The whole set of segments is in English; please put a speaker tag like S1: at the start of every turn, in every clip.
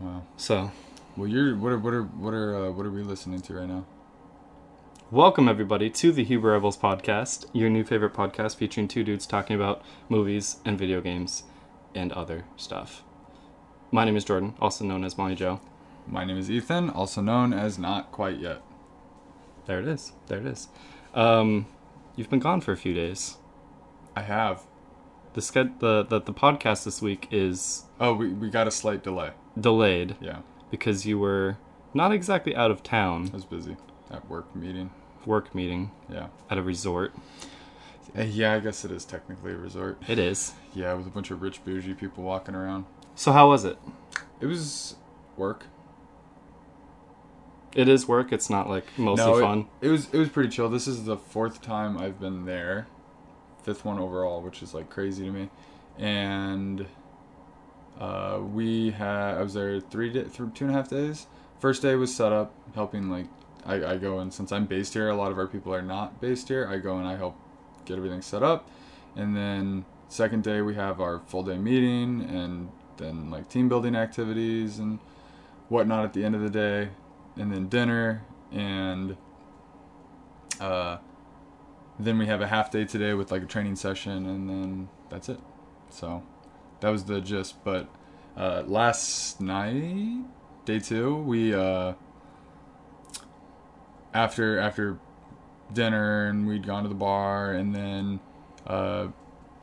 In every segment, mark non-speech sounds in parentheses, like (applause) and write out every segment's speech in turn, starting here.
S1: Wow.
S2: So,
S1: Well, you're what are what are what are uh, what are we listening to right now?
S2: welcome everybody to the Huber Rebels podcast, your new favorite podcast featuring two dudes talking about movies and video games and other stuff. My name is Jordan, also known as Monty Joe.
S1: My name is Ethan, also known as Not Quite Yet.
S2: There it is. There it is. Um, you've been gone for a few days.
S1: I have.
S2: The, sched- the the the podcast this week is
S1: Oh, we we got a slight delay.
S2: delayed
S1: Yeah,
S2: because you were not exactly out of
S1: I
S2: town,
S1: was busy at work meeting.
S2: work meeting
S1: Yeah.
S2: at a resort.
S1: Eh, yeah, I guess it is technically a resort.
S2: It is.
S1: Yeah, with a bunch of rich bougie people walking around.
S2: So how was it?
S1: It was work.
S2: It is work. It's not like mostly
S1: it,
S2: fun.
S1: It was it was pretty chill. This is the fourth time I've been there, fifth one overall, which is like crazy to me. And uh, we had I was there three da three, two and a half days. First day was set up, helping like I, I go and since I'm based here, a lot of our people are not based here. I go and I help get everything set up, and then second day we have our full day meeting and then like team building activities and whatnot at the end of the day, and then dinner, and uh, then we have a half day today with like a training session, and then that's it. So that was the gist. But uh, last night, day two, we uh, after after dinner, and we'd gone to the bar, and then. Uh,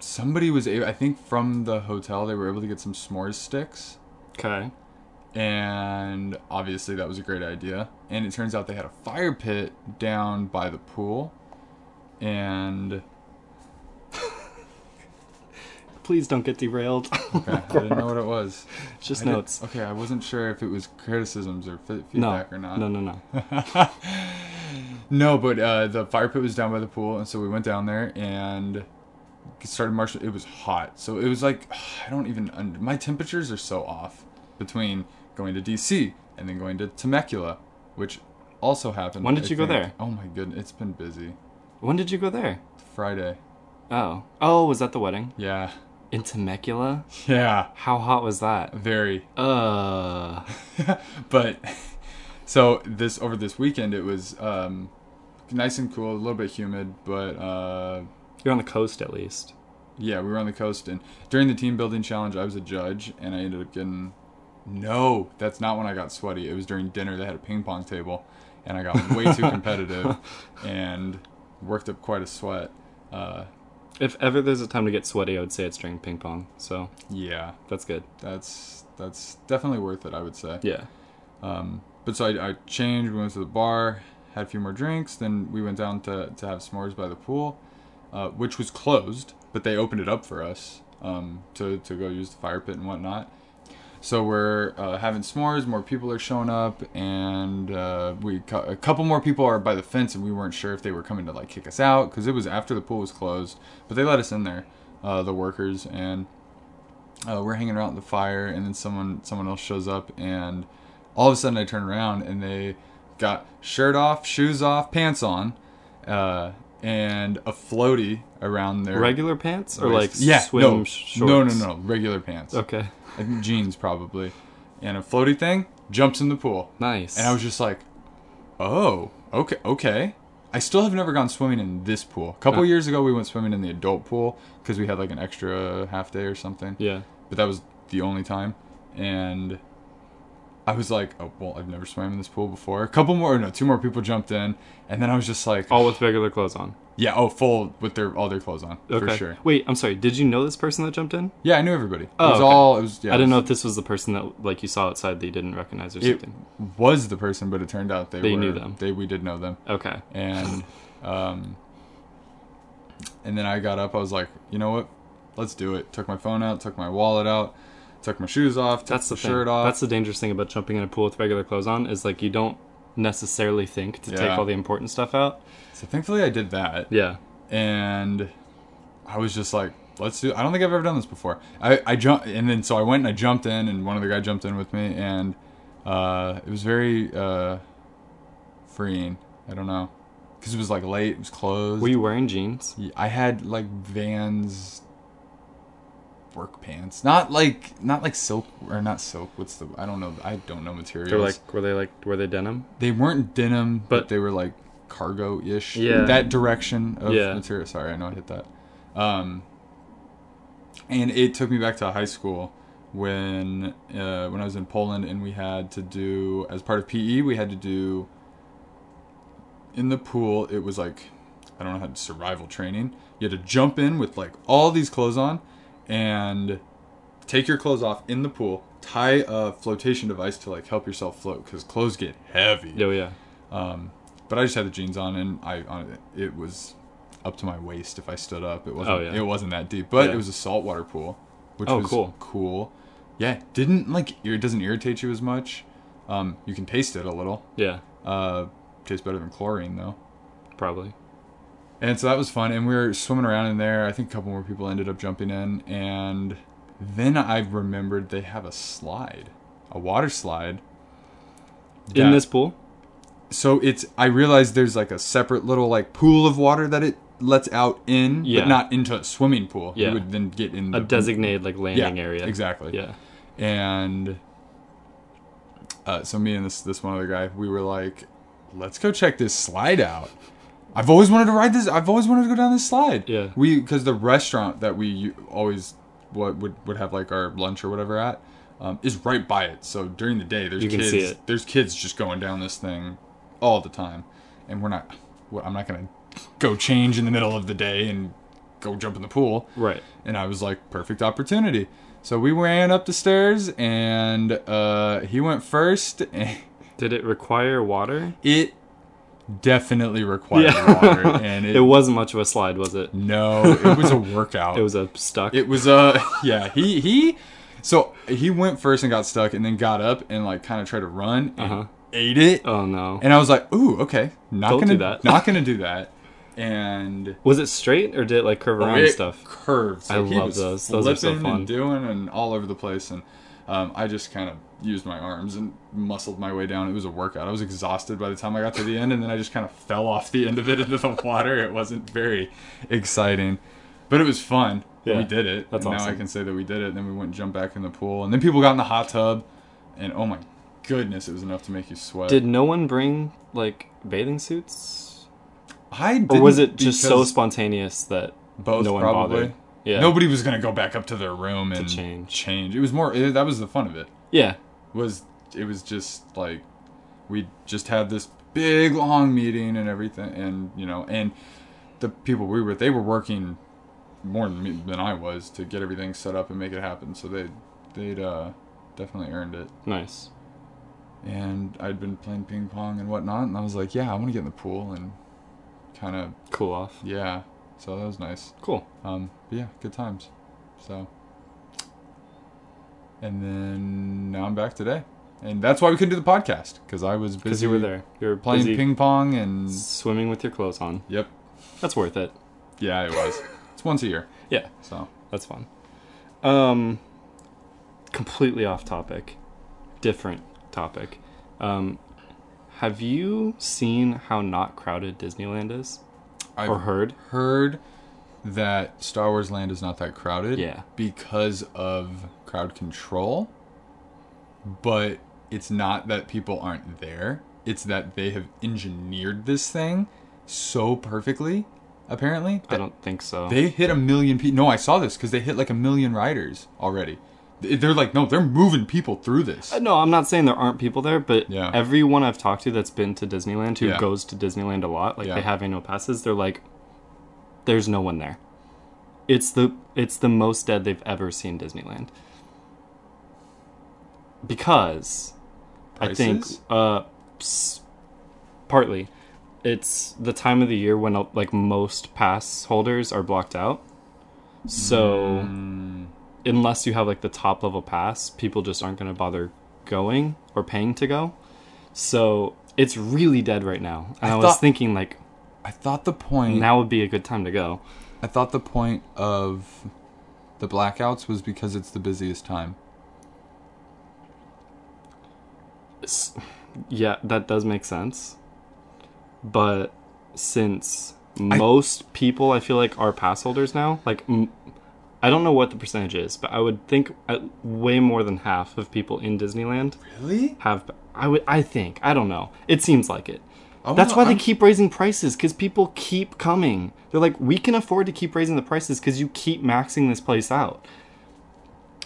S1: Somebody was able, I think from the hotel, they were able to get some s'mores sticks
S2: Okay.
S1: and obviously that was a great idea. And it turns out they had a fire pit down by the pool, and
S2: Please don't get derailed. (laughs)
S1: okay, I didn't know what it was.
S2: Just
S1: I did-
S2: notes.
S1: Okay, I wasn't sure if it was criticisms or fe-
S2: No.
S1: feedback or not.
S2: No. No. No.
S1: No, but uh, the fire pit was down by the pool, and so we went down there and started marching. It was hot, so it was like (sighs) I don't even. Un- my temperatures are so off between going to DC and then going to Temecula, which also happened.
S2: When did you go there?
S1: Oh my goodness, it's been busy.
S2: When did you go there?
S1: Friday.
S2: Oh. Oh, was that the wedding
S1: Yeah, (laughs)
S2: in Temecula?
S1: yeah,
S2: How hot was that?
S1: very.
S2: Uh.
S1: but (laughs) so this over this weekend, it was um, nice and cool, a little bit humid, but. Uh,
S2: You're on the coast at least.
S1: Yeah, we were on the coast, and during the team building challenge, I was a judge, and I ended up getting. No, that's not when I got sweaty. It was during dinner. They had a ping pong table, and I got way too competitive, and worked up quite a sweat. Uh,
S2: If ever there's a time to get sweaty, I would say it's during ping pong. So
S1: yeah,
S2: that's good.
S1: that's that's definitely worth it. I would say.
S2: Yeah.
S1: Um, but so I, I changed. We went to the bar, had a few more drinks. Then we went down to to have s'mores by the pool, uh, which was closed, but they opened it up for us um, to to go use the fire pit and whatnot. So we're uh, having s'mores. More people are showing up, and uh, we cou- a couple more people are by the fence, and we weren't sure if they were coming to like kick us out because it was after the pool was closed. But they let us in there, uh, the workers, and uh, we're hanging around the fire, and then someone someone else shows up, and all of a sudden I turn around and they got shirt off, shoes off, pants on, uh, and a floaty around their
S2: Regular pants or like
S1: waist. yeah
S2: swim
S1: no
S2: shorts?
S1: no no no regular pants
S2: Okay.
S1: I think jeans probably, and a floaty thing jumps in the pool,
S2: Nice.
S1: and I was just like, oh okay okay. I still have never gone swimming in this pool. A couple
S2: Uh.
S1: years ago, we went swimming in the adult pool because we had like an extra half day or something
S2: yeah.
S1: but that was the only time. And I was like, oh, well, I've never swam in this pool before. A couple more, no, two more people jumped in. And then I was just like,
S2: All with regular clothes on.
S1: yeah, oh, full with their all their clothes on
S2: Okay.
S1: for sure.
S2: Wait, I'm sorry. Did you know this person that jumped in?
S1: Yeah, I knew everybody.
S2: Oh,
S1: it was
S2: okay.
S1: all. It was. Yeah,
S2: I didn't
S1: it
S2: know
S1: was,
S2: if this was the person that like you saw outside that you didn't recognize or
S1: It
S2: something.
S1: was the person, but it turned out they,
S2: They
S1: were,
S2: knew them.
S1: They we did know them.
S2: Okay.
S1: and um, and then I got up. I was like, you know what? Let's do it. Took my phone out. Took my wallet out. Took my shoes off. Took
S2: That's the
S1: my shirt
S2: thing.
S1: off.
S2: That's the dangerous thing about jumping in a pool with regular clothes on is like you don't necessarily think to
S1: Yeah.
S2: take all the important stuff out.
S1: so thankfully I did that.
S2: Yeah.
S1: and I was just like, let's do. I don't think I've ever done this before. I I jumped, and then so I went and I jumped in, and one other guy jumped in with me, and uh, it was very uh, freeing. I don't know, because it was like late, it was closed.
S2: Were you wearing jeans?
S1: I had like Vans work pants. Not like not like silk or not silk. What's the I don't know. I don't know materials.
S2: They're like, were they like, were they denim?
S1: they weren't denim, but,
S2: But-
S1: they were like cargo ish.
S2: Yeah.
S1: That direction of
S2: Yeah.
S1: material. Sorry, I know I hit that. Um, and it took me back to high school when uh, when I was in Poland and we had to do as part of PE we had to do in the pool it was like I don't know how survival training you had to jump in with like all these clothes on and take your clothes off in the pool tie a flotation device to like help yourself float because clothes get heavy
S2: Oh yeah.
S1: um, but I just had the jeans on, and I on it was up to my waist if I stood up. It wasn't.
S2: Oh, yeah.
S1: It wasn't that deep, but
S2: Yeah.
S1: it was a saltwater pool, which
S2: Oh,
S1: was
S2: cool.
S1: Cool. Yeah, didn't like ir- it doesn't irritate you as much. Um, you can taste it a little.
S2: Yeah.
S1: Uh, tastes better than chlorine though.
S2: Probably.
S1: And so that was fun, and we were swimming around in there. I think a couple more people ended up jumping in, and then I remembered they have a slide, a water slide.
S2: In
S1: Yeah
S2: this pool.
S1: so it's i realized there's like a separate little like pool of water that it lets out in
S2: Yeah.
S1: but not into a swimming pool
S2: Yeah.
S1: you would then get in
S2: a
S1: the
S2: designated like landing
S1: yeah,
S2: area.
S1: exactly
S2: Yeah.
S1: and uh, so me and this this one other guy we were like let's go check this slide out i've always wanted to ride this i've always wanted to go down this slide
S2: Yeah.
S1: we because the restaurant that we u- always what would would have like our lunch or whatever at um, is right by it so during the day there's
S2: You can
S1: kids
S2: see it.
S1: there's kids just going down this thing all the time and we're not well, i'm not gonna go change in the middle of the day and go jump in the pool
S2: Right.
S1: and I was like, perfect opportunity. So we ran up the stairs, and uh, he went first. And (laughs)
S2: Did it require water?
S1: it definitely required
S2: Yeah.
S1: water,
S2: (laughs)
S1: and it,
S2: It wasn't much of a slide, was it?
S1: no, it was a
S2: (laughs)
S1: workout.
S2: It was a stuck.
S1: It was a (laughs) yeah. He he. So he went first and got stuck, and then got up and like kind of tried to run and
S2: Uh-huh.
S1: ate it.
S2: oh no.
S1: And I was like, ooh, okay, not
S2: Don't
S1: gonna
S2: do that.
S1: not gonna do that. And
S2: was it straight or did it like curve around
S1: it
S2: stuff?
S1: Curved. So
S2: I
S1: he
S2: love
S1: was
S2: those. Those are so
S1: flipping
S2: fun.
S1: And doing and all over the place, and um, I just kind of used my arms and muscled my way down. It was a workout. I was exhausted by the time I got to the end, and then I just kind of fell off the end of it into the (laughs) water. It wasn't very exciting, but it was fun.
S2: Yeah.
S1: We did it.
S2: That's
S1: and Now I
S2: awesome.
S1: can say that we did it. And then we went and jumped back in the pool, and then people got in the hot tub, and oh my goodness, it was enough to make you sweat.
S2: Did no one bring like bathing suits?
S1: I?
S2: Or
S1: Didn't
S2: was it just so
S1: because
S2: spontaneous that
S1: both
S2: no one
S1: probably.
S2: bothered? Yeah.
S1: Nobody was gonna go back up to their room and
S2: change.
S1: change. It was more. It, that was the fun of it.
S2: Yeah.
S1: Was it was just like we just had this big long meeting and everything, and you know, and the people we were with, they were working more than me, than I was to get everything set up and make it happen. So they they'd uh, definitely earned it.
S2: Nice.
S1: And I'd been playing ping pong and whatnot, and I was like, yeah, I want to get in the pool and kind of
S2: Cool off.
S1: yeah. So that was nice.
S2: Cool.
S1: Um, but yeah, good times. So, and then now I'm back today, and that's why we couldn't do the podcast because I was
S2: Because
S1: busy
S2: you were there. You were
S1: playing
S2: busy
S1: ping pong and
S2: swimming with your clothes on.
S1: yep,
S2: That's worth it.
S1: yeah, it was. it's once a year,
S2: Yeah.
S1: so
S2: That's fun. Um, completely off topic, different topic. Um, have you seen how not crowded Disneyland is,
S1: I've
S2: or heard?
S1: heard that Star Wars Land is not that crowded,
S2: Yeah.
S1: because of crowd control, but it's not that people aren't there. It's that they have engineered this thing so perfectly, apparently,
S2: I
S1: that
S2: don't think so.
S1: They hit a million people. No, I saw this because they hit like a million riders already. Th- They're like, no, they're moving people through this.
S2: Uh, no, I'm not saying there aren't people there, but
S1: Yeah.
S2: everyone I've talked to that's been to Disneyland who
S1: Yeah.
S2: goes to Disneyland a lot, like
S1: Yeah.
S2: they have annual passes, they're like, "There's no one there." It's the it's the most dead they've ever seen Disneyland. Because I think
S1: Prices?
S2: uh, s- partly it's the time of the year when uh, like most pass holders are blocked out. So
S1: Hmm.
S2: unless you have like the top level pass, people just aren't going to bother going or paying to go. So it's really dead right now. And I,
S1: I
S2: was
S1: thought-
S2: thinking like
S1: I thought the point.
S2: now would be a good time to go.
S1: I thought the point of the blackouts was because it's the busiest time.
S2: S- Yeah, that does make sense. But since most people I feel like are pass holders now, like m- I don't know what the percentage is, but I would think uh, way more than half of people in Disneyland
S1: Really?
S2: have. I would. I think. I don't know. It seems like it.
S1: I
S2: That's why
S1: wanna-
S2: they keep raising prices because people keep coming. They're like, we can afford to keep raising the prices because you keep maxing this place out.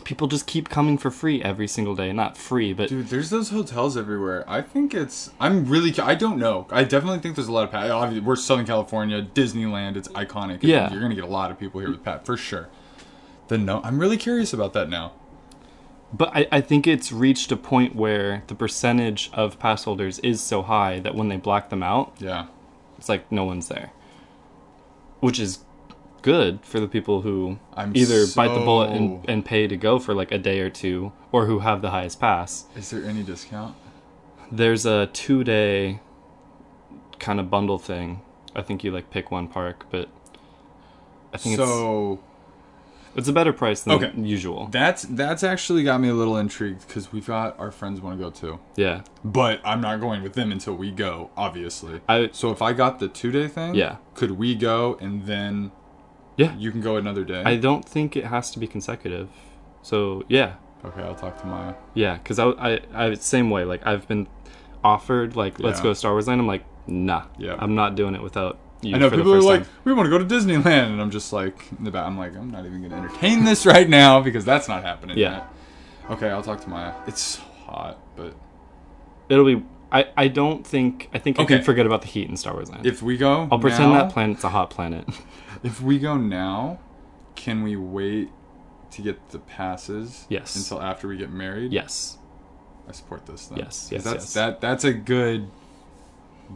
S2: People just keep coming for free every single day. Not free, but
S1: Dude, there's those hotels everywhere. I think it's. I'm really. cu- I don't know. I definitely think there's a lot of Pat. Obviously, we're Southern California, Disneyland. It's iconic.
S2: Yeah.
S1: You're gonna get a lot of people here with Pat for sure. The no, I'm really curious about that now.
S2: but I, I think it's reached a point where the percentage of pass holders is so high that when they black them out,
S1: Yeah.
S2: it's like no one's there, which is good for the people who
S1: I'm
S2: either bite the bullet
S1: so-
S2: and, and pay to go for like a day or two, or who have the highest pass.
S1: Is there any discount?
S2: There's a two day kind of bundle thing. I think you like pick one park, but I think
S1: So
S2: it's it's a better price than
S1: Okay.
S2: usual.
S1: that's that's actually got me a little intrigued because we've got our friends want to go too,
S2: Yeah,
S1: but I'm not going with them until we go. Obviously.
S2: I
S1: so if I got the two day thing,
S2: Yeah.
S1: could we go and then?
S2: Yeah.
S1: You can go another day.
S2: I don't think it has to be consecutive. So yeah,
S1: okay, I'll talk to Maya.
S2: Yeah, because I, I, I, same way. Like I've been offered, like, let's
S1: Yeah.
S2: go to Star Wars Land. I'm like, nah,
S1: Yeah.
S2: I'm not doing it without you.
S1: I know
S2: for
S1: people
S2: the
S1: are
S2: first
S1: like,
S2: time.
S1: we want to go to Disneyland, and I'm just like, in the back, I'm like, I'm not even gonna entertain this (laughs) right now because that's not happening.
S2: Yeah.
S1: yet. Okay, I'll talk to Maya. It's so hot, but
S2: it'll be. I, I don't think. I think I
S1: Okay.
S2: can forget about the heat in Star Wars Land.
S1: if we go,
S2: I'll pretend
S1: now-
S2: that planet's a hot planet. (laughs)
S1: If we go now, can we wait to get the passes?
S2: Yes.
S1: Until after we get married.
S2: yes.
S1: I support this. Then.
S2: Yes,
S1: 'Cause
S2: yes,
S1: That's
S2: yes.
S1: that. That's a good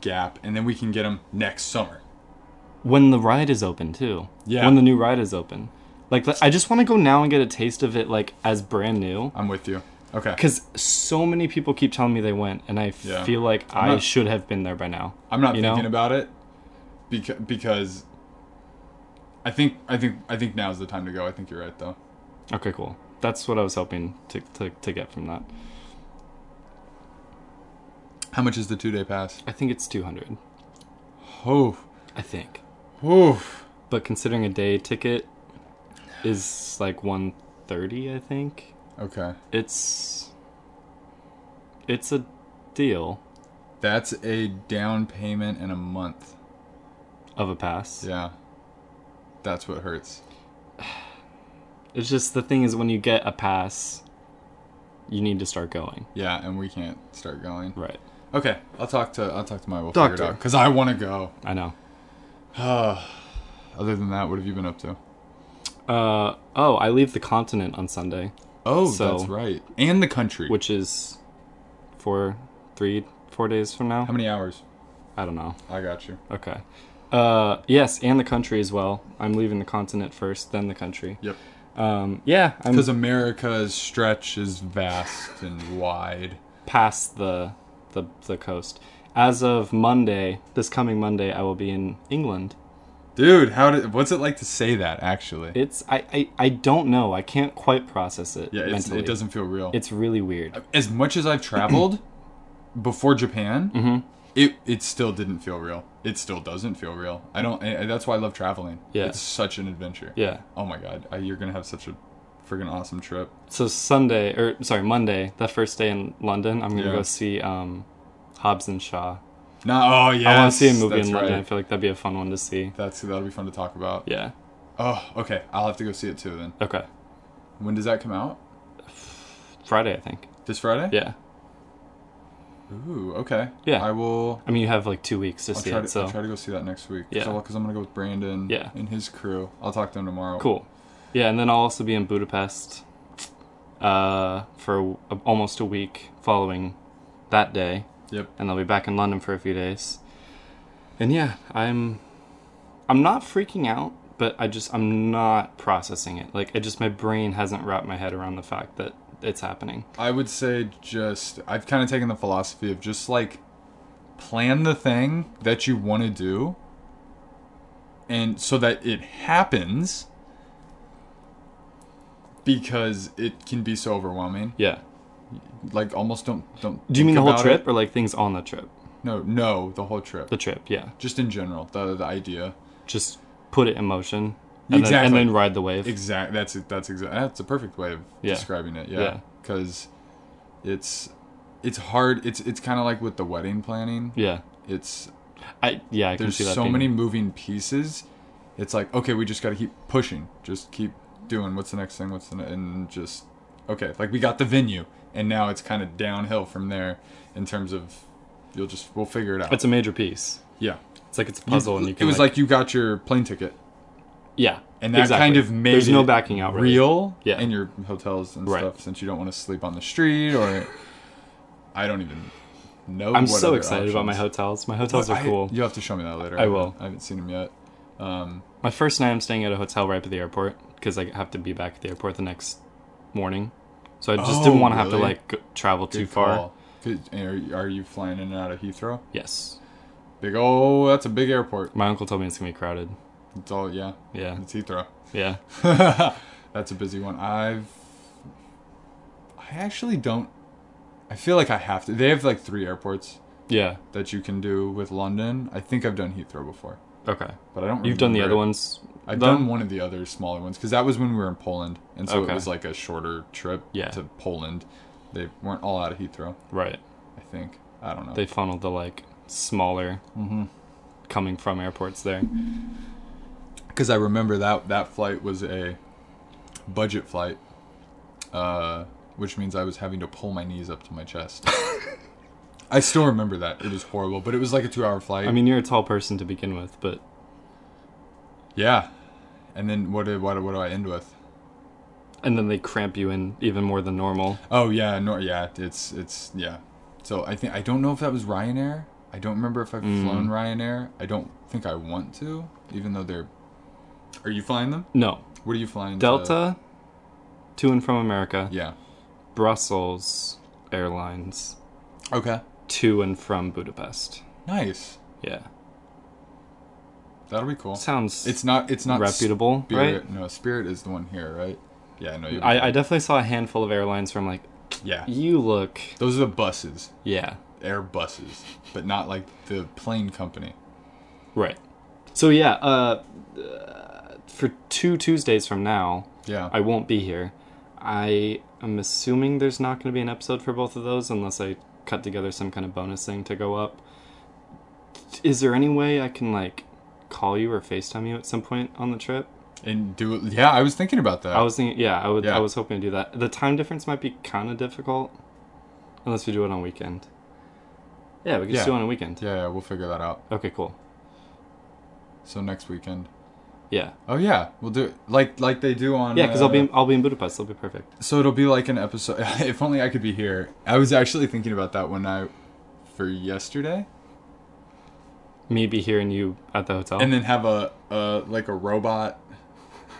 S1: gap, and then we can get them next summer.
S2: When the ride is open too.
S1: Yeah.
S2: When the new ride is open, like let- I just want to go now and get a taste of it, like as brand new.
S1: I'm with you. Okay.
S2: Because so many people keep telling me they went, and I
S1: Yeah.
S2: feel like
S1: I'm
S2: I
S1: not-
S2: should have been there by now.
S1: I'm not
S2: you know?
S1: thinking about it because because I think I think I think now's the time to go. I think you're right though.
S2: Okay, cool. That's what I was hoping to, to, to get from that.
S1: How much is the two day pass?
S2: I think it's 200.
S1: Oh,
S2: I think.
S1: oof.
S2: But considering a day ticket is like 130, I think.
S1: Okay,
S2: It's it's a deal
S1: that's a down payment in a month.
S2: of a pass.
S1: Yeah, that's what hurts.
S2: It's just the thing is when you get a pass, you need to start going.
S1: Yeah, and we can't start going.
S2: Right.
S1: Okay, I'll talk to I'll talk to my we'll
S2: Doctor.
S1: because I want to go. (sighs)
S2: I know.
S1: Other than that, what have you been up to?
S2: Uh oh, I leave the continent on Sunday,
S1: Oh,
S2: So-
S1: that's right, and the country.
S2: which is four, three, four days from
S1: How
S2: now.
S1: many hours?
S2: I don't know.
S1: I got you.
S2: Okay. Uh, yes, and the country as well. I'm leaving the continent first, then the country.
S1: Yep.
S2: Um, yeah, I'm
S1: Because America's stretch is vast and wide.
S2: past the, the the coast. As of Monday, this coming Monday, I will be in England.
S1: Dude, how did what's it like to say that actually?
S2: It's I I, I don't know. I can't quite process it.
S1: yeah, it's,
S2: mentally.
S1: it doesn't feel real.
S2: It's really weird.
S1: as much as I've (clears throat) traveled before Japan, it it still didn't feel real. It still doesn't feel real. I don't. I, I- that's why I love traveling.
S2: Yeah.
S1: it's such an adventure.
S2: Yeah.
S1: Oh my god, I, you're gonna have such a freaking awesome trip.
S2: So Sunday or sorry Monday, the first day in London, I'm gonna
S1: Yeah.
S2: go see um, Hobbs and Shaw.
S1: No, oh yeah.
S2: I want to see a movie
S1: that's
S2: in London. I
S1: Right.
S2: feel like that'd be a fun one to see.
S1: That's that'll be fun to talk about.
S2: Yeah.
S1: Oh, okay. I'll have to go see it too then.
S2: Okay.
S1: When does that come out?
S2: Friday, I think.
S1: This Friday?
S2: Yeah.
S1: Ooh, okay.
S2: Yeah.
S1: I will.
S2: I mean, you have like two weeks to
S1: I'll
S2: see
S1: try,
S2: it,
S1: to,
S2: so
S1: I'll try to go see that next week.
S2: Yeah.
S1: because I'm gonna go with Brandon.
S2: Yeah.
S1: and his crew. I'll talk to him tomorrow.
S2: cool. Yeah, and then I'll also be in Budapest uh, for a, almost a week following that day,
S1: Yep.
S2: and I'll be back in London for a few days. And yeah, I'm I'm not freaking out, but I just I'm not processing it. Like, it just my brain hasn't wrapped my head around the fact that it's happening.
S1: I would say just I've kind of taken the philosophy of just like plan the thing that you want to do, and so that it happens. Because it can be so overwhelming.
S2: Yeah.
S1: Like almost don't don't.
S2: Do you mean
S1: think
S2: the whole
S1: about
S2: trip
S1: it.
S2: or like things on the trip?
S1: No, no, the whole trip.
S2: The trip, yeah.
S1: just in general, the the idea.
S2: Just put it in motion. and, then, and
S1: Exactly.
S2: then ride the wave.
S1: Exact. That's it. That's exact. That's a perfect way of
S2: Yeah.
S1: describing it.
S2: Yeah.
S1: Yeah. Because it's it's hard. It's it's kind of like with the wedding planning.
S2: yeah,
S1: It's
S2: I yeah I can
S1: there's
S2: see that.
S1: so
S2: being-
S1: many moving pieces. It's like okay, we just got to keep pushing. Just keep doing. What's the next thing? What's the ne- and just okay. Like we got the venue, and now it's kind of downhill from there in terms of you'll just we'll figure it out.
S2: It's a major piece.
S1: yeah.
S2: It's like it's a puzzle, and you can.
S1: it was like, you got your plane ticket,
S2: yeah,
S1: and that
S2: exactly.
S1: kind of made
S2: there's no
S1: it
S2: backing out. Really.
S1: real
S2: Yeah.
S1: in your hotels and
S2: Right.
S1: stuff since you don't want to sleep on the street or I don't even know.
S2: I'm
S1: what
S2: so
S1: other
S2: excited about my
S1: options.
S2: hotels. My hotels are
S1: I-
S2: cool.
S1: You have to show me that later.
S2: I will.
S1: I haven't seen them yet. Um,
S2: My first night, I'm staying at a hotel right by the airport because I have to be back at the airport the next morning. So I just
S1: Oh,
S2: didn't want to have to
S1: really?
S2: like go, travel too
S1: good
S2: far.
S1: call. Could- Are, are you flying in and out of Heathrow?
S2: Yes,
S1: Big oh, that's a big airport.
S2: my uncle told me it's gonna be crowded.
S1: It's all yeah,
S2: Yeah,
S1: it's Heathrow. (laughs)
S2: yeah.
S1: that's a busy one. I've I actually don't. I feel like I have to. They have like three airports
S2: Yeah.
S1: that you can do with London. I think I've done Heathrow before.
S2: Okay.
S1: but I don't.
S2: You've done the
S1: remember
S2: other
S1: it.
S2: ones.
S1: I've
S2: though?
S1: done one of the other smaller ones because that was when we were in Poland, and so
S2: Okay.
S1: it was like a shorter trip
S2: Yeah.
S1: to Poland. They weren't all out of Heathrow,
S2: Right.
S1: I think. I don't know.
S2: They funneled the like smaller
S1: Mm-hmm.
S2: coming from airports there.
S1: because I remember that that flight was a budget flight, uh, which means I was having to pull my knees up to
S2: (laughs)
S1: my chest. I still remember that. It was horrible, but it was like a two-hour flight.
S2: I mean, you're a tall person to begin with, but
S1: yeah. And then what? do- What? What do I end with?
S2: and then they cramp you in even more than normal.
S1: Oh yeah, no, yeah, it's it's yeah. So I think I don't know if that was Ryanair. I don't remember if I've
S2: Mm-hmm.
S1: flown Ryanair. I don't think I want to, even though they're. Are you flying them?
S2: No.
S1: What are you flying? to-
S2: Delta to and from America.
S1: Yeah.
S2: Brussels Airlines
S1: Okay.
S2: to and from Budapest.
S1: Nice.
S2: Yeah.
S1: That'll be cool.
S2: Sounds
S1: It's not. It's not
S2: reputable,
S1: Spirit. No, Spirit is the one here, right? Yeah, I know you.
S2: right? I, I definitely saw a handful of airlines where I'm like,
S1: yeah.
S2: you look,
S1: Those are the buses,
S2: yeah,
S1: air buses, but not like the plane company.
S2: right. So yeah, uh, uh, for two Tuesdays from now,
S1: Yeah.
S2: I won't be here. I am assuming there's not going to be an episode for both of those unless I cut together some kind of bonus thing to go up. Is there any way I can like call you or FaceTime you at some point on the trip?
S1: and do it. Yeah, I was thinking about that.
S2: I was thinking, yeah, I would. I
S1: Yeah.
S2: was hoping to do that. The time difference might be kind of difficult, unless we do it on weekend. Yeah, we could just
S1: Yeah.
S2: do it on a weekend.
S1: yeah, yeah, we'll figure that out.
S2: Okay, cool.
S1: So next weekend.
S2: Yeah,
S1: Oh yeah, we'll do it like like they do on.
S2: yeah, because I'll be
S1: uh,
S2: in, I'll be in Budapest. It'll be perfect.
S1: So it'll be like an episode. (laughs) if only I could be here. I was actually thinking about that when I, for yesterday,
S2: Me be hearing you at the hotel.
S1: and then have a, a like a robot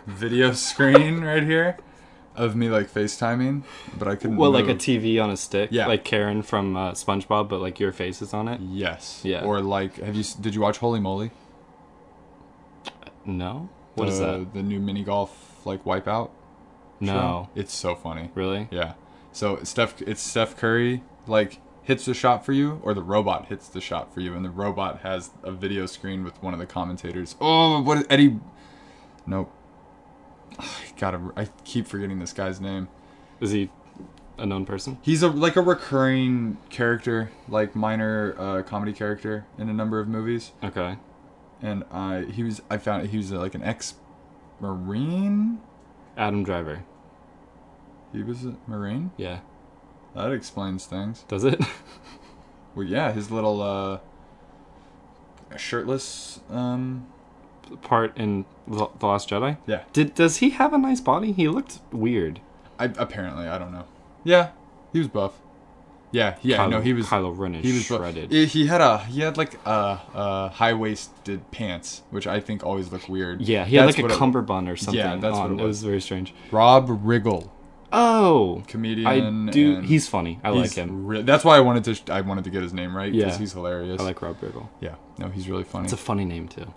S1: video (laughs) screen right here, of me like FaceTiming, but I couldn't.
S2: well, like a
S1: move.
S2: TV on a stick.
S1: Yeah.
S2: like Karen from uh, SpongeBob, but like your face is on it.
S1: yes.
S2: Yeah.
S1: Or like, have you s- did you watch Holy Moly?
S2: No, what is
S1: the,
S2: that?
S1: The new mini golf like wipeout.
S2: No,
S1: show? It's so funny.
S2: really?
S1: Yeah. So Steph, it's Steph Curry like hits the shot for you, or the robot hits the shot for you, and the robot has a video screen with one of the commentators. Oh, what is Eddie? Nope. (sighs) I gotta. I keep forgetting this guy's name.
S2: Is he a known person?
S1: He's a like a recurring character, like minor uh, comedy character in a number of movies,
S2: Okay,
S1: and I he was I found he was uh, like an ex marine.
S2: Adam Driver.
S1: He was a marine.
S2: Yeah,
S1: That explains things.
S2: does it? (laughs)
S1: Well, yeah, his little uh, shirtless. Um,
S2: Part in the The Last Jedi.
S1: yeah,
S2: Did does he have a nice body? He looked weird.
S1: I, apparently I don't know. Yeah, he was buff. Yeah, yeah,
S2: Kylo,
S1: no, he was
S2: Kylo Ren is
S1: he was buff.
S2: shredded.
S1: Eh, He had a he had like uh, uh high waisted pants, which I think always look weird.
S2: yeah, he had
S1: That's
S2: like a
S1: what it-
S2: cummerbund or something.
S1: Yeah, that's what
S2: on.
S1: it was.
S2: very strange.
S1: Rob Riggle,
S2: Oh,
S1: comedian.
S2: I do.
S1: and
S2: He's funny. I like
S1: he's
S2: him.
S1: re- that's why I wanted to sh- I wanted to get his name right because
S2: Yeah.
S1: he's hilarious.
S2: I like Rob Riggle.
S1: yeah, no, he's really funny.
S2: It's a funny name too.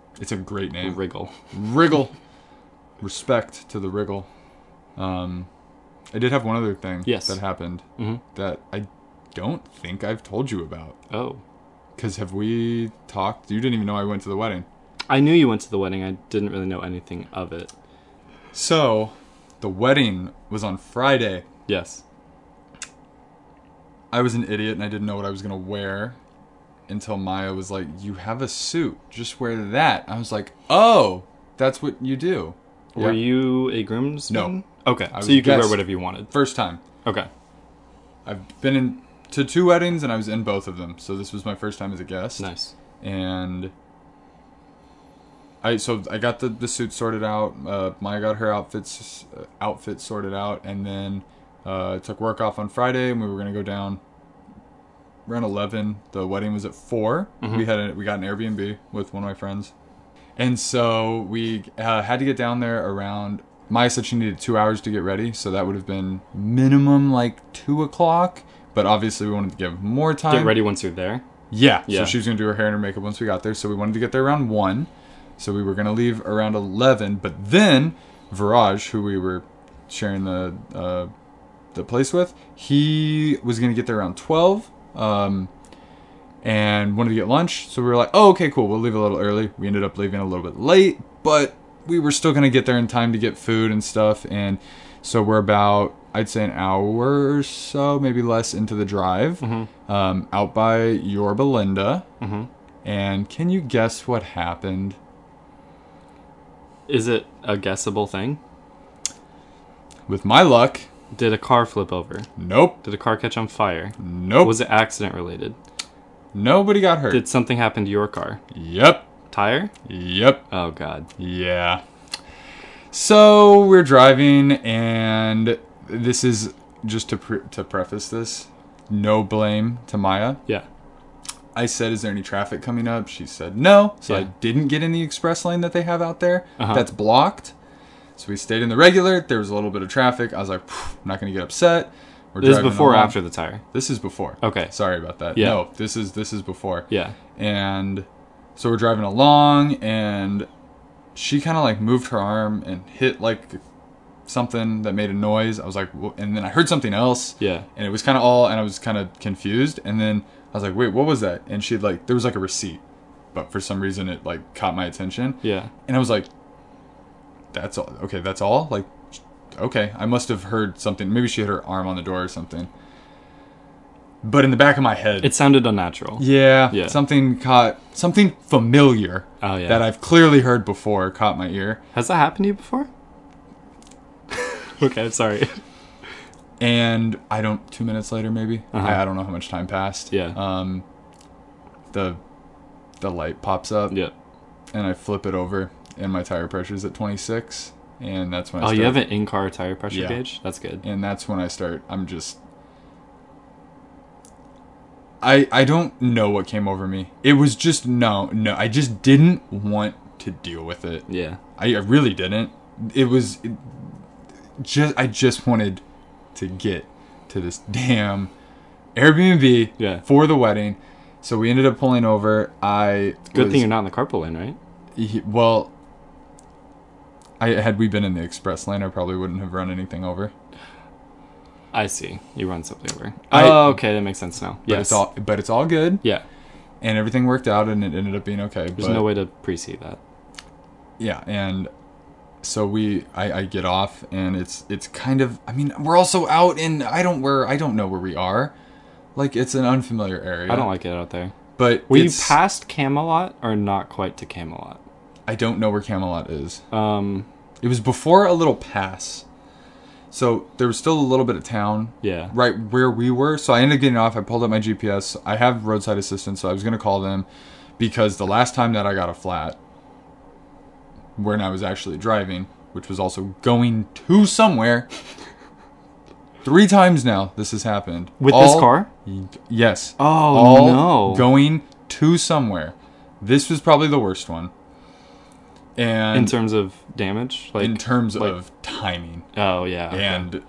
S1: great name.
S2: Riggle.
S1: Wriggle. Respect to the wriggle. Um, I did have one other thing
S2: Yes.
S1: that happened
S2: Mhm.
S1: that I don't think I've told you about.
S2: Oh,
S1: Because have we talked? You didn't even know I went to the wedding.
S2: I knew you went to the wedding. I didn't really know anything of it.
S1: So, the wedding was on Friday.
S2: Yes.
S1: I was an idiot and I didn't know what I was gonna wear until Maya was like, "You have a suit. Just wear that." I was like, "Oh, that's what you do."
S2: Were
S1: Yeah.
S2: you a groomsman? No. Okay.
S1: was
S2: So you could wear
S1: guest.
S2: whatever you wanted.
S1: First time.
S2: Okay.
S1: I've been in to two weddings and I was in both of them. So this was my first time as a guest.
S2: Nice.
S1: and I so I got the, the suit sorted out. Uh, Maya got her outfits uh, outfit sorted out, and then uh, took work off on Friday, and we were gonna go down around eleven. The wedding was at 4 We had a, we got an Airbnb with one of my friends, and so we uh, had to get down there around. Maya said she needed two hours to get ready, so that would have been minimum like two o'clock. But obviously, we wanted to give more time.
S2: Get ready once you're there.
S1: Yeah.
S2: Yeah.
S1: So she was gonna do her hair and her makeup once we got there. So we wanted to get there around one. So we were gonna leave around eleven. But then Viraj, who we were sharing the uh, the place with, he was gonna get there around twelve. Um, and wanted to get lunch. So we were like, oh, okay, cool. We'll leave a little early. We ended up leaving a little bit late, but we were still going to get there in time to get food and stuff. And so we're about, I'd say, an hour or so, maybe less into the drive
S2: Mm-hmm.
S1: um, out by Yorba Linda.
S2: Mhm.
S1: And can you guess what happened?
S2: Is it a guessable thing?
S1: With my luck,
S2: Did a car flip over?
S1: nope,
S2: Did a car catch on fire?
S1: nope.
S2: Was it accident related?
S1: Nobody got hurt.
S2: Did something happen to your car?
S1: yep,
S2: Tire?
S1: yep.
S2: Oh god.
S1: Yeah. So we're driving, and this is just to pre- to preface this. No blame to Maya.
S2: Yeah.
S1: I said, "Is there any traffic coming up?" She said, "No." So I
S2: Yeah.
S1: didn't get in the express lane that they have out there.
S2: Uh-huh.
S1: That's blocked. So we stayed in the regular. There was a little bit of traffic. I was like, "Phew, "I'm not going to get upset." We're
S2: This is
S1: driving
S2: before or
S1: along.
S2: after the tire?
S1: This is before.
S2: Okay.
S1: Sorry about that.
S2: Yeah.
S1: No, this is this is before
S2: Yeah.
S1: and so we're driving along and she kind of like moved her arm and hit like something that made a noise i was like "Wha-" and then i heard something else
S2: Yeah.
S1: and it was kind of all and i was kind of confused and then i was like wait what was that and she had like there was like a receipt but for some reason it like caught my attention
S2: Yeah.
S1: and i was like that's all okay that's all like okay i must have heard something maybe she hit her arm on the door or something but in the back of my head
S2: It sounded unnatural.
S1: yeah,
S2: Yeah.
S1: something caught something familiar
S2: Oh yeah.
S1: that I've clearly heard before caught my ear,
S2: Has that happened to you before? (laughs) okay, I'm sorry. (laughs)
S1: and I don't. Two minutes later, maybe
S2: Uh-huh.
S1: I, I don't know how much time passed.
S2: Yeah.
S1: Um, the the light pops up,
S2: Yeah.
S1: and I flip it over, and my tire pressure's at 26, and that's when I
S2: Oh,
S1: start,
S2: you have an in-car tire pressure
S1: Yeah.
S2: gauge? That's good.
S1: and that's when I start. I'm just. I I don't know what came over me. It was just no no. I just didn't want to deal with it.
S2: Yeah.
S1: I, I really didn't. It was it, just I just wanted to get to this (laughs) damn Airbnb
S2: Yeah.
S1: for the wedding. So we ended up pulling over. I
S2: Good
S1: was-
S2: thing you're not in the carpool lane, right?
S1: he- well. I had we been in the express lane, I probably wouldn't have run anything over.
S2: I see. You run something over.
S1: I-
S2: oh, okay, that makes sense now.
S1: But
S2: Yes.
S1: it's all but it's all good,
S2: yeah.
S1: and everything worked out, and it ended up being okay.
S2: There's
S1: but-
S2: no way to pre-see that.
S1: yeah and so we I, I get off and it's it's kind of i mean we're also out in i don't where i don't know where we are like it's an unfamiliar area
S2: I don't like it out there.
S1: but
S2: Were
S1: it's-
S2: you past Camelot or not quite to Camelot?
S1: i don't know where camelot is
S2: Um,
S1: it was before a little pass so there was still a little bit of town
S2: yeah.
S1: right where we were so i ended up getting off i pulled up my gps i have roadside assistance so i was going to call them because the last time that i got a flat when i was actually driving which was also going to somewhere three times now this has happened
S2: With
S1: All-
S2: this car?
S1: yes
S2: Oh, no.
S1: going to somewhere this was probably the worst one and
S2: in terms of damage? Like
S1: in terms
S2: like-
S1: of timing
S2: Oh, yeah. okay.
S1: and uh,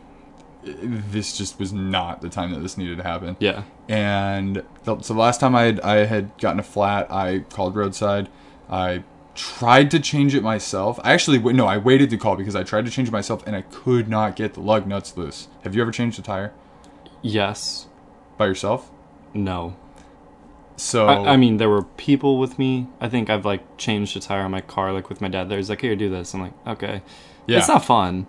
S1: this just was not the time that this needed to happen
S2: Yeah.
S1: and the, so the last time I had, I had gotten a flat, I called roadside. I tried to change it myself. I actually wa- no, I waited to call because I tried to change it myself and I could not get the lug nuts loose. Have you ever changed a tire
S2: Yes.
S1: by yourself?
S2: No.
S1: So
S2: I, I mean, there were people with me. I think I've like changed a tire on my car, like with my dad. There's like, here, do this. I'm like, okay.
S1: yeah,
S2: It's not fun.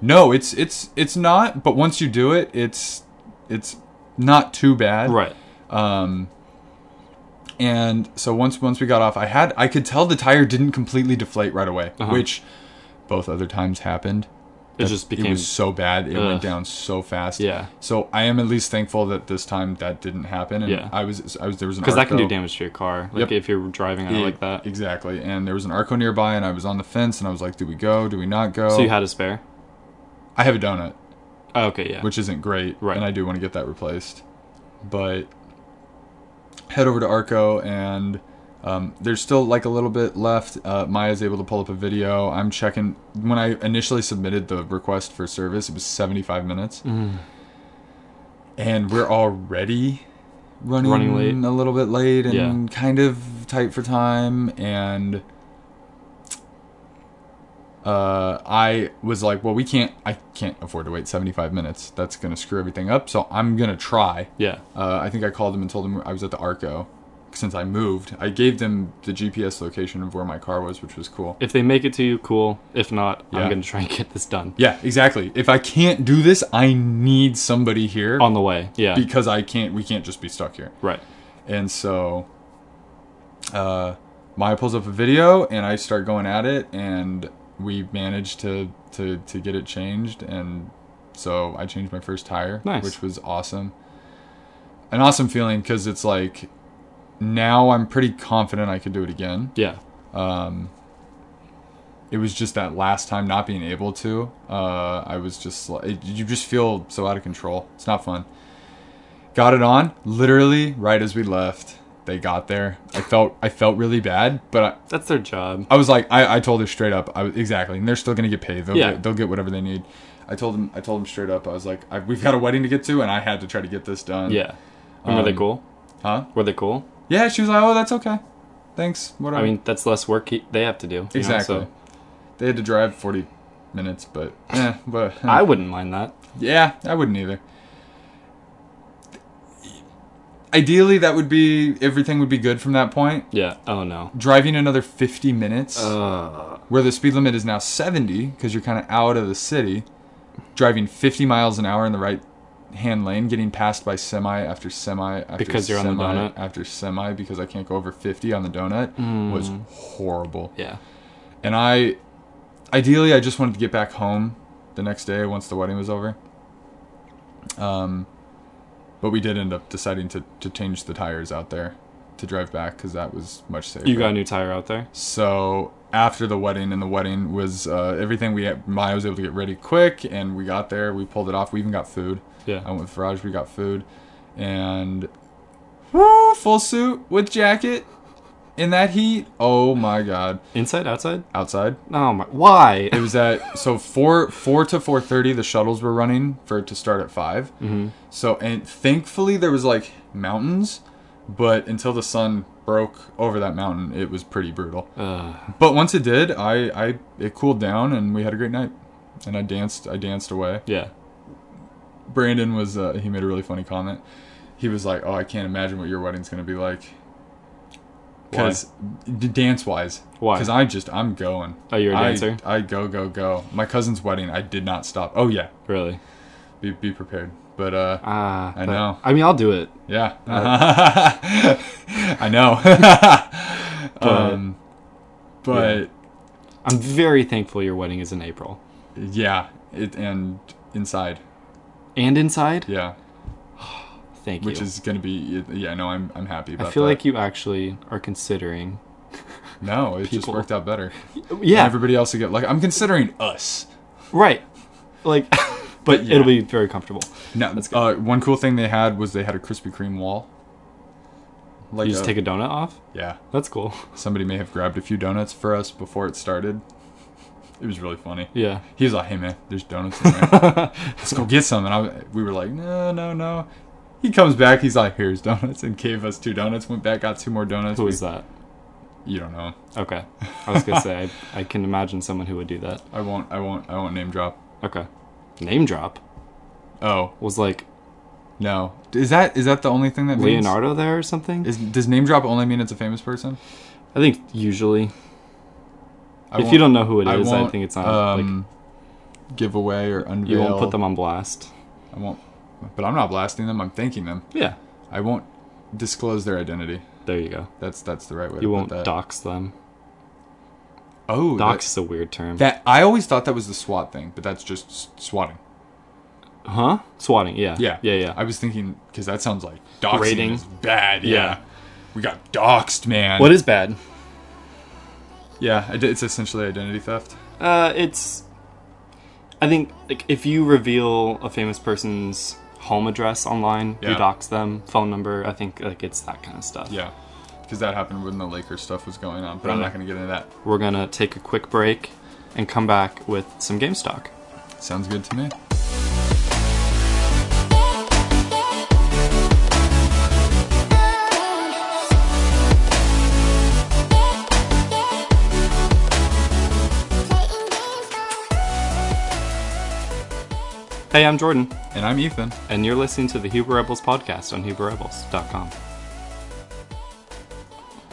S1: no, it's it's it's not. But once you do it, it's it's not too bad.
S2: Right.
S1: Um, and so once once we got off, I had I could tell the tire didn't completely deflate right away,
S2: Uh-huh.
S1: which both other times happened.
S2: It just
S1: it
S2: became.
S1: was so bad. It
S2: Ugh.
S1: went down so fast.
S2: Yeah.
S1: So I am at least thankful that this time that didn't happen. And
S2: Yeah.
S1: I was I was there was an
S2: Because that can do
S1: Arco-
S2: damage to your car. Like
S1: Yep.
S2: if you're driving on it like that.
S1: Exactly. And there was an Arco nearby, and I was on the fence, and I was like, "Do we go? Do we not go?"
S2: So you had a spare.
S1: I have a donut,
S2: Oh, okay. Yeah.
S1: which isn't great,
S2: Right.
S1: and I do want to get that replaced. But head over to Arco, and um, there's still like a little bit left. Uh, Maya's able to pull up a video. I'm checking when I initially submitted the request for service. It was 75 minutes,
S2: Mm.
S1: and we're already running,
S2: Running late.
S1: a little bit late and
S2: Yeah.
S1: kind of tight for time and uh, I was like, well, we can't, I can't afford to wait 75 minutes. That's going to screw everything up. So I'm going to try.
S2: Yeah.
S1: Uh, I think I called them and told them I was at the Arco since I moved. I gave them the GPS location of where my car was, which was cool.
S2: If they make it to you, cool. If not,
S1: Yeah.
S2: I'm gonna try and get this done
S1: Yeah, exactly. If I can't do this, I need somebody here
S2: on the way. Yeah.
S1: because I can't, we can't just be stuck here.
S2: right.
S1: And so uh, Maya pulls up a video and I start going at it and we managed to, to, to get it changed and so I changed my first tire,
S2: Nice.
S1: which was awesome. An awesome feeling because it's like now I'm pretty confident I could do it again.
S2: Yeah.
S1: It was just that last time not being able to. Uh, I was just like, it, you just feel so out of control. It's not fun. Got it on literally right as we left. They got there. I felt I felt really bad, but I,
S2: That's their job.
S1: I was like, I, I told her straight up, I was, exactly, and they're still gonna get paid. They'll,
S2: Yeah.
S1: get, they'll get whatever they need. I told them, I told them straight up, I was like, I, we've got a wedding to get to, and I had to try to get this done.
S2: Yeah. And were they
S1: Um,
S2: cool?
S1: Huh?
S2: Were they cool?
S1: Yeah. She was like, oh, that's okay. Thanks. Whatever.
S2: I mean, that's less work he, they have to do. you know, so
S1: exactly. They had to drive forty minutes, but eh, but
S2: I wouldn't mind that.
S1: yeah, I wouldn't either. Ideally, that would be everything would be good from that point.
S2: Yeah. Oh no.
S1: Driving another fifty minutes.
S2: Uh,
S1: where the speed limit is now 70 because you're kind of out of the city driving 50 miles an hour in the right hand lane getting passed by semi after semi after
S2: Because you're on
S1: semi
S2: the donut. Mm.
S1: after semi because i can't go over 50 on the donut was horrible
S2: yeah.
S1: and i ideally i just wanted to get back home the next day once the wedding was over um, but we did end up deciding to, to change the tires out there to drive back because that was much safer
S2: You got a new tire out there.
S1: so after the wedding, and the wedding was uh, everything we had, Maya was able to get ready quick, and we got there. We pulled it off. We even got food. I
S2: Yeah.
S1: went with Faraj. We got food, and woo, full suit with jacket in that heat. Oh my god!
S2: Inside, outside.
S1: Outside
S2: Oh my. Why?
S1: (laughs) it was at so four four to four thirty. The shuttles were running for it to start at 5 Mm-hmm. So and thankfully there was like mountains, but until the sun broke over that mountain, it was pretty brutal.
S2: Ugh.
S1: But once it did, I, I it cooled down and we had a great night. And I danced I danced away.
S2: yeah.
S1: Brandon was uh, he made a really funny comment. He was like, "Oh, I can't imagine what your wedding's gonna be like." Because dance wise,
S2: Why?
S1: Because I just I'm going.
S2: Oh, you're a
S1: I-
S2: dancer?
S1: I, go go go. My cousin's wedding, I did not stop. Oh yeah,
S2: Really.
S1: be be prepared. But uh,
S2: Ah.
S1: I
S2: but-
S1: know.
S2: I mean, I'll do it.
S1: yeah, (laughs) I know.
S2: (laughs) But-
S1: um, but.
S2: I'm very thankful your wedding is in April.
S1: Yeah, it and inside.
S2: And inside.
S1: Yeah,
S2: Thank
S1: which
S2: you.
S1: is gonna be yeah. No, I'm I'm happy about.
S2: I feel
S1: that.
S2: like you actually are considering.
S1: no, it just
S2: people-
S1: worked out better.
S2: Yeah.
S1: Everybody else will get like I'm considering us.
S2: right. Like, (laughs) but
S1: Yeah.
S2: it'll be very comfortable.
S1: No,
S2: That's good.
S1: uh, one cool thing they had was they had a Krispy Kreme wall. Like
S2: You just take a donut off.
S1: yeah.
S2: That's cool. (laughs)
S1: Somebody may have grabbed a few donuts for us before it started. It was really funny.
S2: Yeah.
S1: He was like, "Hey man, there's donuts in there.
S2: (laughs)
S1: Let's go get some." And I, we were like, "No, no, no." He comes back. He's like, "Here's donuts," and gave us two donuts. Went back, got two more donuts.
S2: Who
S1: We-
S2: is that?
S1: You don't know.
S2: Okay. I was gonna say I, I can imagine someone who would do that.
S1: I won't. I won't. I won't name drop.
S2: Okay. Name drop
S1: Oh,
S2: was like
S1: No. Is that is that the only thing that means?
S2: Leonardo there or something?
S1: Is, does name drop only mean it's a famous person?
S2: I think usually.
S1: I
S2: if you
S1: won't-
S2: don't know who it is, I,
S1: won't,
S2: think it's not
S1: um, give away or
S2: like
S1: unveil.
S2: you won't put them on blast.
S1: I won't. But I'm not blasting them. I'm thanking them.
S2: Yeah.
S1: I won't disclose their identity.
S2: There you go.
S1: That's that's the right way. to
S2: You
S1: put
S2: won't
S1: that.
S2: dox them.
S1: Oh,
S2: Dox is a weird term.
S1: That, that I always thought that was the SWAT thing, but that's just s- swatting.
S2: huh? Swatting. Yeah.
S1: Yeah,
S2: Yeah. Yeah.
S1: I was thinking because that sounds like doxing
S2: Raiding.
S1: is bad. Yeah.
S2: Yeah.
S1: we got doxed, man.
S2: what is bad?
S1: Yeah, it- it's essentially identity theft.
S2: Uh, it's. I think like if you reveal a famous person's home address online, you
S1: Yeah.
S2: dox them, phone number. I think like it's that kind of stuff.
S1: Yeah, because that happened when the Lakers stuff was going on. But I'm
S2: Right.
S1: not going to get into that.
S2: We're gonna take a quick break, and come back with some game stock.
S1: Sounds good to me.
S2: Hey, I'm Jordan,
S1: And I'm Ethan.
S2: and you're listening to the Huber Rebels podcast on HuberRebels.com.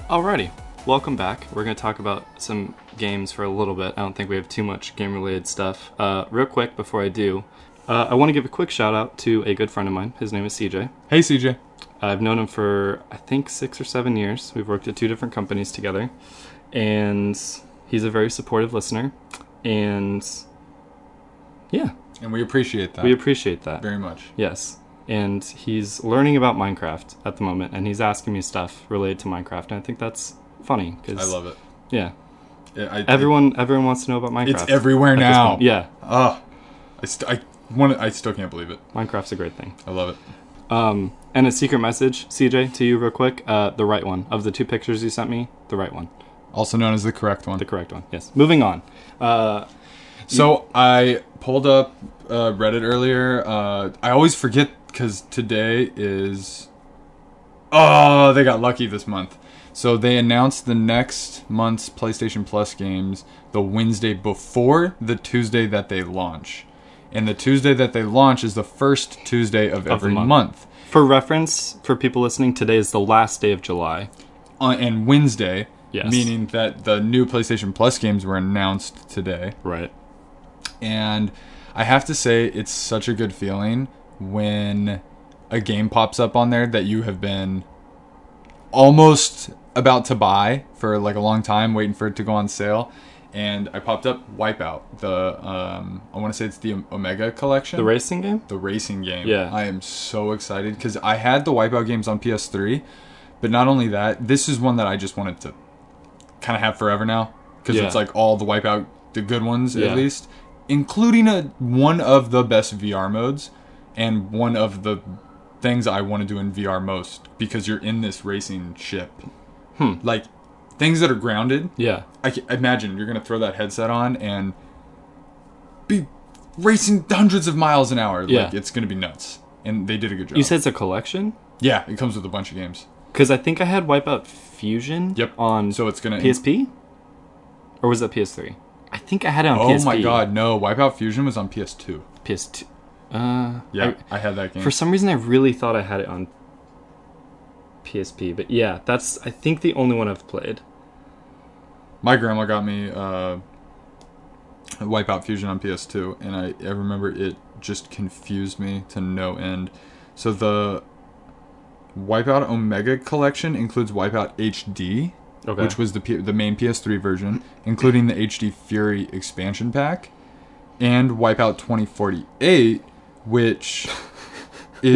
S2: Alrighty, welcome back. We're going to talk about some games for a little bit. I don't think we have too much game related stuff. Uh, real quick, before I do, uh, I want to give a quick shout out to a good friend of mine. His name is CJ.
S1: Hey, CJ.
S2: I've known him for I think six or seven years. We've worked at two different companies together, and he's a very supportive listener. And yeah,
S1: And we appreciate that
S2: we appreciate that.
S1: very much.
S2: Yes. And he's learning about Minecraft at the moment, and he's asking me stuff related to Minecraft, and I think that's funny because
S1: I love it.
S2: Yeah,
S1: I, I-
S2: everyone everyone wants to know about Minecraft.
S1: it's everywhere
S2: at this
S1: now.
S2: point. Yeah,
S1: Ugh. I, st- I, wanna, I still can't believe it.
S2: Minecraft's a great thing.
S1: I love it.
S2: Um, and a secret message, CJ, to you real quick. Uh, the right one of the two pictures you sent me, the right one,
S1: Also known as the correct one.
S2: the correct one. Yes. Moving on. Uh,
S1: So I pulled up uh, Reddit earlier. Uh, I always forget because today is. Oh, they got lucky this month. So they announced the next month's PlayStation Plus games the Wednesday before the Tuesday that they launch. And the Tuesday that they launch is the first Tuesday of every
S2: month.
S1: month.
S2: for reference, for people listening, today is the last day of July.
S1: On, and Wednesday,
S2: Yes.
S1: meaning that the new PlayStation Plus games were announced today.
S2: Right.
S1: And I have to say, it's such a good feeling when a game pops up on there that you have been almost about to buy for like a long time, waiting for it to go on sale. And I popped up Wipeout, the um, I want to say it's the Omega collection,
S2: The racing game.
S1: the racing game.
S2: Yeah.
S1: I am so excited because I had the Wipeout games on PS3, but not only that, this is one that I just wanted to kind of have forever now because
S2: Yeah.
S1: it's like all the Wipeout, the good ones
S2: Yeah.
S1: at least, including a one of the best VR modes and one of the things I want to do in VR most because you're in this racing ship. Hmm. Like things that are grounded.
S2: Yeah.
S1: I can, imagine you're gonna throw that headset on and be racing hundreds of miles an hour.
S2: Yeah.
S1: Like it's gonna be nuts. And they did a good job.
S2: You said it's a collection.
S1: yeah, it comes with a bunch of games.
S2: Because I think I had Wipeout Fusion.
S1: Yep.
S2: On
S1: So it's gonna.
S2: PSP, or was that PS3? I think I had it on
S1: oh
S2: PSP.
S1: my god, no! Wipeout Fusion was on PS2.
S2: PS2. Uh,
S1: Yeah,
S2: I-
S1: I, had that game.
S2: for some reason, I really thought I had it on PSP, but yeah, that's I think the only one I've played.
S1: my grandma got me uh, Wipeout Fusion on PS2, and I, I remember it just confused me to no end. So the Wipeout Omega collection includes Wipeout HD,
S2: Okay.
S1: which was the P- the main PS3 version, including the HD Fury expansion pack, and Wipeout 2048, which is,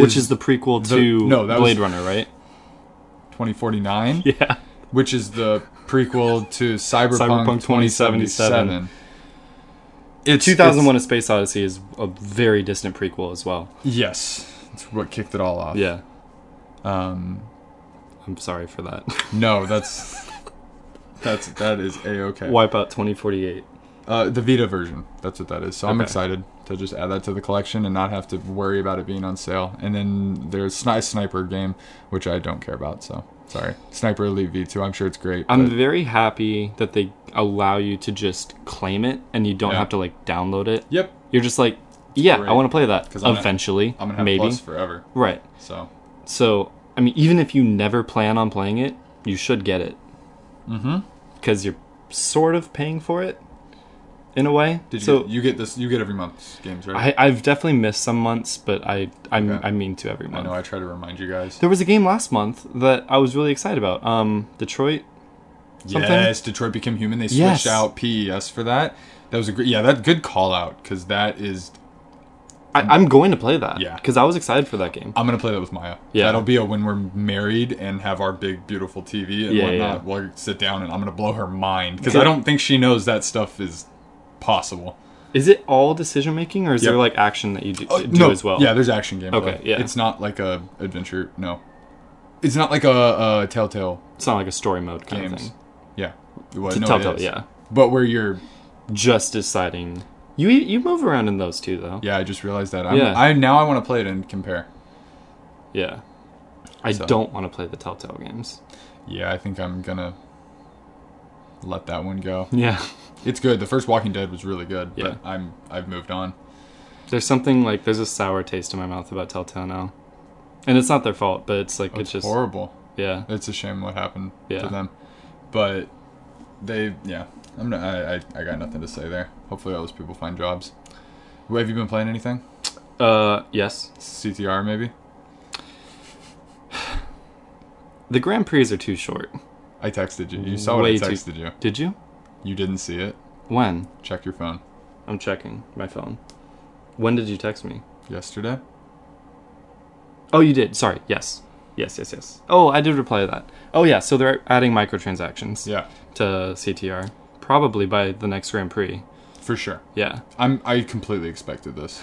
S2: (laughs) Which is the prequel
S1: the-
S2: to
S1: no, that
S2: Blade
S1: was-
S2: Runner, right?
S1: 2049,
S2: (laughs) Yeah.
S1: which is the prequel to Cyberpunk,
S2: Cyberpunk
S1: 2077. It's
S2: 2001: A Space Odyssey is a very distant prequel as well.
S1: it's- yes, it's what kicked it all off.
S2: Yeah,
S1: Um,
S2: I'm sorry for
S1: (laughs)
S2: that.
S1: no, that's that's that is a okay.
S2: Wipeout 2048.
S1: Uh, the Vita version. That's what that is. So I'm
S2: Okay.
S1: excited to just add that to the collection and not have to worry about it being on sale. And then there's Sni- Sniper game, which I don't care about. So sorry, Sniper Elite V2. I'm sure it's great.
S2: I'm
S1: but
S2: very happy that they allow you to just claim it and you don't
S1: Yeah.
S2: have to like download it.
S1: yep.
S2: You're just like, yeah,
S1: great.
S2: I want to play that
S1: 'Cause I'm gonna-
S2: eventually,
S1: I'm gonna have
S2: maybe.
S1: plus forever.
S2: Right.
S1: So
S2: So, I mean, even if you never plan on playing it, you should get it.
S1: Mhm.
S2: Because you're sort of paying for it, in a way.
S1: did you
S2: so
S1: get, you get this? You get every month's games, right?
S2: I, I've definitely missed some months, but I I, am
S1: Okay.
S2: I mean to every
S1: I
S2: month.
S1: know. I try to remind you guys.
S2: There was a game last month that I was really excited about. Um, Detroit. something?
S1: Yes, Detroit Became Human. They switched
S2: Yes.
S1: out PES for that. That was a great. Yeah, that good call out because that is.
S2: I, I'm going to play that.
S1: Mm. Yeah.
S2: Because I was excited for that game.
S1: I'm gonna play that with Maya.
S2: Yeah.
S1: That'll be a when we're married and have our big beautiful TV and
S2: Yeah,
S1: whatnot. We'll sit down and I'm gonna blow her mind because
S2: Okay.
S1: I don't think she knows that stuff is possible.
S2: Is it all decision making, or is
S1: Yep. Uh,
S2: there like action that you do, do
S1: no,
S2: as well?
S1: Yeah, there's action gameplay.
S2: Okay, yeah.
S1: It's not like a adventure. No. It's not like a, a Telltale
S2: It's not like a story mode kind of
S1: games.
S2: thing.
S1: Yeah. Well,
S2: To
S1: no, it
S2: Telltale,
S1: is.
S2: yeah.
S1: But where you're
S2: Just deciding. You you move around in those too, though.
S1: Yeah, I just realized that. I'm,
S2: Yeah.
S1: I now I want to play it and compare.
S2: Yeah. I
S1: So-
S2: don't want to play the Telltale games.
S1: Yeah, I think I'm gonna let that one go.
S2: Yeah.
S1: It's good. The first Walking Dead was really good,
S2: Yeah.
S1: but I'm I've moved on.
S2: (laughs) There's something like there's a sour taste in my mouth about Telltale now, and it's not their fault, but it's like
S1: It's,
S2: it's just
S1: horrible.
S2: yeah.
S1: It's a shame what happened
S2: Yeah.
S1: to them, but they yeah. I'm not, I, I I got nothing to say there. Hopefully all those people find jobs. Well, have you been playing anything?
S2: Uh, yes.
S1: CTR maybe.
S2: The Grand Prix are too short.
S1: I texted you. You saw what
S2: Way
S1: I
S2: too-
S1: texted you.
S2: Did you?
S1: You didn't see it.
S2: When?
S1: Check your phone.
S2: I'm checking my phone. When did you text me?
S1: Yesterday.
S2: Oh, you did. Sorry. Yes. Yes, yes, yes. Oh, I did reply to that. Oh, yeah. So they're adding microtransactions
S1: Yeah,
S2: to CTR. Probably by the next Grand Prix.
S1: for sure.
S2: Yeah.
S1: I'm I completely expected this.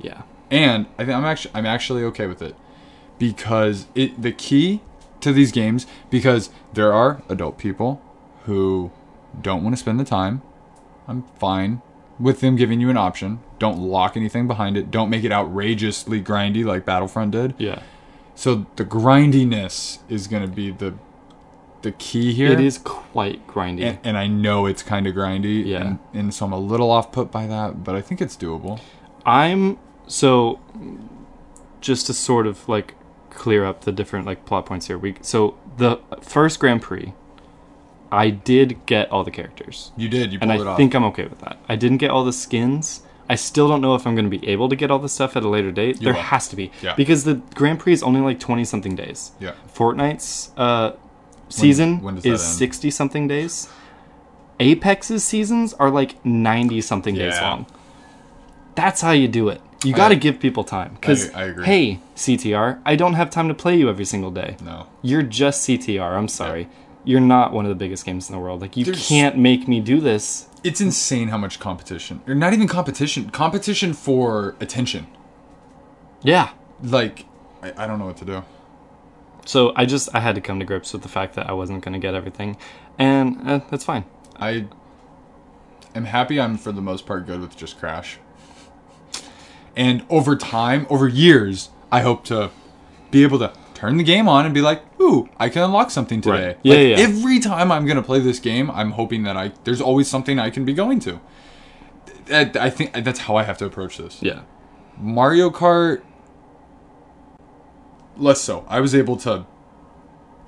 S2: Yeah.
S1: and I think I'm actually I'm actually okay with it because it the key to these games because there are adult people who don't want to spend the time. I'm fine with them giving you an option. Don't lock anything behind it. Don't make it outrageously grindy like Battlefront did.
S2: Yeah.
S1: So the grindiness is going to be the the key here.
S2: It is quite grindy.
S1: And, and I know it's kind of grindy.
S2: Yeah.
S1: And, and so I'm a little off put by that, but I think it's doable.
S2: I'm so just to sort of like clear up the different like plot points here. We so the first Grand Prix, I did get all the characters,
S1: You did. You pulled
S2: and
S1: it
S2: I
S1: off.
S2: think I'm okay with that. I didn't get all the skins. I still don't know if I'm going to be able to get all the stuff at a later date. there
S1: will.
S2: has to be
S1: Yeah.
S2: because the Grand Prix is only like twenty something days.
S1: yeah.
S2: Fortnite's uh, season
S1: when does that
S2: is
S1: end?
S2: sixty something days. Apex's seasons are like ninety something days
S1: Yeah.
S2: long. That's how you do it. You got to give people time because
S1: I agree.
S2: hey CTR, I don't have time to play you every single day.
S1: No.
S2: You're just CTR. I'm sorry. You're not one of the biggest games in the world. Like you
S1: There's-
S2: can't make me do this.
S1: it's insane how much competition or not even competition competition for attention
S2: Yeah.
S1: like i, I don't know what to do
S2: So I just I had to come to grips with the fact that I wasn't going to get everything, and uh, that's fine.
S1: i am happy i'm for the most part good with just crash and over time over years i hope to be able to turn the game on and be like ooh i can unlock something today
S2: Right. Yeah,
S1: Like,
S2: yeah, yeah.
S1: every time i'm gonna play this game i'm hoping that i there's always something i can be going to I, I think that's how i have to approach this
S2: Yeah.
S1: Mario Kart less so. I was able to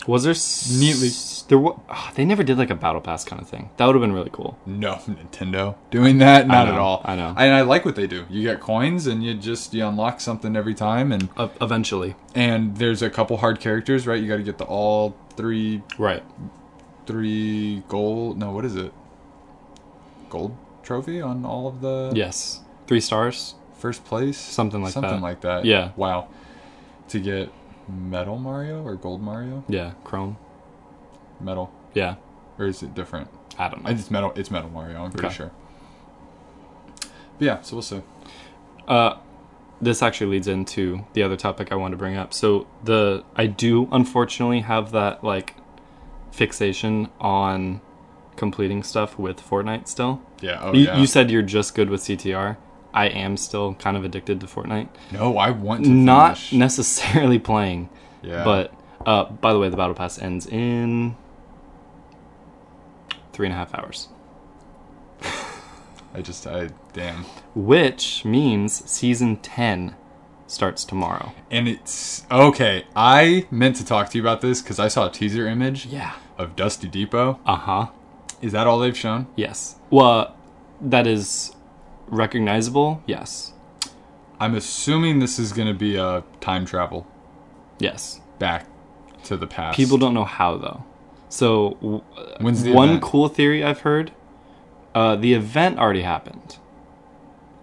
S2: Was there s-
S1: Neatly.
S2: There wa- ah, they never did like a battle pass kind of thing. That would have been really cool.
S1: no (laughs) Nintendo doing that not
S2: know,
S1: at all.
S2: I know.
S1: and I like what they do. You get coins and you just you unlock something every time and
S2: eventually,
S1: and there's a couple hard characters, right? You got to get the all three
S2: right?
S1: three gold. No, what is it? Gold trophy on all of the
S2: Yes, three stars.
S1: first place,
S2: Something like
S1: something
S2: that.
S1: like that.
S2: Yeah.
S1: Wow. To get metal Mario or gold Mario?
S2: Yeah, Chrome.
S1: Metal
S2: Yeah,
S1: or is it different?
S2: I don't know.
S1: It's metal. It's metal Mario. I'm pretty
S2: Okay.
S1: sure. But yeah. So we'll see.
S2: Uh, this actually leads into the other topic I wanted to bring up. So the I do unfortunately have that like fixation on completing stuff with Fortnite still.
S1: Yeah. Oh
S2: you,
S1: yeah.
S2: you said you're just good with CTR. I am still kind of addicted to Fortnite.
S1: no, I want to
S2: Not
S1: finish.
S2: necessarily playing,
S1: yeah.
S2: But uh, by the way, the battle pass ends in three and a half hours.
S1: I just I damn.
S2: which means season 10 starts tomorrow.
S1: And it's okay. I meant to talk to you about this because I saw a teaser image
S2: Yeah.
S1: of Dusty Depot.
S2: Uh huh.
S1: Is that all they've shown?
S2: Yes. Well, that is recognizable. Yes.
S1: I'm assuming this is going to be a time travel
S2: Yes.
S1: back to the past.
S2: People don't know how though. So w-
S1: When's the
S2: one
S1: event?
S2: cool theory I've heard: uh, the event already happened.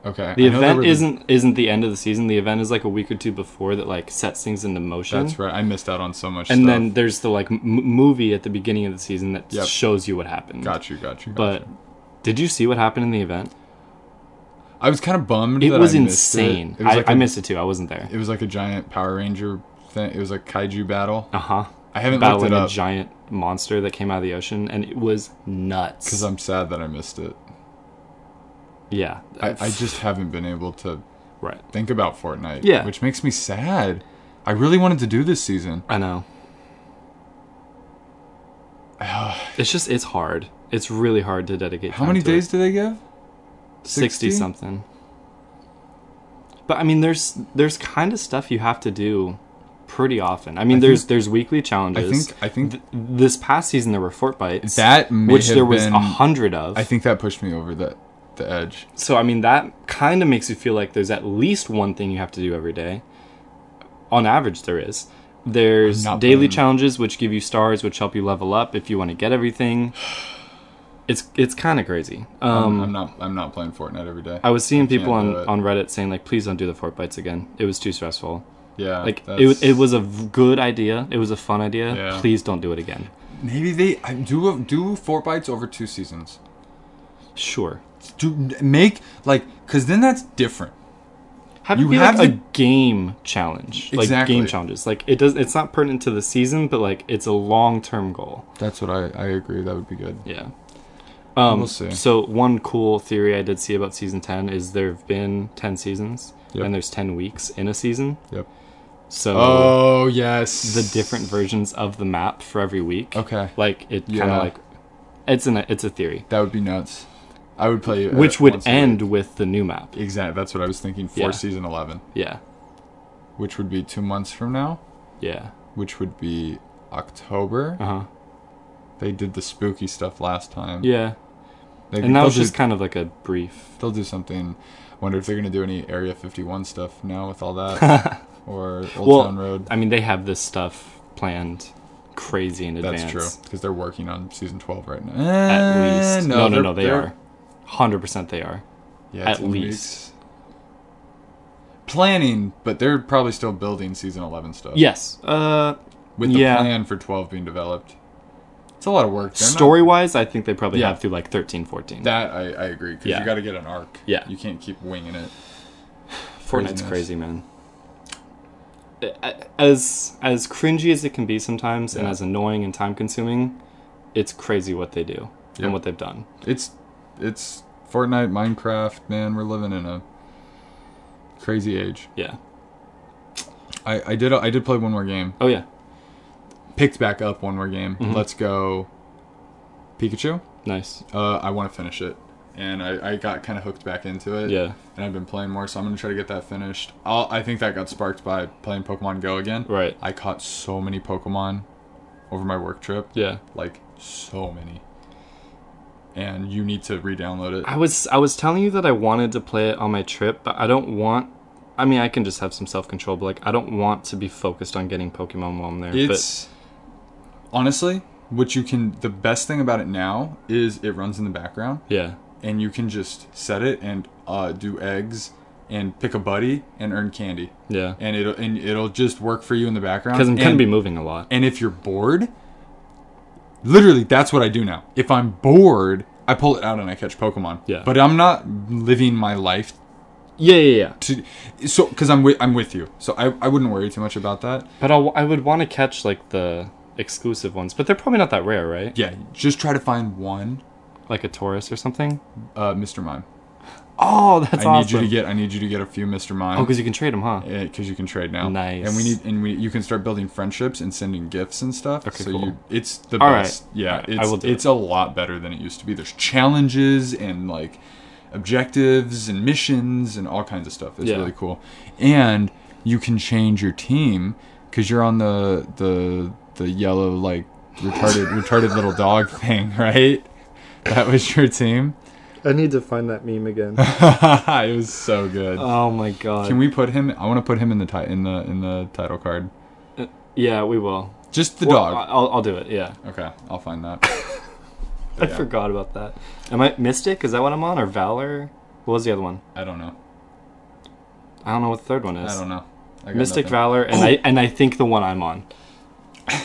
S1: okay.
S2: The
S1: I know there
S2: event
S1: were-
S2: isn't isn't the end of the season. The event is like a week or two before that, like sets things into motion.
S1: That's right. I missed out on so much.
S2: And
S1: stuff.
S2: then there's the like m- movie at the beginning of the season that
S1: Yep.
S2: shows you what happened.
S1: got you, got you. Got
S2: But
S1: you.
S2: did you see what happened in the event?
S1: I was kind of bummed.
S2: It
S1: that
S2: was
S1: I missed
S2: insane.
S1: It, it was
S2: I,
S1: like
S2: I
S1: a-
S2: missed it too. I wasn't there.
S1: It was like a giant Power Ranger thing. It was a kaiju battle.
S2: Uh huh.
S1: I haven't looked
S2: Battling
S1: it
S2: a
S1: up
S2: giant monster that came out of the ocean, and it was nuts.
S1: because I'm sad that I missed it.
S2: yeah.
S1: I, I just haven't been able to
S2: right.
S1: think about Fortnite.
S2: Yeah.
S1: Which makes me sad. I really wanted to do this season.
S2: I
S1: (sighs)
S2: know. it's just it's hard. It's really hard to dedicate.
S1: How
S2: time
S1: many
S2: to it.
S1: days do they give?
S2: 60
S1: 60?
S2: something. But I mean there's there's kind of stuff you have to do pretty often. I mean
S1: I
S2: there's
S1: think-
S2: there's weekly
S1: I
S2: challenges.
S1: think I think
S2: Th- this past season there were fort bites
S1: that may
S2: which
S1: have
S2: there was a
S1: been-
S2: hundred of.
S1: I think that pushed me over the the edge.
S2: so I mean that kind of makes you feel like there's at least one thing you have to do every day. On average there is. There's
S1: I'm not
S2: daily
S1: blaming-
S2: challenges which give you stars which help you level up if you want to get everything. It's it's kind of crazy.
S1: I'm-
S2: Um
S1: I'm not I'm not playing Fortnite every day.
S2: I was seeing people
S1: can't
S2: on,
S1: do it.
S2: on Reddit saying like, please don't do the fort bites again. It was too stressful.
S1: yeah.
S2: Like it,
S1: that's-
S2: wa- it was a v- good idea. It was a fun idea.
S1: Yeah.
S2: Please don't do it again.
S1: maybe they I- do a- do four bites over two seasons.
S2: Sure.
S1: Do make like because then that's different.
S2: Have
S1: You
S2: you
S1: have
S2: have
S1: the-
S2: a game challenge, like
S1: Exactly.
S2: game challenges. Like it does. It's not pertinent to the season, but like it's a long term goal.
S1: That's what I I agree. That would be good.
S2: Yeah. Um,
S1: We'll see.
S2: So one cool theory I did see about season ten is there've been ten seasons
S1: Yep.
S2: and there's ten weeks in a season.
S1: Yep.
S2: So
S1: Oh yes.
S2: the different versions of the map for every week.
S1: Okay.
S2: Like it kind
S1: Yeah.
S2: of like it's an it's a theory,
S1: That would be nuts. I would play it
S2: which would uh,
S1: once a
S2: end
S1: week.
S2: with the new map.
S1: Exact. That's what I was thinking for
S2: Yeah.
S1: season eleven,
S2: Yeah,
S1: which would be two months from now,
S2: yeah,
S1: which would be October.
S2: uh huh,
S1: They did the spooky stuff last time.
S2: yeah.
S1: They,
S2: And that
S1: they'll
S2: was just
S1: do-
S2: kind of like a brief.
S1: they'll do something. Wonder if they're gonna do any Area Fifty One stuff now with all
S2: (laughs)
S1: that, or Old
S2: Well,
S1: Town Road.
S2: I mean, they have this stuff planned crazy in advance.
S1: That's true because they're working on season twelve right now.
S2: At
S1: Eh,
S2: least no, no, no,
S1: they're-
S2: they
S1: they're-
S2: are, hundred percent they are.
S1: Yeah,
S2: At
S1: 10
S2: least.
S1: weeks. Planning, but they're probably still building season eleven stuff.
S2: Yes. Uh,
S1: with the
S2: yeah.
S1: plan for twelve being developed. It's a lot of work. They're not-
S2: story wise, I think they probably
S1: Yeah.
S2: have through like 13, 14.
S1: that I, I agree because
S2: Yeah.
S1: you got to get an arc.
S2: Yeah.
S1: you can't keep winging it.
S2: Fortnite's
S1: Craziness.
S2: crazy, man. As as cringy as it can be sometimes, and
S1: Yeah.
S2: as annoying and time consuming, it's crazy what they do
S1: Yep.
S2: and what they've done.
S1: It's it's Fortnite, Minecraft, man. We're living in a crazy age.
S2: Yeah.
S1: I, I did I did play one more game.
S2: Oh yeah.
S1: Picked back up one more game.
S2: Mm-hmm.
S1: Let's go, Pikachu.
S2: Nice.
S1: Uh, I want to finish it, and I, I got kind of hooked back into it.
S2: Yeah.
S1: and I've been playing more, so I'm gonna try to get that finished. I'll, I think that got sparked by playing Pokemon Go again.
S2: Right.
S1: I caught so many Pokemon over my work trip,
S2: Yeah.
S1: like so many. And you need to re-download it.
S2: I was I was telling you that I wanted to play it on my trip, but I don't want. I mean, I can just have some self control, but like I don't want to be focused on getting Pokemon while I'm there.
S1: It's honestly what you can. The best thing about it now is it runs in the background,
S2: but yeah,
S1: and you can just set it and uh, do eggs and pick a buddy and earn candy,
S2: yeah,
S1: and it'll and it'll just work for you in the background.
S2: because I'm gonna
S1: And-
S2: be moving a lot.
S1: And if you're bored, literally, that's what I do now. If I'm bored, I pull it out and I catch Pokemon.
S2: Yeah.
S1: But I'm not living my life
S2: Yeah, yeah, yeah.
S1: to so because I'm with I'm with you. So I, I wouldn't worry too much about that.
S2: But I'll, I would want to catch like the exclusive ones, but they're probably not that rare, right?
S1: Yeah, just try to find one,
S2: Like a Taurus or something.
S1: uh, Mr. Mime.
S2: Oh, that's
S1: I need
S2: awesome.
S1: you to get I need you to get a few Mr. Mime.
S2: oh, because you can trade them, huh?
S1: because eh, you can trade now.
S2: Nice.
S1: And we need and we you can start building friendships and sending gifts and stuff.
S2: Okay,
S1: so
S2: cool.
S1: you it's the
S2: All right.
S1: best. Yeah,
S2: All right, I
S1: it's
S2: will do
S1: it's a lot better than it used to be. There's challenges and like objectives and missions and all kinds of stuff. It's
S2: Yeah.
S1: really cool. And you can change your team because you're on the the the yellow like
S2: (laughs)
S1: retarded retarded little dog thing, right? That was
S2: (laughs)
S1: your team. (laughs)
S3: I need to find that meme again.
S1: it was so good.
S2: Oh my god.
S1: Can we put him? I want to put him in the ti- in the in the title card.
S2: yeah, we will.
S1: Just the
S2: Well,
S1: dog.
S2: I- I'll, I'll do it. Yeah.
S1: okay, I'll find that.
S2: I
S1: Yeah.
S2: forgot about that. Am I Mystic? Is that what I'm on? Or Valor? What was the other one?
S1: I don't know.
S2: I don't know what the third one is.
S1: I don't know. I got
S2: Mystic
S1: nothing. Oh.
S2: Valor, and I and I think the one I'm on.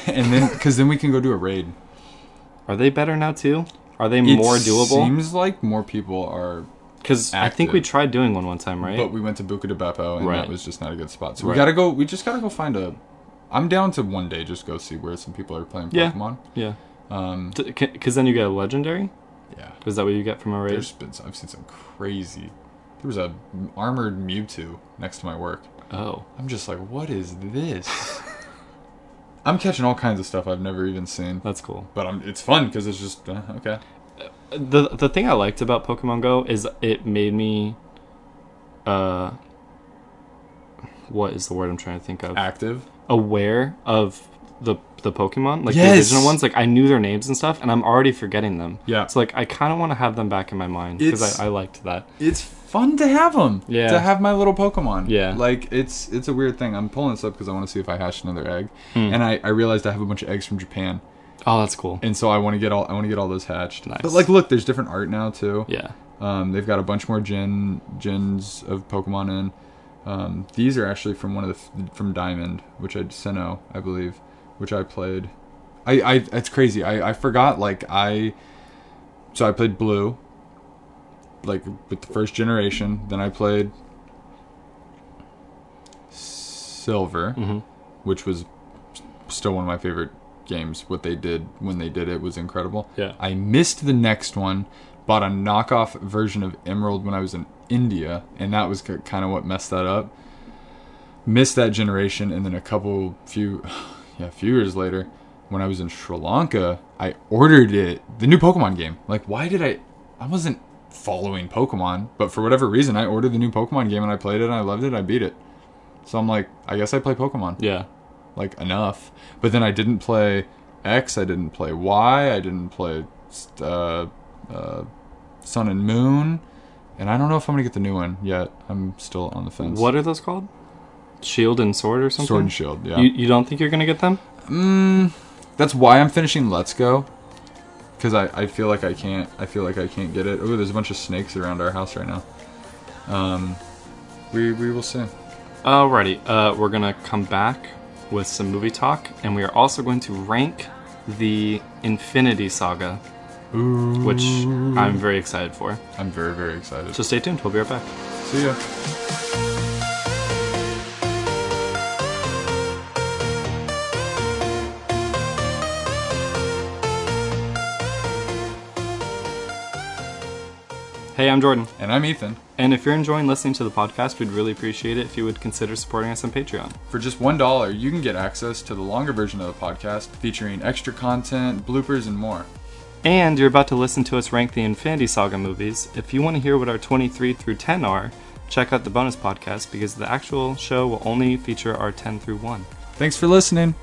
S1: and then because then we can go do a raid.
S2: Are they better now too? Are they
S1: It
S2: more doable?
S1: Seems like more people are,
S2: Because I think we
S1: active.
S2: tried doing one one time, right?
S1: but we went to Buca de Beppo and
S2: Right.
S1: that was just not a good spot. So
S2: Right.
S1: we gotta go. We just gotta go find a. I'm down to one day just go see where some people are playing
S2: Yeah.
S1: Pokemon.
S2: yeah.
S1: Um,
S2: Because then you get a legendary.
S1: yeah.
S2: Is that what you get from a raid?
S1: There's been some, I've seen some crazy. There was a armored Mewtwo next to my work.
S2: Oh,
S1: I'm just like, what is
S2: (laughs)
S1: this? I'm catching all kinds of stuff I've never even seen,
S2: that's cool.
S1: but I'm, it's fun because it's just uh, okay.
S2: the the thing I liked about Pokemon Go is it made me uh what is the word I'm trying to think of?
S1: Active.
S2: Aware of the the Pokemon, like the
S1: Yes!
S2: original ones, like I knew their names and stuff, and I'm already forgetting them.
S1: Yeah.
S2: so like I kind of want to have them back in my mind because
S1: It's-
S2: I, I liked that.
S1: it's fun to have them.
S2: Yeah.
S1: To have my little Pokemon.
S2: Yeah.
S1: Like it's it's a weird thing. I'm pulling this up because I want to see if I hatch another egg,
S2: Hmm.
S1: and I, I realized I have a bunch of eggs from Japan,
S2: Oh, that's cool.
S1: and so I want to get all I want to get all those hatched.
S2: Nice.
S1: But like, look, there's different art now too.
S2: Yeah,
S1: Um, they've got a bunch more gen gens of Pokemon in. Um, these are actually from one of the f- from Diamond, which I Sinnoh, I believe, which I played. I I it's crazy. I I forgot like I. So I played Blue. Like with the first generation, then I played Silver,
S2: Mhm.
S1: which was still one of my favorite games. What they did when they did it was incredible.
S2: yeah.
S1: I missed the next one, bought a knockoff version of Emerald when I was in India, and that was kind of what messed that up. Missed that generation, and then a couple few, yeah, a few years later, when I was in Sri Lanka, I ordered it, the new Pokemon game. Like, why did I? I wasn't following Pokemon, but for whatever reason, I ordered the new Pokemon game and I played it and I loved it. I beat it. So I'm like, I guess I play Pokemon
S2: yeah,
S1: like enough. But then I didn't play X, I didn't play Y, I didn't play uh, uh, Sun and Moon, and I don't know if I'm gonna get the new one yet. I'm still on the fence.
S2: What are those called? Shield and sword or something?
S1: Sword and Shield? Yeah,
S2: You you don't think you're gonna get them?
S1: mm, that's why I'm finishing Let's Go. Cause I, I feel like I can't I feel like I can't get it. Oh, there's a bunch of snakes around our house right now. Um, we we will see.
S2: Alrighty, uh, we're gonna come back with some movie talk, and we are also going to rank the Infinity Saga,
S1: Ooh,
S2: which I'm very excited for.
S1: I'm very very excited.
S2: So stay tuned. We'll be right back.
S1: see ya.
S2: Hey, I'm Jordan,
S1: And I'm Ethan.
S2: and if you're enjoying listening to the podcast, we'd really appreciate it if you would consider supporting us on Patreon.
S1: For just $1, you can get access to the longer version of the podcast featuring extra content, bloopers, and more.
S2: And you're about to listen to us rank the Infinity Saga movies. If you want to hear what our 23 through 10 are, check out the bonus podcast because the actual show will only feature our 10 through 1.
S1: Thanks for listening.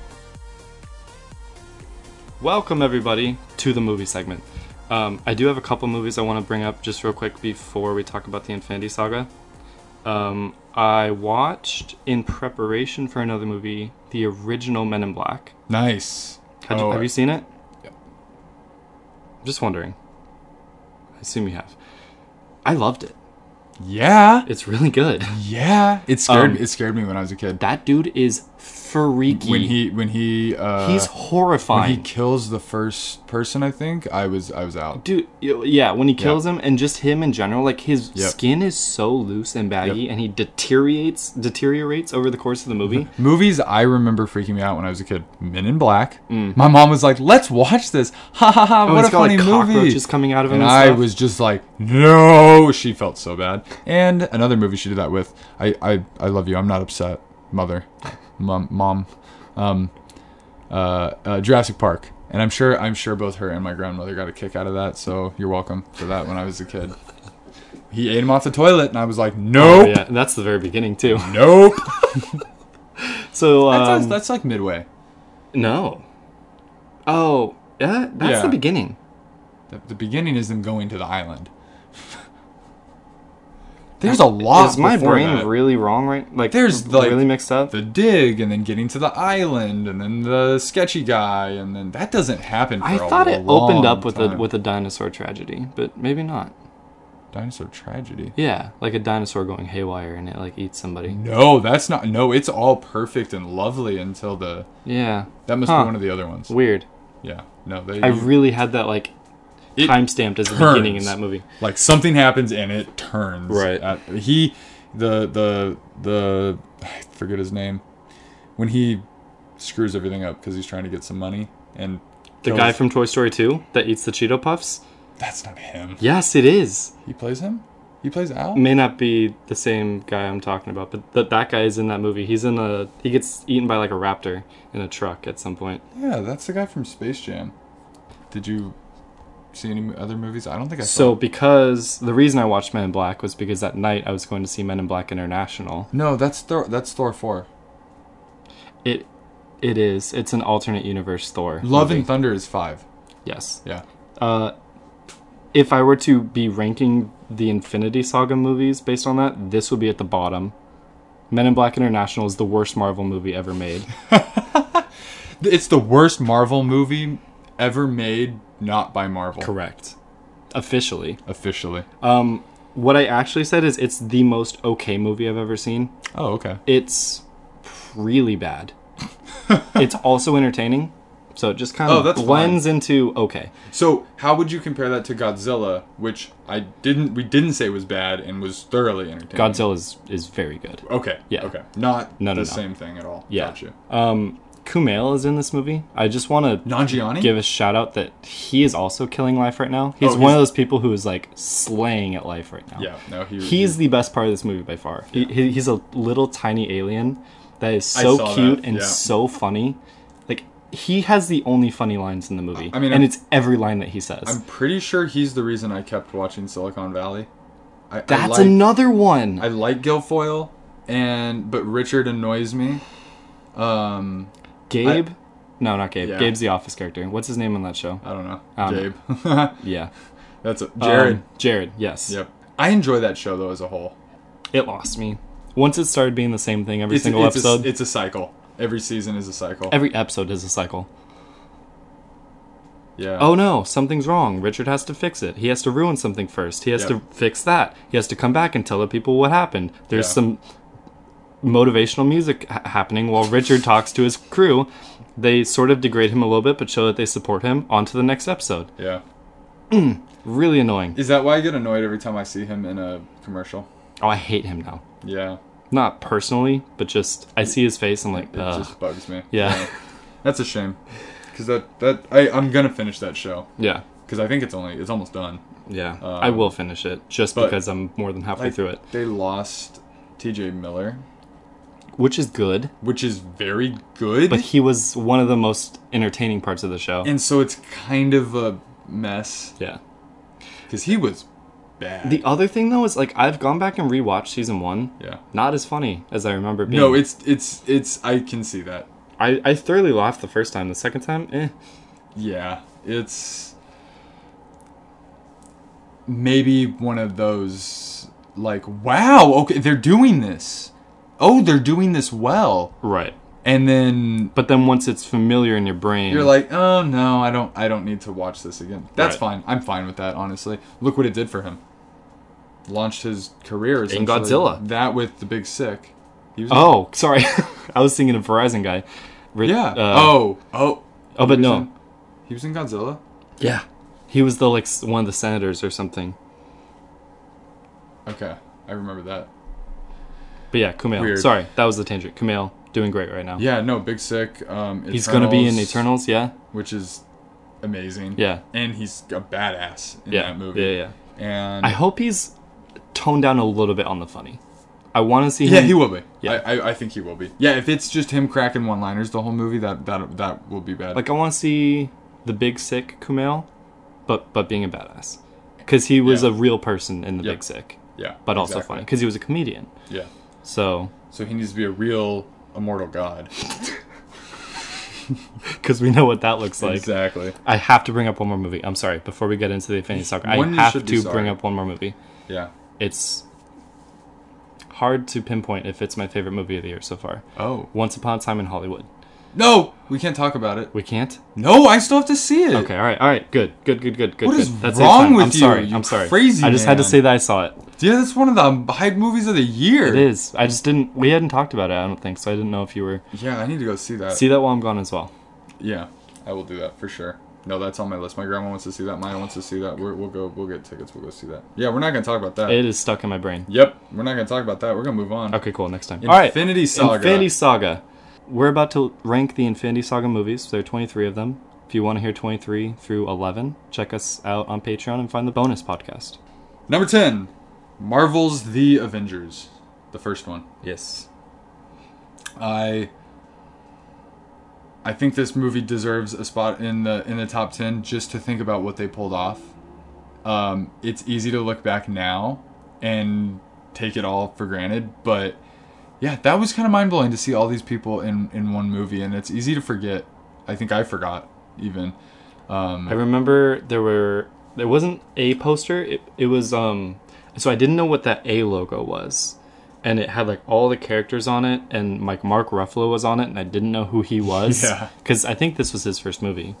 S2: Welcome everybody to the movie segment. Um, I do have a couple movies I want to bring up just real quick before we talk about the Infinity Saga. Um, I watched in preparation for another movie the original Men in Black.
S1: Nice.
S2: Had you,
S1: Oh,
S2: have you seen it?
S1: Yep.
S2: Just wondering. I assume you have. I loved it.
S1: Yeah.
S2: It's really good. (laughs)
S1: Yeah. It scared
S2: Um,
S1: me. It scared me when I was a kid.
S2: That dude is freaky.
S1: When he when he uh
S2: he's
S1: when he
S2: horrifying.
S1: kills the first person, I think, I was I was out.
S2: Dude, y- yeah, when he kills him and just him in general, like his
S1: Yep.
S2: skin is so loose and baggy,
S1: Yep.
S2: and he deteriorates deteriorates over the course of the
S1: (laughs)
S2: movie. Oh,
S1: Movies I remember freaking me out when I was a kid. Men in Black. My mom was like, "Let's watch this." (laughs) Ha ha ha! what
S2: he's Mm.
S1: a
S2: Oh, got,
S1: funny
S2: like,
S1: movie.
S2: cockroaches coming out of him
S1: And,
S2: and
S1: I
S2: stuff.
S1: was just like, "No!" She felt so bad. And another movie she did that with. I I, I love you. I'm not upset, mother, mom, mom, um, uh, uh, Jurassic Park. And I'm sure I'm sure both her and my grandmother got a kick out of that. So you're welcome for that when I was a kid. he ate him off the toilet, and I was like, nope,
S2: Oh, (laughs) yeah, and that's the very beginning
S1: (laughs)
S2: too. (laughs)
S1: nope.
S2: So um,
S1: That's, that's like midway.
S2: no. Oh, yeah, that's
S1: Yeah.
S2: the beginning.
S1: The, the beginning is them going to the
S2: (laughs)
S1: island. There's a lot.
S2: Is my
S1: before
S2: brain
S1: that.
S2: really wrong right? Like
S1: There's,
S2: r-
S1: like,
S2: really mixed up.
S1: the dig, and then getting to the island, and then the sketchy guy, and then that doesn't happen. For
S2: I
S1: a
S2: thought it opened
S1: long
S2: up with a
S1: time.
S2: with a dinosaur tragedy, but maybe not.
S1: dinosaur tragedy.
S2: Yeah, like a dinosaur going haywire and it like eats somebody.
S1: No, that's not. No, it's all perfect and lovely until the.
S2: Yeah,
S1: That must
S2: Huh.
S1: be one of the other ones.
S2: weird.
S1: Yeah. No, they.
S2: I really had that like
S1: It
S2: time stamped as the
S1: turns.
S2: beginning in that movie.
S1: like something happens and it turns.
S2: Right.
S1: At, he, the the the, I forget his name, when he screws everything up because he's trying to get some money and
S2: The
S1: kills-
S2: guy from Toy Story 2 that eats the Cheeto Puffs?
S1: That's not him.
S2: Yes, it is.
S1: He plays him. He plays Al.
S2: May not be the same guy I'm talking about, but th- that guy is in that movie. He's in a he gets eaten by like a raptor in a truck at some point.
S1: Yeah, that's the guy from Space Jam. Did you see any other movies? I don't think I saw.
S2: So because the reason I watched Men in Black was because that night I was going to see Men in Black International.
S1: No, that's Thor. That's Thor four.
S2: It it is. It's an alternate universe Thor.
S1: Love
S2: movie.
S1: and Thunder is five.
S2: Yes.
S1: Yeah.
S2: Uh, if I were to be ranking the Infinity Saga movies based on that, this would be at the bottom. Men in Black International is the worst Marvel movie ever
S1: (laughs)
S2: made.
S1: It's the worst Marvel movie ever made, not by Marvel
S2: Correct. Officially.
S1: officially.
S2: Um, what I actually said is it's the most okay movie I've ever seen.
S1: Oh, okay.
S2: It's really
S1: (laughs)
S2: bad. it's also entertaining. So it just kind
S1: Oh,
S2: of
S1: that's
S2: blends into okay.
S1: So, how would you compare that to Godzilla, which I didn't we didn't say was bad and was thoroughly entertaining.
S2: Godzilla is, is very good.
S1: Okay.
S2: Yeah.
S1: Okay. Not
S2: No, no,
S1: the
S2: no.
S1: same thing at all.
S2: Yeah.
S1: Gotcha.
S2: Um, Kumail is in this movie. I just want to
S1: Nanjiani?
S2: give a shout out that he is also killing life right now. He's
S1: Oh,
S2: one
S1: he's-
S2: of those people who is like slaying at life right now.
S1: yeah. No, he
S2: He's the best part of this movie by far. He- He, he's a little tiny alien that is
S1: I
S2: so
S1: saw
S2: cute
S1: that,
S2: and
S1: yeah.
S2: so funny. Like he has the only funny lines in the movie.
S1: I mean,
S2: and
S1: I'm-
S2: it's every line that he says.
S1: I'm pretty sure he's the reason I kept watching Silicon Valley. I, I
S2: That's
S1: like,
S2: another one.
S1: I like Guilfoyle and but Richard annoys me. Um,
S2: Gabe? no, not Gabe.
S1: Yeah. Uh,
S2: Gabe's the office character. What's his name on that show?
S1: I don't know.
S2: Um,
S1: Gabe. (laughs)
S2: Yeah.
S1: That's a, Jared.
S2: Um, Jared, yes.
S1: yep. I enjoy that show though as a whole.
S2: It lost me. Once it started being the same thing every
S1: It's,
S2: single
S1: it's
S2: episode.
S1: A, it's a cycle. Every season is a cycle.
S2: every episode is a cycle.
S1: yeah.
S2: Oh no, something's wrong. Richard has to fix it. He has to ruin something first. He has
S1: Yeah.
S2: to fix that. He has to come back and tell the people what happened. There's
S1: Yeah.
S2: some motivational music ha- happening while Richard talks to his crew. They sort of degrade him a little bit, but show that they support him. On to the next episode.
S1: Yeah.
S2: Really annoying.
S1: Is that why I get annoyed every time I see him in a commercial?
S2: Oh, I hate him now.
S1: Yeah,
S2: Not personally, but just I see his face. I'm like,
S1: it
S2: Ugh.
S1: just bugs me.
S2: Uh, yeah,
S1: that's a shame. Cause that that I I'm gonna finish that show
S2: (laughs) yeah,
S1: because I think it's only it's almost done.
S2: yeah. I will finish it just
S1: Uh, but-
S2: because I'm more than halfway
S1: Like,
S2: through it,
S1: They lost T.J. Miller,
S2: which is good.
S1: which is very good,
S2: But he was one of the most entertaining parts of the show.
S1: and so it's kind of a mess
S2: Yeah.
S1: because he was bad.
S2: The other thing though is like I've gone back and rewatched season one.
S1: yeah.
S2: Not as funny as I remember it being.
S1: No, it's it's it's I can see that.
S2: I, I thoroughly laughed the first time. The second time, eh.
S1: Yeah, it's maybe one of those like wow, okay, they're doing this. Oh, they're doing this well.
S2: Right.
S1: And then
S2: But then once it's familiar in your brain,
S1: you're like, "Oh no, I don't I don't need to watch this again." That's
S2: Right.
S1: fine. I'm fine with that, honestly. Look what it did for him. Launched his career
S2: In
S1: essentially.
S2: Godzilla.
S1: That with the Big Sick. He was
S2: oh, sorry, (laughs) I was thinking of Verizon guy. Ri-
S1: yeah.
S2: uh,
S1: oh, oh.
S2: oh, but
S1: He was
S2: no,
S1: in- he was in Godzilla.
S2: yeah, he was the like s- one of the senators or something.
S1: Okay, I remember that.
S2: But yeah, Kumail.
S1: Weird.
S2: Sorry, that was the tangent. Kumail doing great right now.
S1: Yeah, no, Big Sick. Um,
S2: he's gonna be in
S1: Eternals.
S2: Eternals. Yeah,
S1: which is amazing.
S2: Yeah.
S1: And he's a badass in
S2: yeah,
S1: that movie.
S2: yeah, yeah.
S1: And
S2: I hope he's toned down a little bit on the funny. I want to see him.
S1: yeah, he will be.
S2: Yeah.
S1: Yeah. I, I, I think he will be. Yeah, if it's just him cracking one liners the whole movie, that that that will be bad.
S2: Like I want to see the big sick Kumail, but but being a badass, because he was
S1: Yeah.
S2: a real person in the
S1: Yeah.
S2: big sick.
S1: Yeah.
S2: but also
S1: exactly.
S2: funny because he was a comedian.
S1: Yeah.
S2: So, (laughs)
S1: So he needs to be a real immortal god.
S2: because we know what that looks (laughs) like.
S1: exactly.
S2: I have to bring up one more movie. I'm sorry. Before we get into the Infinity Saga, I
S1: One you
S2: have to
S1: should be
S2: bring
S1: sorry.
S2: up one more movie.
S1: Yeah.
S2: It's hard to pinpoint if it's my favorite movie of the year so far. Uh,
S1: Oh.
S2: Once Upon a Time in Hollywood.
S1: No, we can't talk about it.
S2: We can't.
S1: No, I still have to see it.
S2: Okay. All right. All right. Good. Good. Good. Good. Good.
S1: What
S2: good.
S1: is
S2: it,
S1: wrong
S2: time.
S1: with
S2: I'm
S1: you,
S2: Sorry.
S1: you
S2: I'm sorry.
S1: crazy
S2: I just had to
S1: man?
S2: say that I saw it.
S1: Yeah, that's one of the hype movies of the year.
S2: It is. I just didn't. We hadn't talked about it. I don't think so. I didn't know if you were
S1: Yeah, I need to go see that.
S2: see that while I'm gone as well.
S1: yeah, I will do that for sure. No, that's on my list. My grandma wants to see that. Maya wants to see that. We're, we'll go. We'll get tickets. We'll go see that. Yeah, we're not gonna talk about that.
S2: It is stuck in my brain.
S1: yep, we're not gonna talk about that. We're gonna move on.
S2: Okay. Cool. Next time. All right.
S1: Infinity Saga.
S2: Infinity Saga. We're about to rank the Infinity Saga movies. There are 23 of them. If you want to hear 23 through 11, check us out on Patreon and find the bonus podcast.
S1: Number ten, Marvel's The Avengers, the first one.
S2: Yes.
S1: I I think this movie deserves a spot in the in the top ten just to think about what they pulled off. Um, it's easy to look back now and take it all for granted, but yeah, that was kind of mind blowing to see all these people in in one movie, and it's easy to forget. I think I forgot even.
S2: I remember there were there wasn't a poster. It it was um so I didn't know what that A logo was. And it had like all the characters on it and like Mark Ruffalo was on it and I didn't know who he was.
S1: Yeah.
S2: Cuz I think this was his first movie.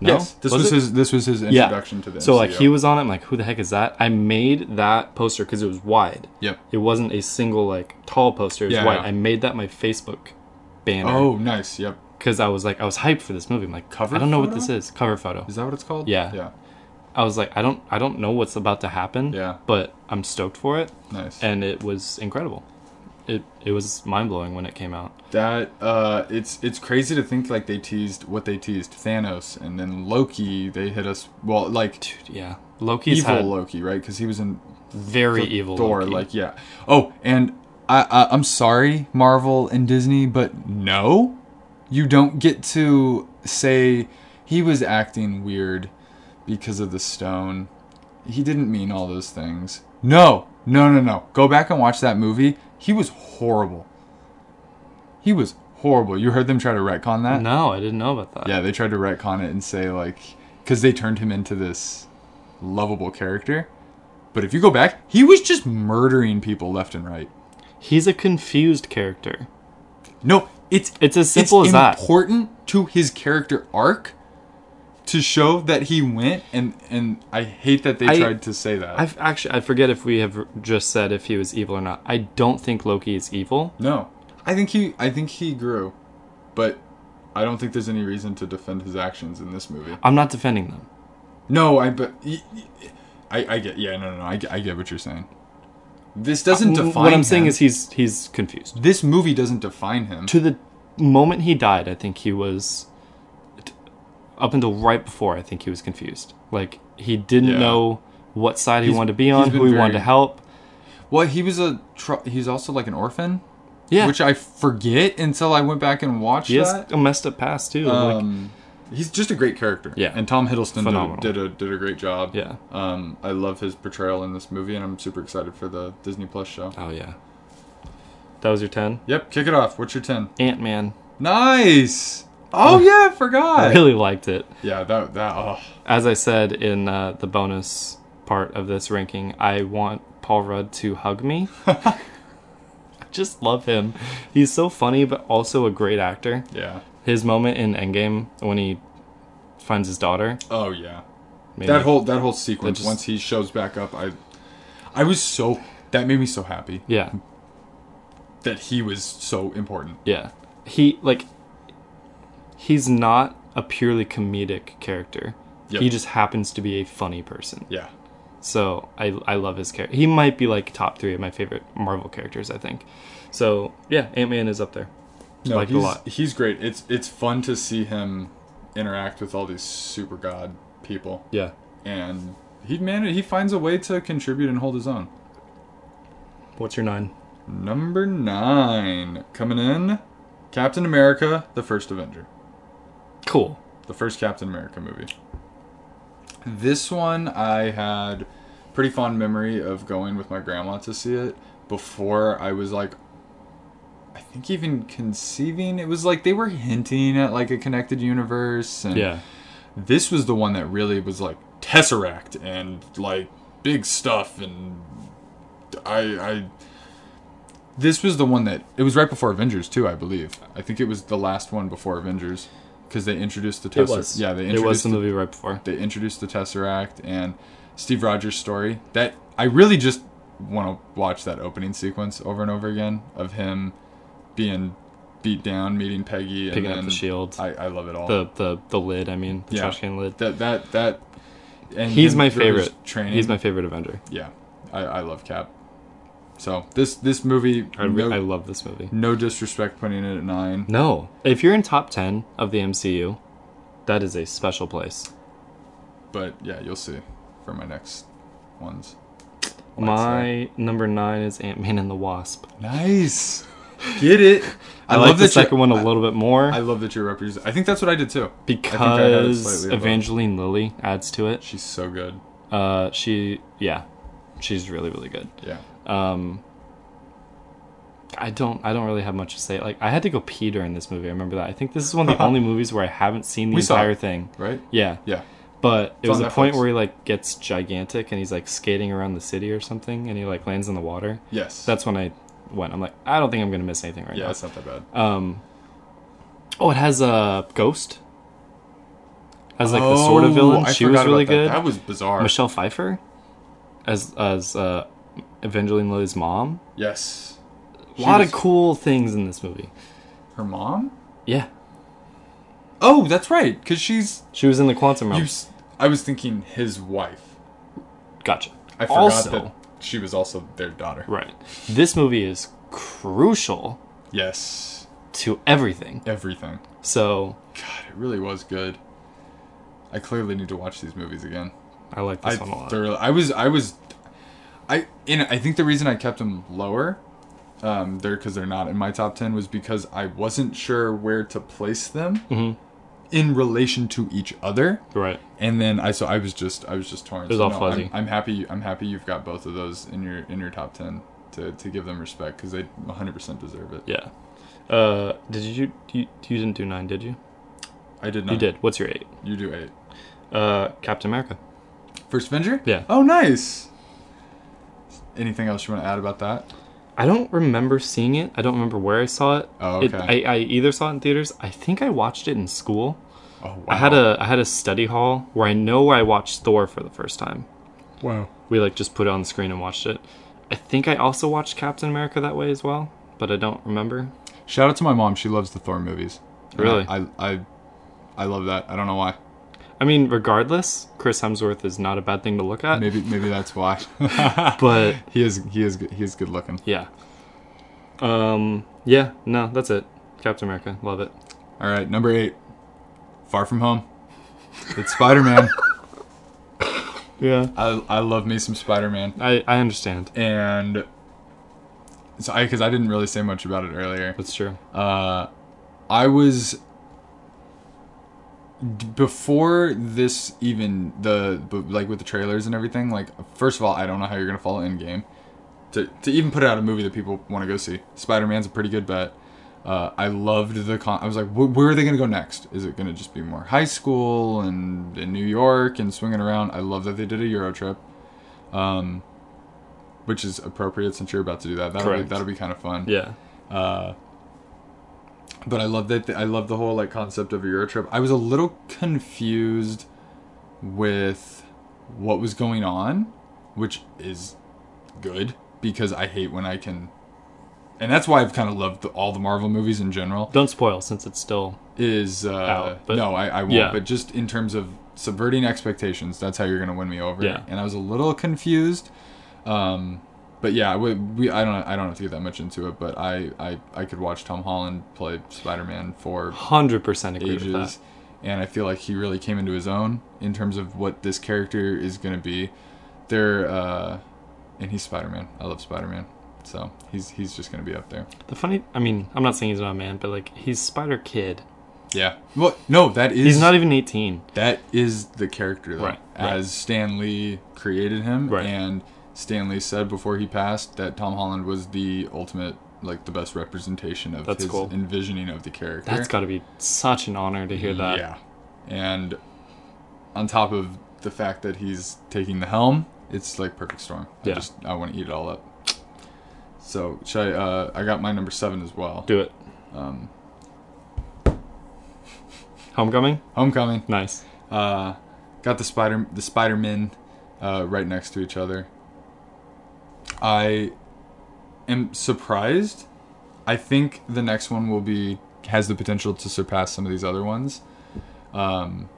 S2: No?
S1: this was,
S2: it?
S1: his this was his introduction to the
S2: So like
S1: MCU.
S2: he was on it. I'm like, who the heck is that? I made that poster because it was wide.
S1: Yep.
S2: It wasn't a single like tall poster. It was
S1: Yeah,
S2: wide.
S1: yeah.
S2: I made that my Facebook banner
S1: Oh, nice. Yep.
S2: because I was like, I was hyped for this movie. I'm like,
S1: Cover
S2: I don't know what
S1: photo?
S2: this is. Cover photo.
S1: Is that what it's called?
S2: Yeah.
S1: Yeah.
S2: I was like, I don't, I don't know what's about to happen.
S1: Yeah.
S2: But I'm stoked for it,
S1: Nice.
S2: and it was incredible. It it was mind blowing when it came out.
S1: That uh, it's it's crazy to think like they teased what they teased Thanos and then Loki. They hit us well like
S2: Yeah. Loki's
S1: evil
S2: had
S1: Loki, right? Because he was in
S2: very evil
S1: Thor.
S2: Loki.
S1: Like yeah. Oh, and I, I I'm sorry, Marvel and Disney, but no, you don't get to say he was acting weird because of the stone. He didn't mean all those things. No, no, no, no. Go back and watch that movie. He was horrible. He was horrible. You heard them try to retcon that?
S2: no, I didn't know about that.
S1: Yeah, they tried to retcon it and say like, because they turned him into this lovable character. But if you go back, he was just murdering people left and right.
S2: He's a confused character.
S1: No, it's
S2: It's as simple as that.
S1: Important to his character arc to show that he went and and I hate that they
S2: I-
S1: tried to say that.
S2: I've actually I forget if we have just said if he was evil or not. I don't think Loki is evil.
S1: no, I think he I think he grew, but I don't think there's any reason to defend his actions in this movie.
S2: I'm not defending them.
S1: No, I but y- y- I I get yeah no no no I get, I get what you're saying. This doesn't
S2: N-
S1: define
S2: Uh, what I'm saying
S1: him.
S2: is he's he's confused.
S1: this movie doesn't define him.
S2: To the moment he died, I think he was up until right before I think he was confused. Like he didn't
S1: Yeah.
S2: know what side he
S1: He's-
S2: wanted to be
S1: he's
S2: on,
S1: been
S2: who he wanted to
S1: very-
S2: help.
S1: Well, he was a tr- he's also like an orphan,
S2: Yeah.
S1: which I forget until I went back and watched
S2: he has
S1: that.
S2: a messed up past too. like
S1: Um, he's just a great character.
S2: Yeah.
S1: and Tom Hiddleston
S2: Phenomenal.
S1: did, a- did a did a great job.
S2: Yeah.
S1: um, I love his portrayal in this movie, and I'm super excited for the Disney Plus show.
S2: Oh yeah. That was your ten?
S1: Yep, kick it off. What's your ten?
S2: Ant Man.
S1: Nice. Oh yeah, I forgot.
S2: (laughs) Really liked it.
S1: Yeah, that that. Oh,
S2: as I said in uh, the bonus part of this ranking, I want Paul Rudd to hug
S1: (laughs)
S2: me. I just love him. He's so funny, but also a great actor.
S1: yeah.
S2: His moment in Endgame when he finds his daughter.
S1: Oh yeah.
S2: Maybe.
S1: That whole that whole sequence
S2: just-
S1: once he shows back up, I I was so that made me so happy
S2: yeah,
S1: that he was so important.
S2: yeah. He like he's not a purely comedic character.
S1: Yep.
S2: He just happens to be a funny person.
S1: Yeah.
S2: So I I love his character. He might be like top three of my favorite Marvel characters. I think. So yeah, Ant Man is up there.
S1: No,
S2: Liked a
S1: he's,
S2: lot.
S1: he's great. It's it's fun to see him interact with all these super god people,
S2: Yeah.
S1: and he man he finds a way to contribute and hold his own.
S2: What's your nine?
S1: Number nine coming in, Captain America: The First Avenger.
S2: Cool.
S1: the first Captain America movie. This one I had pretty fond memory of going with my grandma to see it before I was like, I think even conceiving. It was like they were hinting at like a connected universe, and
S2: Yeah.
S1: this was the one that really was like Tesseract and like big stuff, and I, I. This was the one that it was right before Avengers too, I believe. I think it was the last one before Avengers because they introduced the
S2: It
S1: Tesseract.
S2: was.
S1: Yeah, they
S2: it
S1: introduced
S2: was the
S1: the-
S2: movie right before.
S1: they introduced the Tesseract and Steve Rogers' story. That I really just want to watch that opening sequence over and over again of him being beat down, meeting Peggy, and
S2: Picking up
S1: then
S2: the shield.
S1: I, I love it all.
S2: the, the the lid, I mean, the
S1: Yeah.
S2: trash can lid.
S1: that that that. And
S2: He's
S1: him
S2: my
S1: through his
S2: favorite.
S1: Training.
S2: He's my favorite Avenger.
S1: yeah. I, I love Cap. So this this movie,
S2: I, re-
S1: no,
S2: I love this movie.
S1: no disrespect, putting it at nine.
S2: No. If you're in top 10 of the MCU, that is a special place.
S1: But yeah, you'll see for my next ones. Like
S2: My number 9 is Ant-Man and the Wasp.
S1: so.
S2: (laughs)
S1: nice, get it.
S2: I, like the
S1: that you-
S2: second one a little bit more
S1: I love that you're represented. I think that's what I did too. I had it
S2: because
S1: slightly above.
S2: Evangeline Lilly adds to it.
S1: She's so good.
S2: Uh, she yeah, she's really really good.
S1: Yeah.
S2: Um, I don't I don't really have much to say. Like I had to go pee during this movie. I remember that. I think this is one of the
S1: (laughs)
S2: only movies where I haven't seen the
S1: We saw
S2: entire
S1: it.
S2: thing.
S1: Right?
S2: Yeah,
S1: Yeah.
S2: but it
S1: It's
S2: was
S1: on
S2: a point
S1: Netflix.
S2: where he like gets gigantic and he's like skating around the city or something and he like lands in the water.
S1: Yes.
S2: That's when I went. I'm like I don't think I'm gonna miss anything right
S1: yeah, it's not that bad.
S2: now. Um, oh, it has a uh, ghost. As like the sort of
S1: Oh,
S2: villain,
S1: I
S2: she was
S1: forgot about
S2: really
S1: that.
S2: good.
S1: That was bizarre.
S2: Michelle Pfeiffer as as uh, Evangeline Lilly's mom.
S1: yes.
S2: A lot
S1: was-
S2: of cool things in this movie.
S1: Her mom?
S2: Yeah,
S1: Oh, that's right. Because she's.
S2: she was in the Quantum Realm.
S1: You, s- I was thinking his wife.
S2: gotcha.
S1: I forgot
S2: also,
S1: that she was also their daughter.
S2: right. This movie is crucial
S1: Yes.
S2: to everything.
S1: Everything.
S2: So
S1: God, it really was good. I clearly need to watch these movies again.
S2: I like
S1: I
S2: this one a lot.
S1: thoroughly. I was. I was. I and I think the reason I kept them lower, um, they're because they're not in my top ten was because I wasn't sure where to place them
S2: Mm-hmm.
S1: in relation to each other.
S2: right.
S1: And then I so I was just I was just torn. It
S2: was all fuzzy.
S1: I'm, I'm happy. I'm happy you've got both of those in your in your top ten to to give them respect because they 100 percent deserve it.
S2: Yeah. Uh, did you, you you didn't do nine? Did you?
S1: I did not.
S2: You did. What's your eight?
S1: You do eight.
S2: Uh, Captain America.
S1: First Avenger.
S2: Yeah.
S1: Oh, nice. Anything else you want to add about that?
S2: I don't remember seeing it. I don't remember where I saw it.
S1: Oh,
S2: It-
S1: okay.
S2: I, I either saw it in theaters. I think I watched it in school.
S1: Oh, wow.
S2: I had a I had a study hall where I know I watched Thor for the first time.
S1: wow.
S2: We like just put it on the screen and watched it. I think I also watched Captain America that way as well, but I don't remember.
S1: Shout out to my mom. She loves the Thor movies. And
S2: Really?
S1: I, I, I, I love that. I don't know why.
S2: I mean, regardless, Chris Hemsworth is not a bad thing to look at.
S1: Maybe maybe that's why. (laughs)
S2: But
S1: he is he is good- he is good looking.
S2: yeah, um, yeah, no, that's it. Captain America, love it.
S1: All right, number eight. Far from home. It's
S2: (laughs)
S1: Spider Man.
S2: Yeah,
S1: I I love me some Spider Man.
S2: I I understand.
S1: And so I because I didn't really say much about it earlier.
S2: That's true.
S1: Uh, I was d- before this even the b- like with the trailers and everything. Like, first of all, I don't know how you're gonna follow in game. To to even put out a movie that people want to go see, Spider Man's a pretty good bet. Uh, I loved the con. I was like, "Wh- where are they gonna go next? Is it gonna just be more high school and in New York and swinging around? I love that they did a Euro trip. Um, which is appropriate since you're about to do that. That'll be,
S2: Correct.
S1: that'll be kind of fun
S2: Yeah,
S1: but I love that. I love the whole like concept of a Euro trip. I was a little confused with what was going on, which is good because I hate when I can, and that's why I've kind of loved the, all the Marvel movies in general.
S2: don't spoil since it's still
S1: Is uh,
S2: Out, but-
S1: no, I, I won't.
S2: yeah.
S1: But just in terms of subverting expectations, that's how you're gonna win me over.
S2: Yeah.
S1: And I was a little confused. Um, but yeah, we, we I don't I don't have to get that much into it, but I I, I could watch Tom Holland play Spider Man for
S2: hundred percent agree with that.
S1: ages and i feel like he really came into his own in terms of what this character is going to be there uh and he's spider-man i love spider-man so he's he's just going to be up there
S2: The funny, I mean, I'm not saying he's not a man, but like he's Spider Kid.
S1: Yeah. Well, no, that is
S2: He's not even 18.
S1: that is the character though,
S2: Right, right.
S1: as Stan Lee created him,
S2: Right.
S1: and Stan Lee said before he passed that Tom Holland was the ultimate, like the best representation of
S2: That's
S1: his
S2: cool.
S1: envisioning of the character.
S2: That's got to be such an honor to hear that.
S1: Mm, Yeah, and on top of the fact that he's taking the helm, it's like perfect storm.
S2: Yeah.
S1: I just I want to eat it all up. So should I? Uh, I got my number seven as well.
S2: Do it.
S1: Um,
S2: Homecoming?
S1: Homecoming.
S2: Nice.
S1: Uh, got the spider the Spider Men uh, right next to each other. I am surprised. I think the next one will be has the potential to surpass some of these other ones, um,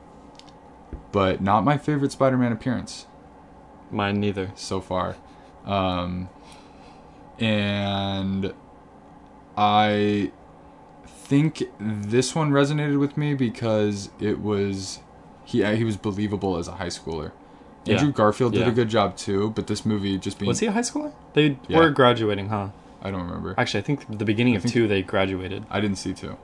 S1: but not my favorite Spider Man appearance
S2: Mine neither.
S1: so far. Um, and I think this one resonated with me because it was he he was believable as a high schooler.
S2: Yeah.
S1: Andrew Garfield did
S2: Yeah.
S1: a good job too, but this movie just being
S2: Was he a high schooler? They
S1: Yeah.
S2: were graduating, huh?
S1: I don't remember. I,
S2: Actually, I think the beginning of
S1: think-
S2: two they graduated.
S1: didn't see two.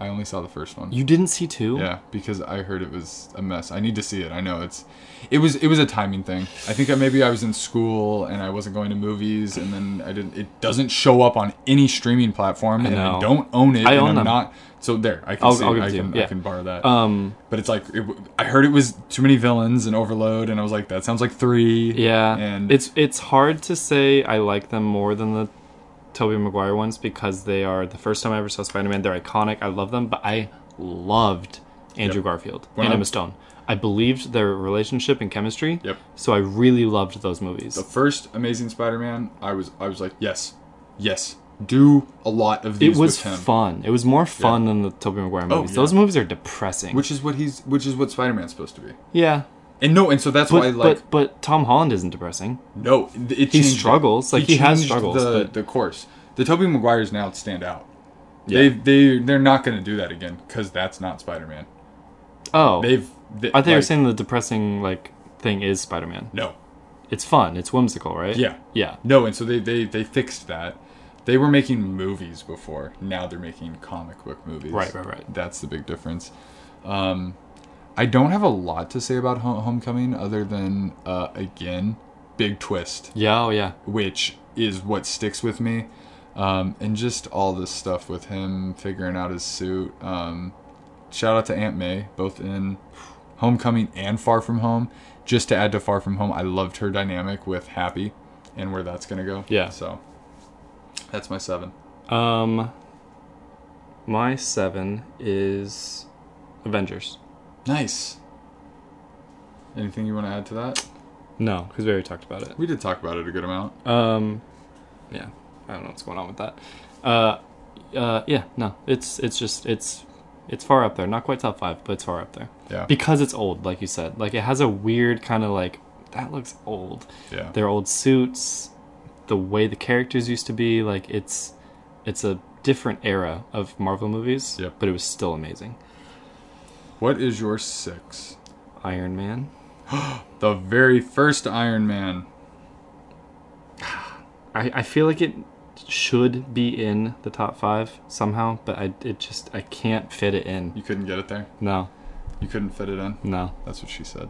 S1: I only saw the first one.
S2: You didn't see two?
S1: yeah, because I heard it was a mess. I need to see it. I know it's, it was it was a timing thing. I think I, maybe I was in school and I wasn't going to movies, and then I didn't. It doesn't show up on any streaming platform, and
S2: know.
S1: I don't own it.
S2: I
S1: and
S2: own
S1: I'm
S2: them.
S1: not. So there, I can
S2: I'll-
S1: see.
S2: I'll
S1: it.
S2: give
S1: I
S2: it to you.
S1: can,
S2: Yeah.
S1: I can borrow that.
S2: Um.
S1: but it's like it, w- I heard it was too many villains and overload, and I was like, that sounds like three.
S2: Yeah.
S1: and
S2: it's it's hard to say I like them more than the Tobey Maguire ones because they are the first time I ever saw Spider Man. They're iconic. I love them, but I loved Andrew
S1: Yep.
S2: Garfield
S1: When
S2: and
S1: I-
S2: Emma Stone. I believed their relationship and chemistry.
S1: Yep.
S2: So I really loved those movies.
S1: the first Amazing Spider-Man. I was I was like, yes, yes, do a lot of
S2: it
S1: these
S2: was
S1: with him. Oh,
S2: fun. It was more fun than the Tobey Maguire movies.
S1: yeah.
S2: Those movies are depressing.
S1: Which is what he's, which is what Spider-Man's supposed to be.
S2: yeah.
S1: And no, and so that's
S2: But,
S1: why like
S2: but but Tom Holland isn't depressing.
S1: no, th- it changed
S2: He
S1: it.
S2: struggles. Like he, has
S1: changed
S2: struggles.
S1: The,
S2: but
S1: the course, the Tobey Maguire's now stand out.
S2: Yeah.
S1: They they they're not going to do that again because that's not Spider Man.
S2: oh,
S1: They've they,
S2: I thought you were
S1: like,
S2: saying the depressing like thing is Spider Man.
S1: no,
S2: It's fun. It's whimsical, right?
S1: Yeah.
S2: Yeah.
S1: no, and so they they they fixed that. They were making movies before. Now they're making comic book movies.
S2: Right, right, right.
S1: That's the big difference. Um, I don't have a lot to say about Ho- Homecoming other than uh, again, big twist.
S2: Yeah. Oh, yeah.
S1: which is what sticks with me. Um, and just all this stuff with him figuring out his suit. Um, shout out to Aunt May, both in Homecoming and Far From Home. Just to add to Far From Home, I loved her dynamic with Happy and where that's going to go.
S2: Yeah.
S1: So that's my seven.
S2: Um, my seven is Avengers.
S1: Nice. Anything you want to add to that?
S2: No, because we already talked about it.
S1: We did talk about it a good amount.
S2: Um, yeah. I don't know what's going on with that. Uh, uh, yeah. No, it's it's just it's it's far up there. Not quite top five, but it's far up there
S1: Yeah.
S2: because it's old, like you said. Like it has a weird kind of like that looks old.
S1: Yeah.
S2: their old suits, the way the characters used to be. Like it's it's a different era of Marvel movies,
S1: Yep.
S2: but it was still amazing.
S1: What is your six?
S2: Iron Man.
S1: The very first Iron Man.
S2: I, I feel like it should be in the top five somehow, but I it just I can't fit it in.
S1: You couldn't get it there?
S2: No,
S1: You couldn't fit it in?
S2: no.
S1: That's what she said.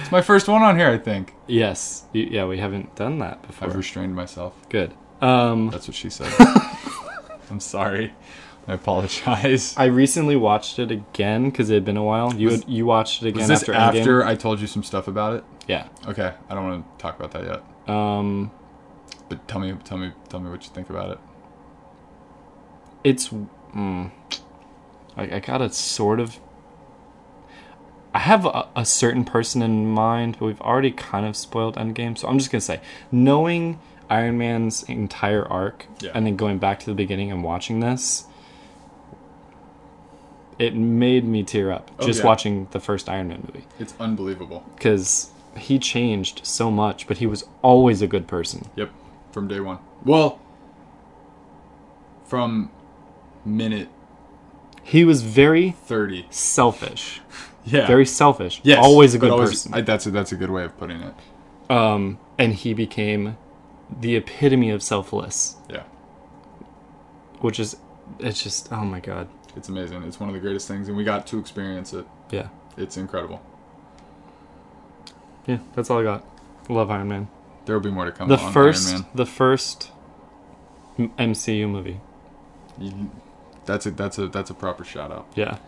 S1: it's my first one on here, I think.
S2: Yes, y- yeah, we haven't done that before.
S1: I've restrained myself.
S2: Good. Um,
S1: That's what
S2: (laughs)
S1: she said. I'm sorry. I apologize.
S2: I recently watched it again because it had been a while. You
S1: Was-
S2: had, you watched it again
S1: Was this
S2: after
S1: after,
S2: Endgame.
S1: I told you some stuff about it?
S2: yeah.
S1: Okay, I don't want to talk about that yet.
S2: Um,
S1: But tell me, tell me, tell me what you think about it.
S2: it's mm, I, I gotta sort of i have a, a certain person in mind but we've already kind of spoiled endgame so i'm just gonna say knowing iron man's entire arc
S1: Yeah.
S2: and then going back to the beginning and watching this it made me tear up
S1: Oh,
S2: just
S1: yeah.
S2: watching the first iron man movie
S1: It's unbelievable.
S2: because he changed so much but he was always a good person
S1: Yep, from day one. Well, from minute
S2: he was very
S1: thirty.
S2: selfish
S1: Yeah,
S2: very selfish
S1: Yes,
S2: always a
S1: but
S2: good
S1: always-
S2: person
S1: I, that's a, that's a good way of putting it.
S2: um, and he became the epitome of selfless,
S1: Yeah.
S2: which is it's just oh my god.
S1: it's amazing. It's one of the greatest things, and we got to experience it.
S2: Yeah.
S1: It's incredible.
S2: Yeah, that's all I got. Love Iron Man.
S1: There will be more to come.
S2: the
S1: on
S2: first,
S1: Iron Man.
S2: the first m- MCU movie.
S1: You- that's a that's a that's a proper shout out.
S2: Yeah,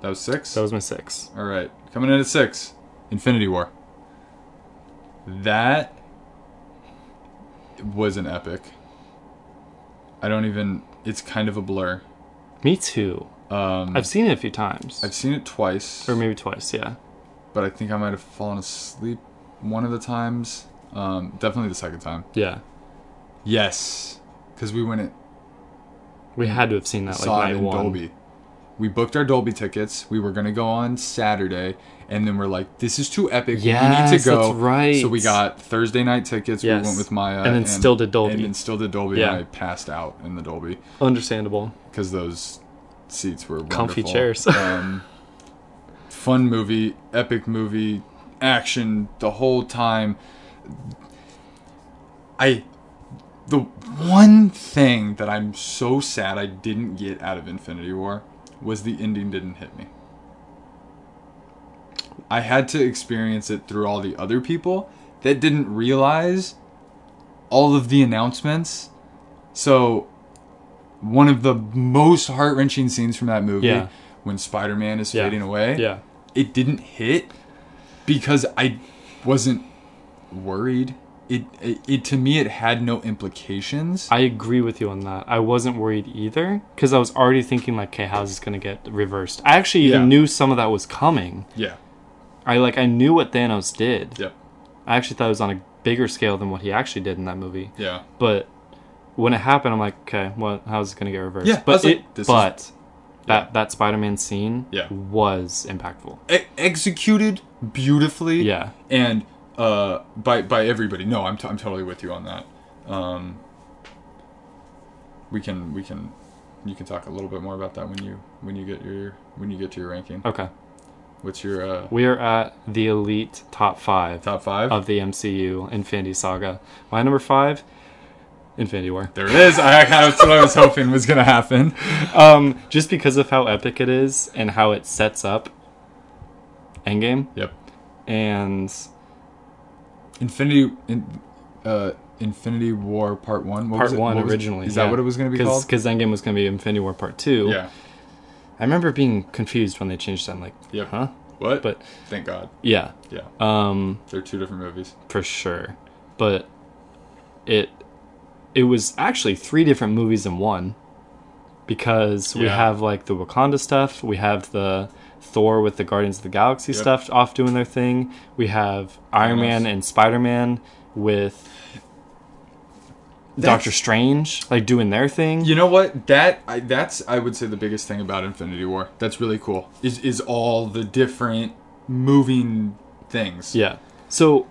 S1: That was six.
S2: that was my six.
S1: All right, coming in at six, Infinity War. That was an epic. I don't even. It's kind of a blur.
S2: Me too.
S1: Um,
S2: I've seen it a few times,
S1: I've seen it twice,
S2: or maybe twice. Yeah,
S1: but I think I might have fallen asleep one of the times. Um, definitely the second time.
S2: yeah.
S1: Yes, because we went and
S2: We had to have seen that like
S1: saw
S2: night
S1: it in
S2: one.
S1: Dolby. We booked our Dolby tickets. We were gonna go on Saturday, and then we're like, "This is too epic.
S2: Yes,
S1: we need to go."
S2: that's right.
S1: So we got Thursday night tickets.
S2: Yes.
S1: We went with Maya,
S2: And then still did Dolby.
S1: And then still did Dolby.
S2: Yeah.
S1: And I passed out in the Dolby
S2: Understandable.
S1: because those seats were
S2: Comfy
S1: wonderful.
S2: chairs.
S1: (laughs) um, fun movie, epic movie, action the whole time. I the one thing that I'm so sad I didn't get out of Infinity War was the ending didn't hit me. I had to experience it through all the other people that didn't realize all of the announcements. So one of the most heart-wrenching scenes from that movie
S2: Yeah.
S1: when Spider-Man is
S2: Yeah.
S1: fading away
S2: Yeah,
S1: it didn't hit because I wasn't worried. It, it, it to me it had no implications.
S2: I agree with you on that. I wasn't worried either because I was already thinking like, okay, how's this gonna get reversed? I actually even
S1: Yeah.
S2: knew some of that was coming.
S1: yeah.
S2: I like I knew what Thanos did.
S1: Yep.
S2: I actually thought it was on a bigger scale than what he actually did in that movie.
S1: Yeah.
S2: But when it happened, I'm like, okay, well, how's it gonna get reversed?
S1: Yeah, I
S2: but
S1: was like,
S2: it,
S1: this is-
S2: but that that Spider-Man scene
S1: Yeah.
S2: was impactful.
S1: E- executed beautifully.
S2: Yeah,
S1: And uh by by everybody. No, I'm t- I'm totally with you on that. Um we can we can you can talk a little bit more about that when you when you get your when you get to your ranking.
S2: okay.
S1: What's your uh
S2: We are at the elite top five
S1: top 5?
S2: of the MCU Infinity Saga. My number five, Infinity War.
S1: there it is. I that's what I was hoping was going to happen.
S2: Um, just because of how epic it is and how it sets up Endgame
S1: Yep.
S2: and
S1: Infinity, in, uh, Infinity War Part One. What was
S2: Part
S1: it-
S2: One
S1: what was it-
S2: originally.
S1: Is that what it was going to be called?
S2: Because Endgame was going to be Infinity War Part Two.
S1: Yeah.
S2: I remember being confused when they changed that. I'm like,
S1: Yep.
S2: huh?
S1: What?
S2: But
S1: thank God.
S2: yeah,
S1: Yeah,
S2: um,
S1: they're two different movies.
S2: for sure. But it it was actually three different movies in one because we
S1: Yeah.
S2: have like the Wakanda stuff, we have the Thor with the Guardians of the Galaxy
S1: Yep.
S2: stuff off doing their thing, we have Iron
S1: Thanos.
S2: Man and Spider Man with
S1: That's-
S2: Doctor Strange like doing their thing.
S1: You know what? That I, that's I would say the biggest thing about Infinity War. That's really cool. Is is all the different moving things.
S2: Yeah. So,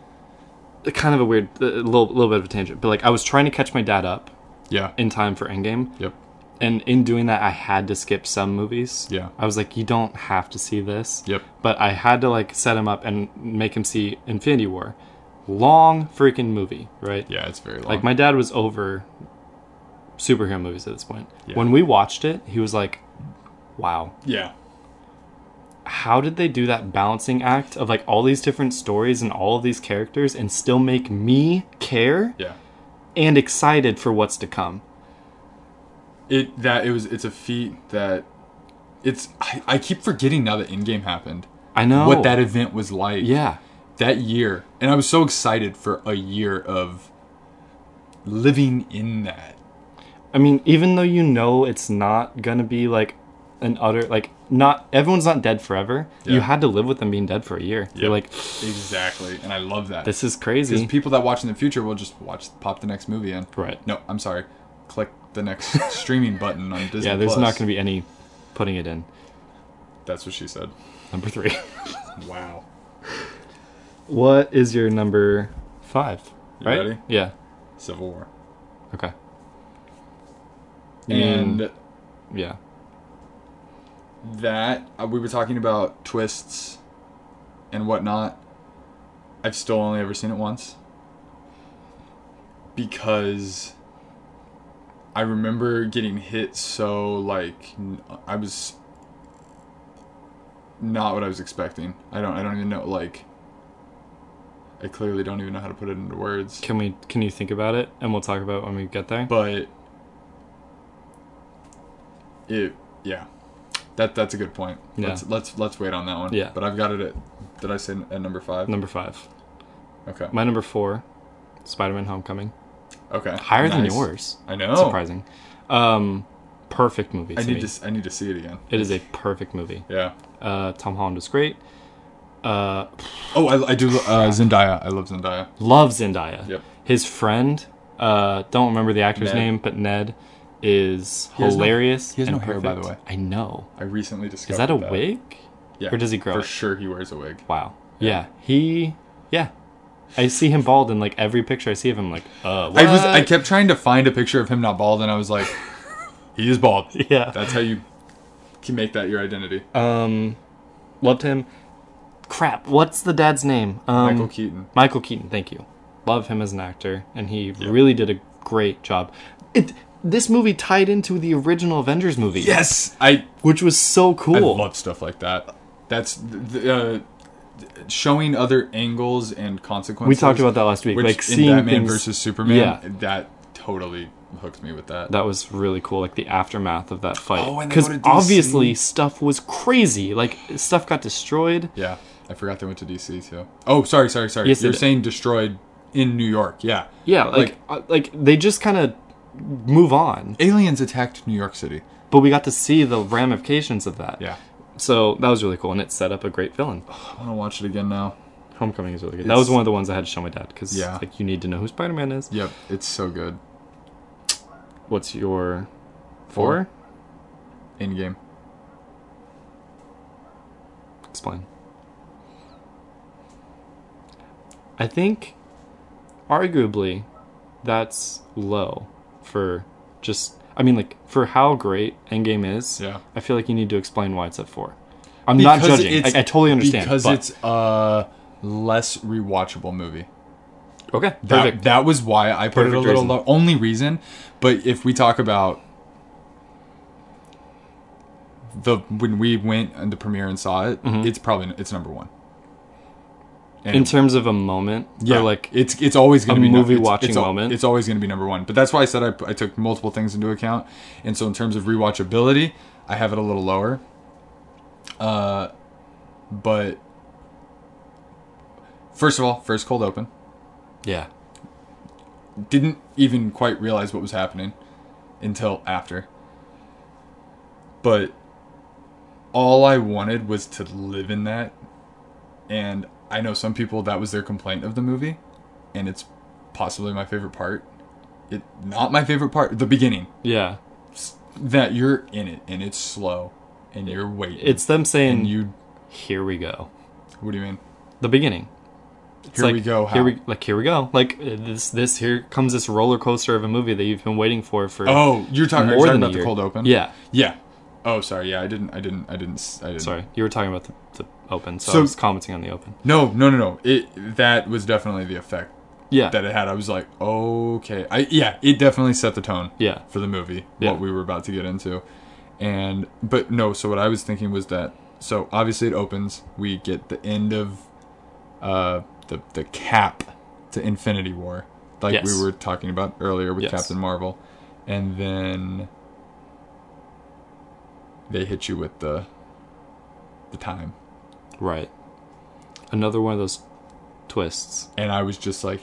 S2: kind of a weird, a little, little bit of a tangent, but like I was trying to catch my dad up
S1: Yeah.
S2: in time for Endgame,
S1: Yep.
S2: and in doing that, I had to skip some movies.
S1: Yeah.
S2: I was like, you don't have to see this.
S1: Yep.
S2: But I had to like set him up and make him see Infinity War, long freaking movie, right?
S1: Yeah, it's very long.
S2: Like my dad was over superhero movies at this point.
S1: Yeah.
S2: When we watched it, he was like, "Wow,
S1: yeah.
S2: how did they do that balancing act of like all these different stories and all of these characters and still make me care
S1: Yeah.
S2: and excited for what's to come?
S1: It that it was it's a feat that it's I, I keep forgetting now that Endgame happened.
S2: I know
S1: What that event was like.
S2: Oh. Yeah,
S1: that year and i was so excited for a year of living in that
S2: I mean, even though you know it's not gonna be like an utter like not everyone's not dead forever. You
S1: Yeah.
S2: had to live with them being dead for a year. You're
S1: Yep.
S2: like,
S1: exactly and i love that
S2: this is
S1: because
S2: crazy.
S1: people that watch in the future will just watch pop the next movie in
S2: Right.
S1: no i'm sorry click the next streaming button on disney
S2: yeah, there's not gonna be any putting it in
S1: that's what she said
S2: number
S1: (laughs)
S2: three.
S1: wow
S2: what is your number five?
S1: You
S2: right?
S1: ready?
S2: Yeah.
S1: civil war
S2: Okay. You mean-
S1: and
S2: yeah.
S1: that uh, we were talking about twists and whatnot. I've still only ever seen it once because I remember getting hit so like n- I was not what I was expecting. I don't I don't even know like I clearly don't even know how to put it into words.
S2: Can we? Can you think about it, and we'll talk about it when we get there?
S1: But it yeah. That that's a good point.
S2: Yeah.
S1: Let's let's let's wait on that one.
S2: Yeah.
S1: But I've got it at did I say n- at number 5?
S2: Number five.
S1: Okay.
S2: My number four, Spider-Man: Homecoming.
S1: Okay.
S2: Higher than
S1: Nice.
S2: yours.
S1: I know.
S2: Surprising. Um, perfect movie. To
S1: I need
S2: me.
S1: to s- I need to see it again.
S2: It is a perfect movie.
S1: Yeah.
S2: Uh, Tom Holland was great. Uh,
S1: Oh, I, I do uh, Zendaya. I love Zendaya.
S2: love Zendaya.
S1: Yep.
S2: His friend, uh, don't remember the actor's
S1: Ned.
S2: name, but Ned is
S1: He has no-
S2: hilarious.
S1: he has
S2: and
S1: no hair, by the
S2: perfect. I know.
S1: I recently discovered
S2: Is that a wig?
S1: Yeah.
S2: Or does he grow
S1: For
S2: it?
S1: sure, he wears a wig.
S2: Wow. Yeah. He. Yeah. I see him bald in like every picture I see of him. Like, uh, what?
S1: I was. I kept trying to find a picture of him not bald, and I was like,
S2: (laughs)
S1: he is bald.
S2: yeah.
S1: That's how you can make that your identity.
S2: Um, loved him. Crap. What's the dad's name? Um,
S1: Michael Keaton.
S2: Michael Keaton, thank you. Love him as an actor, and he really did a great job. It, this movie tied into the original Avengers movie,
S1: Yes, I.
S2: which was so cool.
S1: I love stuff like that. That's th- th- uh, th- showing other angles and consequences.
S2: we talked about that last week,
S1: which
S2: like
S1: in
S2: seeing
S1: Batman
S2: things.
S1: versus Superman.
S2: Yeah.
S1: that totally hooked me with that.
S2: that was really cool, like the aftermath of that
S1: Oh,
S2: fight.
S1: and they
S2: Because
S1: go to DC.
S2: obviously stuff was crazy. Like stuff got destroyed.
S1: Yeah, I forgot they went to DC too. Oh, sorry, sorry, sorry.
S2: Yes, they
S1: You're
S2: did.
S1: saying destroyed in New York. Yeah,
S2: Yeah, like uh, like they just kind of move on.
S1: aliens attacked New York City.
S2: But we got to see the ramifications of that.
S1: Yeah,
S2: So that was really cool, and it set up a great villain.
S1: I want to watch it again now.
S2: Homecoming is really good. that
S1: It's-
S2: was one of the ones I had to show my dad because
S1: Yeah.
S2: like you need to know who Spider Man is.
S1: Yep, it's so good.
S2: What's your four?
S1: In game.
S2: Explain. I think, arguably, that's low for just. I mean, like for how great Endgame is.
S1: Yeah.
S2: I feel like you need to explain why it's at four. I'm not judging. I, I totally understand.
S1: Because
S2: but-
S1: it's a less rewatchable movie.
S2: okay.
S1: That,
S2: Perfect.
S1: that was why I put it a
S2: Perfect
S1: little
S2: reason.
S1: low. Only reason, but if we talk about the when we went and the premiere and saw it,
S2: Mm-hmm.
S1: it's probably it's number one. And
S2: In terms of a moment, yeah, or like
S1: it's it's always going
S2: a
S1: to be nu-
S2: movie
S1: it's-
S2: watching
S1: it's al-
S2: moment.
S1: It's always going to be number one. But that's why I said I, I took multiple things into account, and so in terms of rewatchability, I have it a little lower. Uh, but first of all, first cold open,
S2: yeah,
S1: didn't even quite realize what was happening until after. But all I wanted was to live in that. And I know some people that was their complaint of the movie, and it's possibly my favorite part. It not my favorite part, the beginning.
S2: yeah.
S1: That you're in it and it's slow and you're waiting.
S2: It's them saying,
S1: and you
S2: "Here we go."
S1: what do you mean?
S2: The beginning. It's
S1: Here
S2: like,
S1: we go. How?
S2: Here we like here we go. Like uh, this this here comes this roller coaster of a movie that you've been waiting for for
S1: oh, you're talking, are you
S2: more
S1: talking
S2: than a
S1: about the
S2: year.
S1: cold open?
S2: Yeah,
S1: Yeah. Oh, sorry. Yeah, I didn't. I didn't. I didn't. s- I didn't.
S2: sorry. You were talking about the, the open, so, I
S1: So-
S2: was commenting on the open.
S1: No, no, no, no. It that was definitely the effect
S2: Yeah,
S1: that it had. I was like, okay, I yeah, it definitely set the tone
S2: yeah,
S1: for the movie
S2: Yeah.
S1: what we were about to get into, and but no. So what I was thinking was that so obviously it opens. We get the end of uh the the cap to Infinity War, like
S2: Yes.
S1: we were talking about earlier with
S2: Yes.
S1: Captain Marvel, and then they hit you with the the time.
S2: right. Another one of those twists.
S1: and I was just like,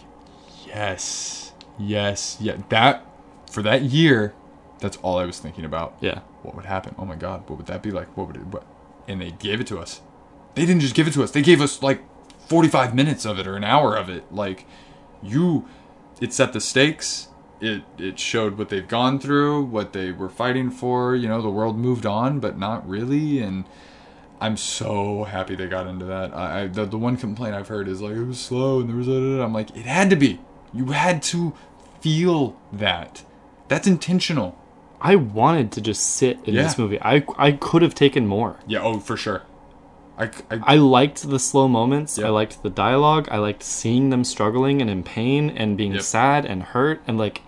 S1: yes, yes, yeah. That for that year, that's all I was thinking about.
S2: Yeah,
S1: What would happen? Oh my god, what would that be like? What would it? What? And they gave it to us. They didn't just give it to us. They gave us like forty-five minutes of it or an hour of it. Like you, it set the stakes. It it showed what they've gone through, what they were fighting for. You know, the world moved on, but not really. And I'm so happy they got into that. I, I the, the one complaint I've heard is like it was slow and there was da, da, da. I'm like it had to be. You had to feel that. That's intentional.
S2: I wanted to just sit in this
S1: Yeah.
S2: movie. I I could have taken more.
S1: Yeah. Oh, for sure. I, c- I-
S2: I liked the slow moments.
S1: Yep.
S2: I liked the dialogue. I liked seeing them struggling and in pain and being
S1: Yep.
S2: sad and hurt and like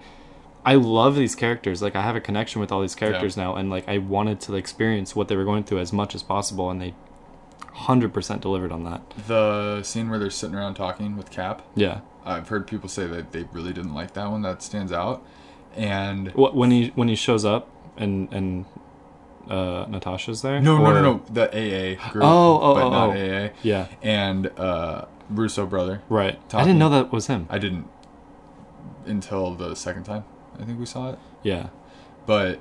S2: I love these characters. Like I have a connection with all these characters now, and like I wanted to experience what they were going through as much as possible, and they hundred percent delivered on that.
S1: The scene where they're sitting around talking with Cap.
S2: Yeah.
S1: I've heard people say that they really didn't like that one. That stands out. And
S2: Wh- When he when he shows up and and uh, Natasha's there.
S1: no, no,
S2: Or-
S1: no, no. The AA group.
S2: Oh, oh,
S1: but
S2: oh,
S1: not
S2: oh.
S1: AA.
S2: Yeah.
S1: And uh, Russo brother.
S2: Right. I
S1: Talking.
S2: didn't know that was him.
S1: I didn't until the second time. I think we saw it.
S2: Yeah.
S1: but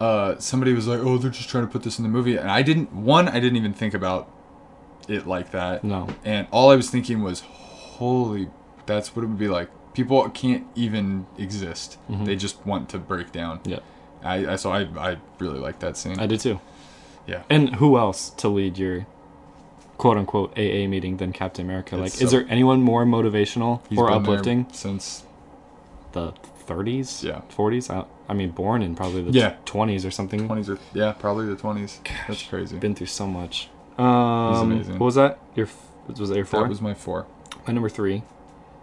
S1: uh, somebody was like, "Oh, they're just trying to put this in the movie," and I didn't. One, I didn't even think about it like that,
S2: No.
S1: and all I was thinking was, "Holy, that's what it would be like." People can't even exist; they just want to break down.
S2: Mm-hmm. Yeah.
S1: I, I so I I really like that scene.
S2: I did too.
S1: Yeah.
S2: And who else to lead your quote unquote AA meeting than Captain America? Like,
S1: It's
S2: is
S1: so-
S2: there anyone more motivational
S1: He's
S2: or
S1: been there
S2: uplifting?
S1: since
S2: The 30s?
S1: Yeah.
S2: 40s? I, I mean, born in probably the
S1: Yeah.
S2: 20s or something.
S1: twenties or yeah, probably the twenties. That's crazy.
S2: Been through so much. Um,
S1: amazing.
S2: What was that? Your f- Was that your four?
S1: that was my four.
S2: my number three,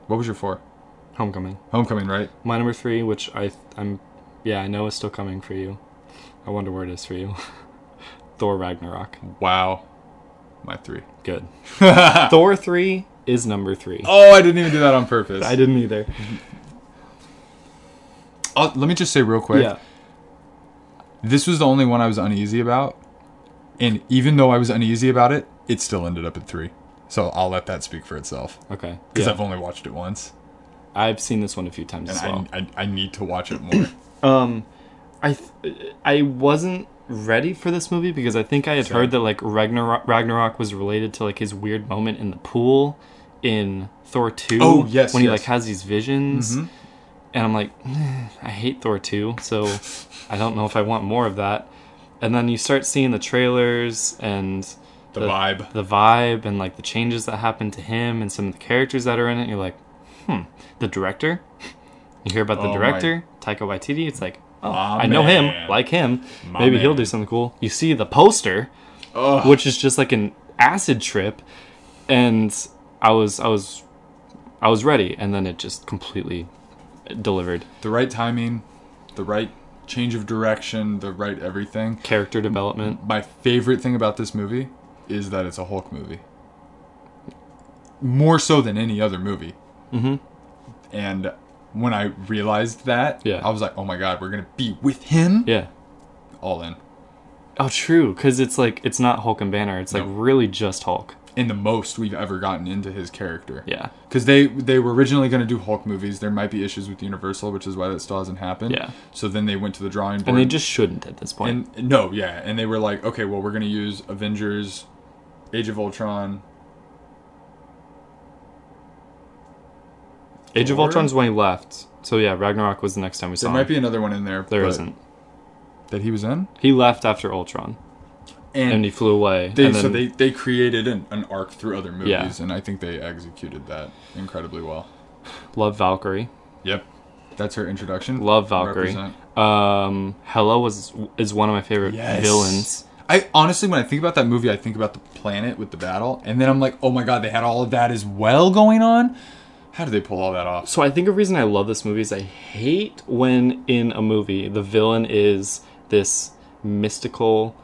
S1: What was your four?
S2: Homecoming.
S1: Homecoming, right?
S2: My number three, which I, I'm, yeah, I know is still coming for you. I wonder where it is for you. (laughs) Thor Ragnarok.
S1: Wow, my three. (laughs)
S2: Good.
S1: oh,
S2: Thor 3 is number 3.
S1: I didn't even do that on purpose.
S2: Oh, (laughs) I didn't either.
S1: i let me just say real quick.
S2: Yeah.
S1: This was the only one I was uneasy about, and even though I was uneasy about it, it still ended up at three. So I'll let that speak for itself
S2: Okay.
S1: because
S2: Yeah.
S1: I've only watched it once,
S2: I've seen this one a few times
S1: and
S2: as well.
S1: I, I I need to watch
S2: (clears throat)
S1: it more.
S2: Um, I th- I wasn't ready for this movie because I think I had
S1: Same.
S2: heard that like Ragnarok, Ragnarok was related to like his weird moment in the pool in Thor two.
S1: Oh, yes,
S2: when he
S1: yes. Mm-hmm.
S2: like has these visions, and I'm like, I hate Thor two, so I don't know if I want more of that. And then you start seeing the trailers and
S1: The vibe.
S2: the vibe, and like the changes that happen to him and some of the characters that are in it. And you're like, hmm, the director. (laughs) You hear about the
S1: Oh my-
S2: director, Taika Waititi. It's like, oh,
S1: My
S2: I know
S1: man.
S2: him, like him.
S1: My
S2: Maybe he'll
S1: man.
S2: do something cool. You see the poster,
S1: Ugh.
S2: which is just like an acid trip, and I was, I was, I was ready, and then it just completely delivered
S1: The right timing, the right change of direction, the right everything.
S2: character development.
S1: My favorite thing about this movie is that it's a Hulk movie, more so than any other movie. Mm-hmm. And when I realized that,
S2: Yeah.
S1: I was like, "Oh my god, we're gonna be with him!"
S2: Yeah.
S1: All in.
S2: Oh, true. Because it's like it's not Hulk and Banner. It's like
S1: No.
S2: really just Hulk.
S1: and the most we've ever gotten into his character.
S2: Yeah.
S1: Because they they were originally going to do Hulk movies. There might be issues with Universal, which is why that still hasn't happened.
S2: Yeah.
S1: So then they went to the drawing board.
S2: And they just shouldn't at this point.
S1: and no, yeah, and they were like, okay, well, we're going to use Avengers, Age of Ultron.
S2: Age of
S1: Thor?
S2: Ultron's when he left. So yeah, Ragnarok was the next time we saw
S1: There
S2: him.
S1: might be another one in there.
S2: there
S1: but-
S2: isn't.
S1: that he was in.
S2: He left after Ultron,
S1: And,
S2: and he flew away.
S1: they
S2: and
S1: so
S2: then-
S1: they they created an, an arc through other movies,
S2: Yeah.
S1: and I think they executed that incredibly well.
S2: love Valkyrie.
S1: Yep. That's her introduction.
S2: Love Valkyrie.
S1: Represent.
S2: Um, Hela was is one of my favorite
S1: Yes.
S2: villains.
S1: I honestly, when I think about that movie, I think about the planet with the battle, and then I'm like, oh my god, they had all of that as well going on. How did they pull all that off?
S2: So I think a reason I love this movie is I hate when in a movie the villain is this mystical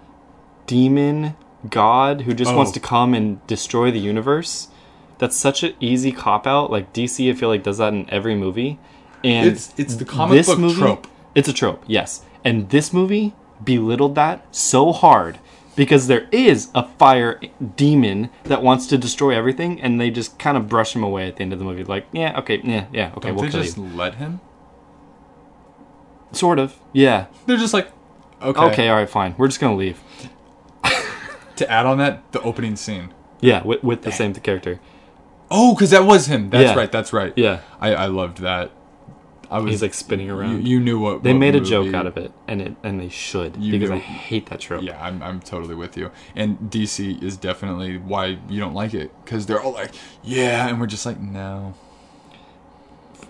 S2: demon god who just wants
S1: Oh.
S2: to come and destroy the universe. That's such an easy cop out. Like DC, I feel like does that in every movie. And
S1: It's- it's the comic book trope.
S2: It's a trope, yes. And this movie belittled that so hard because there is a fire demon that wants to destroy everything, and they just kind of brush him away at the end of the movie. Like, yeah, okay, yeah, yeah, okay,
S1: Don't
S2: we'll
S1: they
S2: kill
S1: just
S2: you.
S1: let him?
S2: Sort of, yeah.
S1: They're just like, okay.
S2: Okay, all right, fine. We're just gonna leave.
S1: To add on that, the opening scene.
S2: Yeah, with, with the same character.
S1: Oh, because that was him. That's
S2: Yeah.
S1: right. That's right.
S2: Yeah,
S1: I, I loved that. I was.
S2: he's like spinning
S1: you,
S2: around.
S1: you knew what
S2: they
S1: what
S2: made a
S1: movie-
S2: joke out of it, and it and they should
S1: You
S2: because
S1: knew-
S2: I hate that trope.
S1: Yeah, I'm, I'm totally with you. And DC is definitely why you don't like it because they're all like, yeah, and we're just like, no.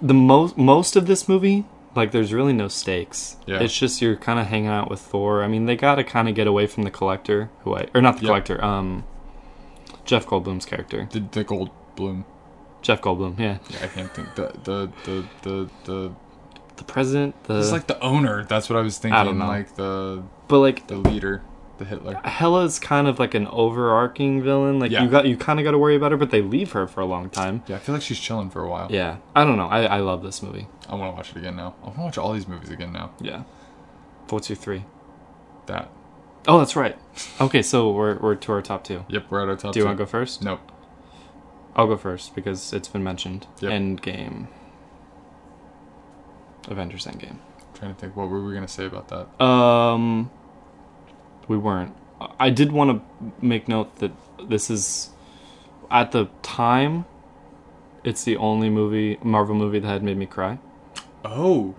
S2: the most most of this movie like there's really no stakes
S1: Yeah.
S2: it's just you're kind of hanging out with thor i mean they gotta kind of get away from the collector who i or not the
S1: Yep.
S2: collector um jeff goldblum's character
S1: The, the gold bloom.
S2: jeff goldblum yeah
S1: I can't think the the the the, the
S2: the president, the
S1: He's like the owner. That's what I was thinking.
S2: I don't know.
S1: Like the
S2: but like
S1: the leader, the Hitler.
S2: Hella's kind of like an overarching villain. Like
S1: Yeah.
S2: you got you kind of got to worry about her, but they leave her for a long time.
S1: Yeah, I feel like she's chilling for a while.
S2: Yeah, I don't know. I, I love this movie.
S1: I want to watch it again now. I want to watch all these movies again now.
S2: Yeah, four two three.
S1: That.
S2: Oh, that's right. Okay, so we're we're to our top two.
S1: Yep, we're at our top.
S2: Do you want to go first?
S1: Nope.
S2: I'll go first because it's been mentioned.
S1: Yep.
S2: Endgame. Avengers Endgame.
S1: trying to think. What were we gonna say about that?
S2: Um, we weren't. I did want to make note that this is, at the time, it's the only movie Marvel movie that had made me cry.
S1: Oh,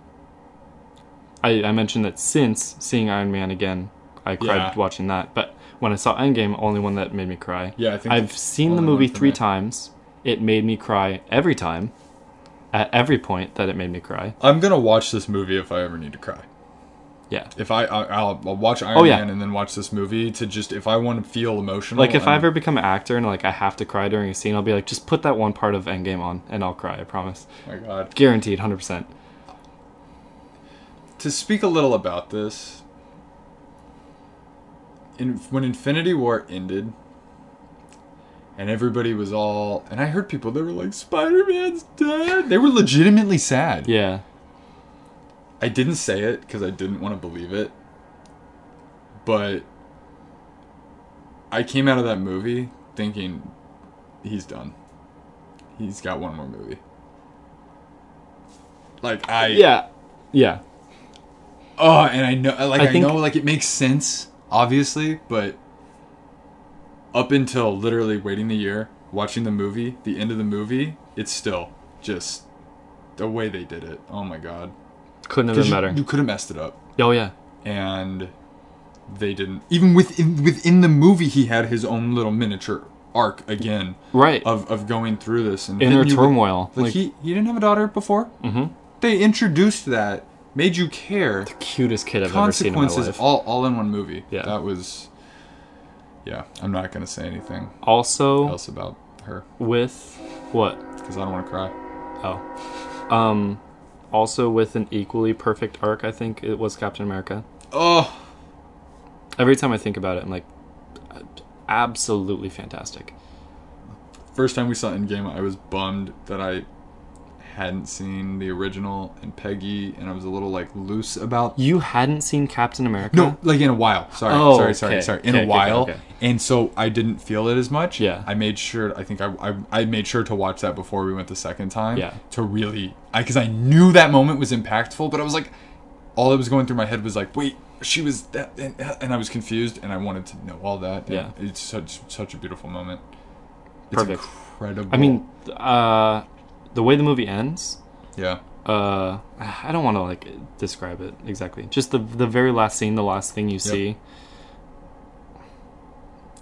S2: I, I mentioned that since seeing Iron Man again, I cried
S1: Yeah.
S2: watching that. But when I saw Endgame, only one that made me cry.
S1: yeah. I think
S2: I've seen the
S1: only one
S2: movie
S1: for
S2: three
S1: me.
S2: times. It made me cry every time. At every point that it made me cry.
S1: I'm gonna watch this movie if I ever need to cry.
S2: Yeah.
S1: If I, I I'll, I'll watch Iron
S2: Oh, yeah.
S1: Man and then watch this movie to just if I want to feel emotional.
S2: Like if I
S1: I'm-
S2: ever become an actor and like I have to cry during a scene, I'll be like, just put that one part of Endgame on, and I'll cry. I promise,
S1: Oh my God.
S2: guaranteed, hundred percent.
S1: To speak a little about this. In, when Infinity War ended, and everybody was all, and I heard people they were like, "Spider Man's dead." They were legitimately sad.
S2: Yeah,
S1: I didn't say it because I didn't want to believe it, but I came out of that movie thinking he's done. He's got one more movie. Like I
S2: yeah, yeah.
S1: oh, and I know like
S2: I
S1: I,
S2: think-
S1: know like it makes sense obviously, but up until literally waiting the year, watching the movie, the end of the movie, it's still just the way they did it. Oh my god.
S2: Couldn't have
S1: 'Cause
S2: been
S1: you-
S2: better.
S1: you could have messed it up
S2: oh yeah,
S1: and they didn't even within within the movie he had his own little miniature arc again
S2: right.
S1: of of going through this and
S2: Inner
S1: hitting Uh, you with-
S2: turmoil.
S1: like,
S2: Like,
S1: he he didn't have a daughter before mm-hmm. they introduced that made you care
S2: cutest kid I've ever seen in my
S1: consequences
S2: life.
S1: all all in one movie
S2: Yeah.
S1: that was yeah i'm not gonna say anything
S2: Also,
S1: else about her
S2: with what?
S1: because i don't want to cry
S2: Oh, um, also with an equally perfect arc. I think it was Captain America.
S1: oh
S2: Every time I think about it, I'm like, absolutely fantastic.
S1: first time we saw Endgame, I was bummed that I hadn't seen the original and Peggy, and I was a little like loose about.
S2: You hadn't seen Captain America?
S1: No, like in a while. Sorry,
S2: Oh,
S1: sorry, sorry,
S2: okay.
S1: sorry. In
S2: Okay,
S1: a
S2: okay,
S1: while,
S2: okay.
S1: and so I didn't feel it as much.
S2: Yeah.
S1: I made sure. I think I, I I made sure to watch that before we went the second time.
S2: Yeah.
S1: to really, I because I knew that moment was impactful, but I was like, all that was going through my head was like, wait. She was that, and, and I was confused, and I wanted to know all that. and
S2: Yeah.
S1: it's such such a beautiful moment.
S2: Perfect.
S1: It's incredible.
S2: I mean, uh, the way the movie ends,
S1: yeah.
S2: uh, I don't want to like describe it exactly. Just the the very last scene, the last thing you see.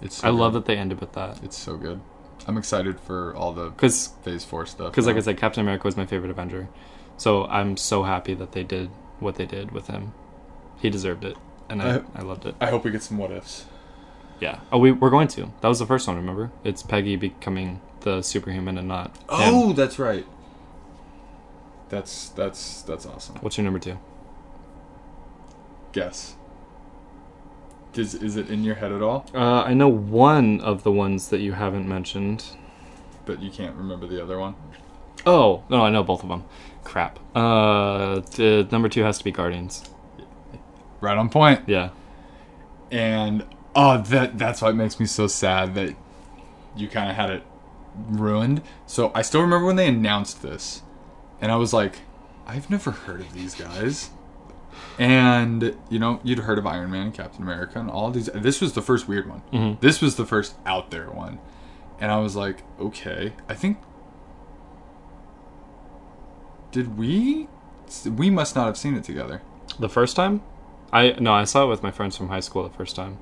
S1: It's
S2: I love that they ended with that
S1: It's so good. I'm excited for all the
S2: because
S1: Phase Four stuff.
S2: because like
S1: now.
S2: I said, Captain America was my favorite Avenger, so I'm so happy that they did what they did with him. He deserved it, and I,
S1: I-
S2: I loved it.
S1: I hope we get some what ifs.
S2: Yeah. Oh, we we're going to. That was the first one. Remember, it's Peggy becoming the superhuman and not. him.
S1: Oh, that's right. That's that's that's awesome.
S2: What's your number two?
S1: Guess. Is is it in your head at all?
S2: Uh, I know one of the ones that you haven't mentioned.
S1: But you can't remember the other one.
S2: Oh no, I know both of them. Crap. Uh, d- number two has to be Guardians.
S1: Right on point.
S2: Yeah,
S1: And oh, that that's why it makes me so sad that you kind of had it ruined. So I still remember when they announced this, and I was like, I've never heard of these guys. And you know, you'd heard of Iron Man, Captain America, and all these. This was the first weird one. This was the first out there one, and I was like, okay, I think. Did we? We must not have seen it together.
S2: the first time. I no, I saw it with my friends from high school the first time.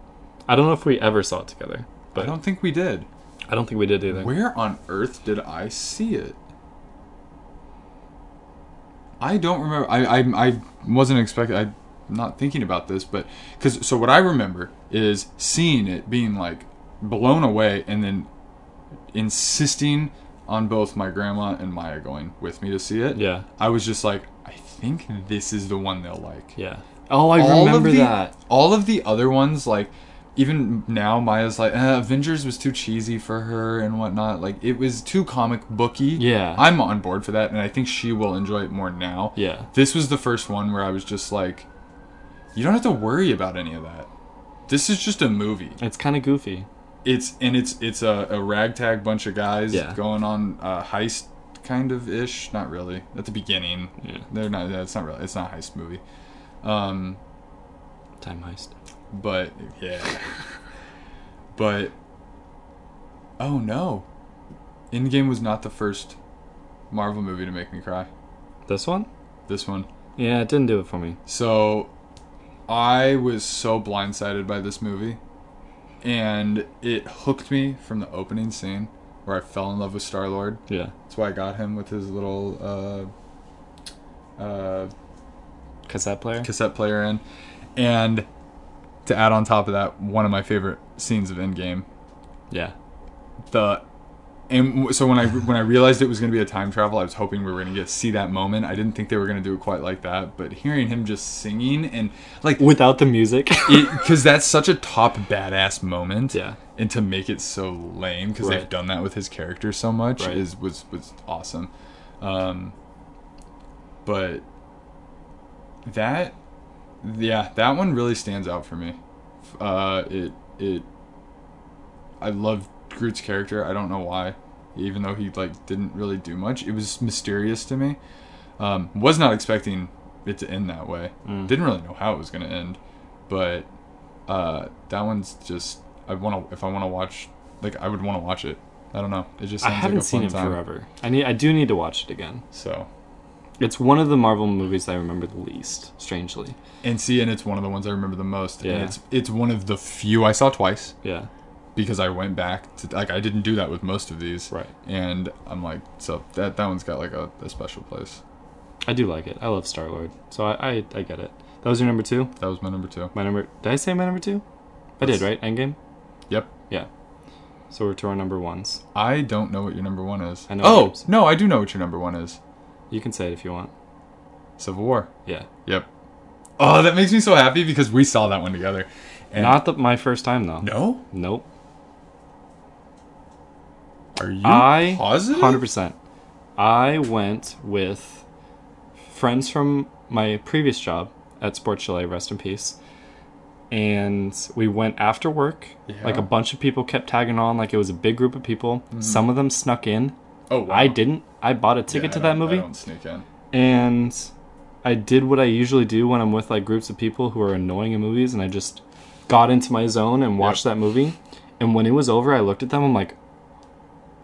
S2: I don't know if we ever saw it together, but
S1: I don't think we did.
S2: I don't think we did either.
S1: Where on earth did I see it? I don't remember. I I, I wasn't expecting. I'm not thinking about this, but because so what I remember is seeing it being like blown away, and then insisting on both my grandma and Maya going with me to see it.
S2: Yeah,
S1: I was just like, I think this is the one they'll like.
S2: Yeah. Oh, I
S1: All of
S2: remember
S1: the-
S2: that.
S1: All of the other ones, like even now, Maya's like eh, Avengers was too cheesy for her and whatnot. Like it was too comic booky.
S2: Yeah.
S1: I'm on board for that, and I think she will enjoy it more now.
S2: yeah.
S1: This was the first one where I was just like, you don't have to worry about any of that. This is just a movie.
S2: It's kind of goofy.
S1: It's and it's it's a, a ragtag bunch of guys
S2: Yeah.
S1: going on a heist kind of ish. Not really at the beginning.
S2: Yeah.
S1: They're not. It's not really. It's not a heist movie. Um,
S2: Time heist.
S1: but yeah. but oh no, Endgame was not the first Marvel movie to make me cry.
S2: This one?
S1: This one.
S2: Yeah, it didn't do it for me.
S1: So I was so blindsided by this movie and it hooked me from the opening scene where I fell in love with Star Lord.
S2: Yeah.
S1: That's why I got him with his little uh uh
S2: Cassette player?
S1: cassette player in. And to add on top of that, one of my favorite scenes of Endgame,
S2: Yeah.
S1: the and w- so when I when I realized it was going to be a time travel, I was hoping we were going to get see that moment. I didn't think they were going to do it quite like that, but hearing him just singing and like
S2: Without the
S1: (laughs)
S2: music?
S1: because that's such a top badass moment.
S2: Yeah.
S1: And to make it so lame because they've
S2: Right.
S1: done that with his character so much
S2: Right.
S1: is was was awesome. Um, but that, yeah, that one really stands out for me. Uh, it it, I love Groot's character. I don't know why, even though he like didn't really do much. It was mysterious to me. Um, was not expecting it to end that way.
S2: Mm.
S1: Didn't really know how it was gonna end, but uh, that one's just I want to if I want to watch like I would want to watch it. I don't know. It just
S2: I
S1: sounds
S2: haven't
S1: like a
S2: seen
S1: fun
S2: it
S1: time.
S2: forever. I need I do need to watch it again.
S1: So
S2: It's one of the Marvel movies that I remember the least, strangely.
S1: and see, and it's one of the ones I remember the most.
S2: Yeah.
S1: And it's it's one of the few I saw twice
S2: Yeah.
S1: because I went back to like I didn't do that with most of these.
S2: Right.
S1: And I'm like, so that that one's got like a, a special place.
S2: I do like it. I love Star Lord. So I, I I get it. That was your number two?
S1: That was my number two.
S2: My number did I say my number two? I did,
S1: That's-
S2: right? Endgame?
S1: Yep.
S2: Yeah. So we're to our number ones.
S1: I don't know what your number one is.
S2: I know
S1: Oh
S2: yours.
S1: no, I do know what your number one is.
S2: You can say it if you want.
S1: Civil War.
S2: Yeah.
S1: Yep. Oh, that makes me so happy because we saw that one together. And
S2: Not the, my first time though.
S1: no.
S2: Nope.
S1: Are you
S2: I
S1: positive?
S2: Hundred percent. I went with friends from my previous job at Sports Chalet, rest in peace. And we went after work.
S1: Yeah.
S2: Like a bunch of people kept tagging on, like it was a big group of people.
S1: Mm-hmm.
S2: Some of them snuck in.
S1: Oh, wow.
S2: I didn't. I bought a ticket to
S1: Yeah, I
S2: that
S1: don't- I
S2: movie.
S1: don't sneak in.
S2: And I did what I usually do when I'm with like groups of people who are annoying in movies and I just got into my zone and watched that movie. And when it was over, I looked at them, I'm like,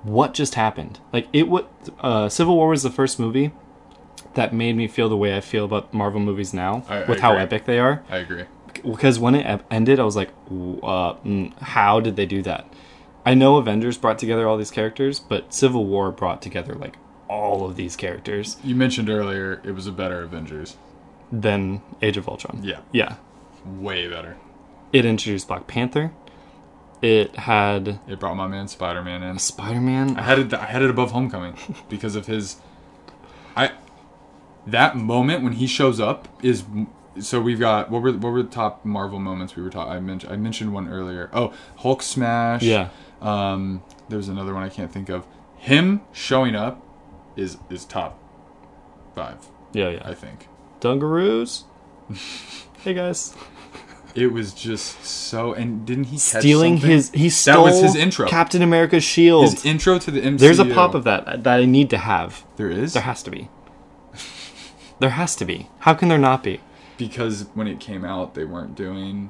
S2: what just happened? Like it would uh Civil War was the first movie that made me feel the way I feel about Marvel movies now
S1: I- I
S2: with how
S1: agree.
S2: epic they are
S1: I agree.
S2: because when it ep- ended, I was like, "Ooh, uh, mm, how did they do that? I know Avengers brought together all these characters, but Civil War brought together like all of these characters
S1: You mentioned earlier it was a better Avengers.
S2: than Age of Ultron.
S1: Yeah.
S2: Yeah.
S1: Way better.
S2: It introduced Black Panther. It had
S1: It brought my man Spider Man in.
S2: Spider Man.
S1: I had it I had it above Homecoming because of his I that moment when he shows up is so we've got what were what were the top Marvel moments we were talking I mentioned I mentioned one earlier. Oh, Hulk smash.
S2: Yeah.
S1: Um there's another one I can't think of. Him showing up is is top 5,
S2: Yeah,
S1: I
S2: yeah.
S1: think.
S2: Dungaroos. (laughs) hey guys.
S1: It was just so and didn't he catch
S2: Stealing
S1: something?
S2: his he stole
S1: was his intro.
S2: Captain America's shield.
S1: His intro to the MCU.
S2: There's a pop of that that I need to have.
S1: There is
S2: There has to
S1: (laughs)
S2: be. there has to be. How can there not be?
S1: because when it came out, they weren't doing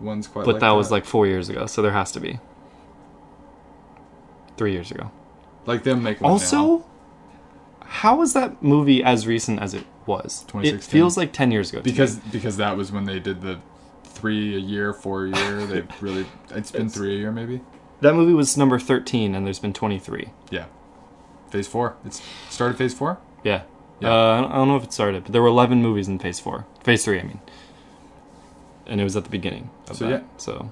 S1: ones quite.
S2: But
S1: like
S2: that was like four years ago, so there has to be. Three years ago.
S1: like them make one now.
S2: Also, how was that movie as recent as it was? It
S1: 2016.
S2: feels like ten years ago. to me.
S1: because because that was when they did the three a year, four a year.
S2: (laughs)
S1: They really it's been three a year maybe.
S2: that movie was number thirteen, and there's been twenty three.
S1: Yeah, phase four. It's started phase four.
S2: Yeah.
S1: Yeah.
S2: Uh, I don't- I don't know if it started, but there were eleven movies in Phase Four, Phase Three, I mean. And it was at the beginning of
S1: So,
S2: that.
S1: yeah.
S2: So.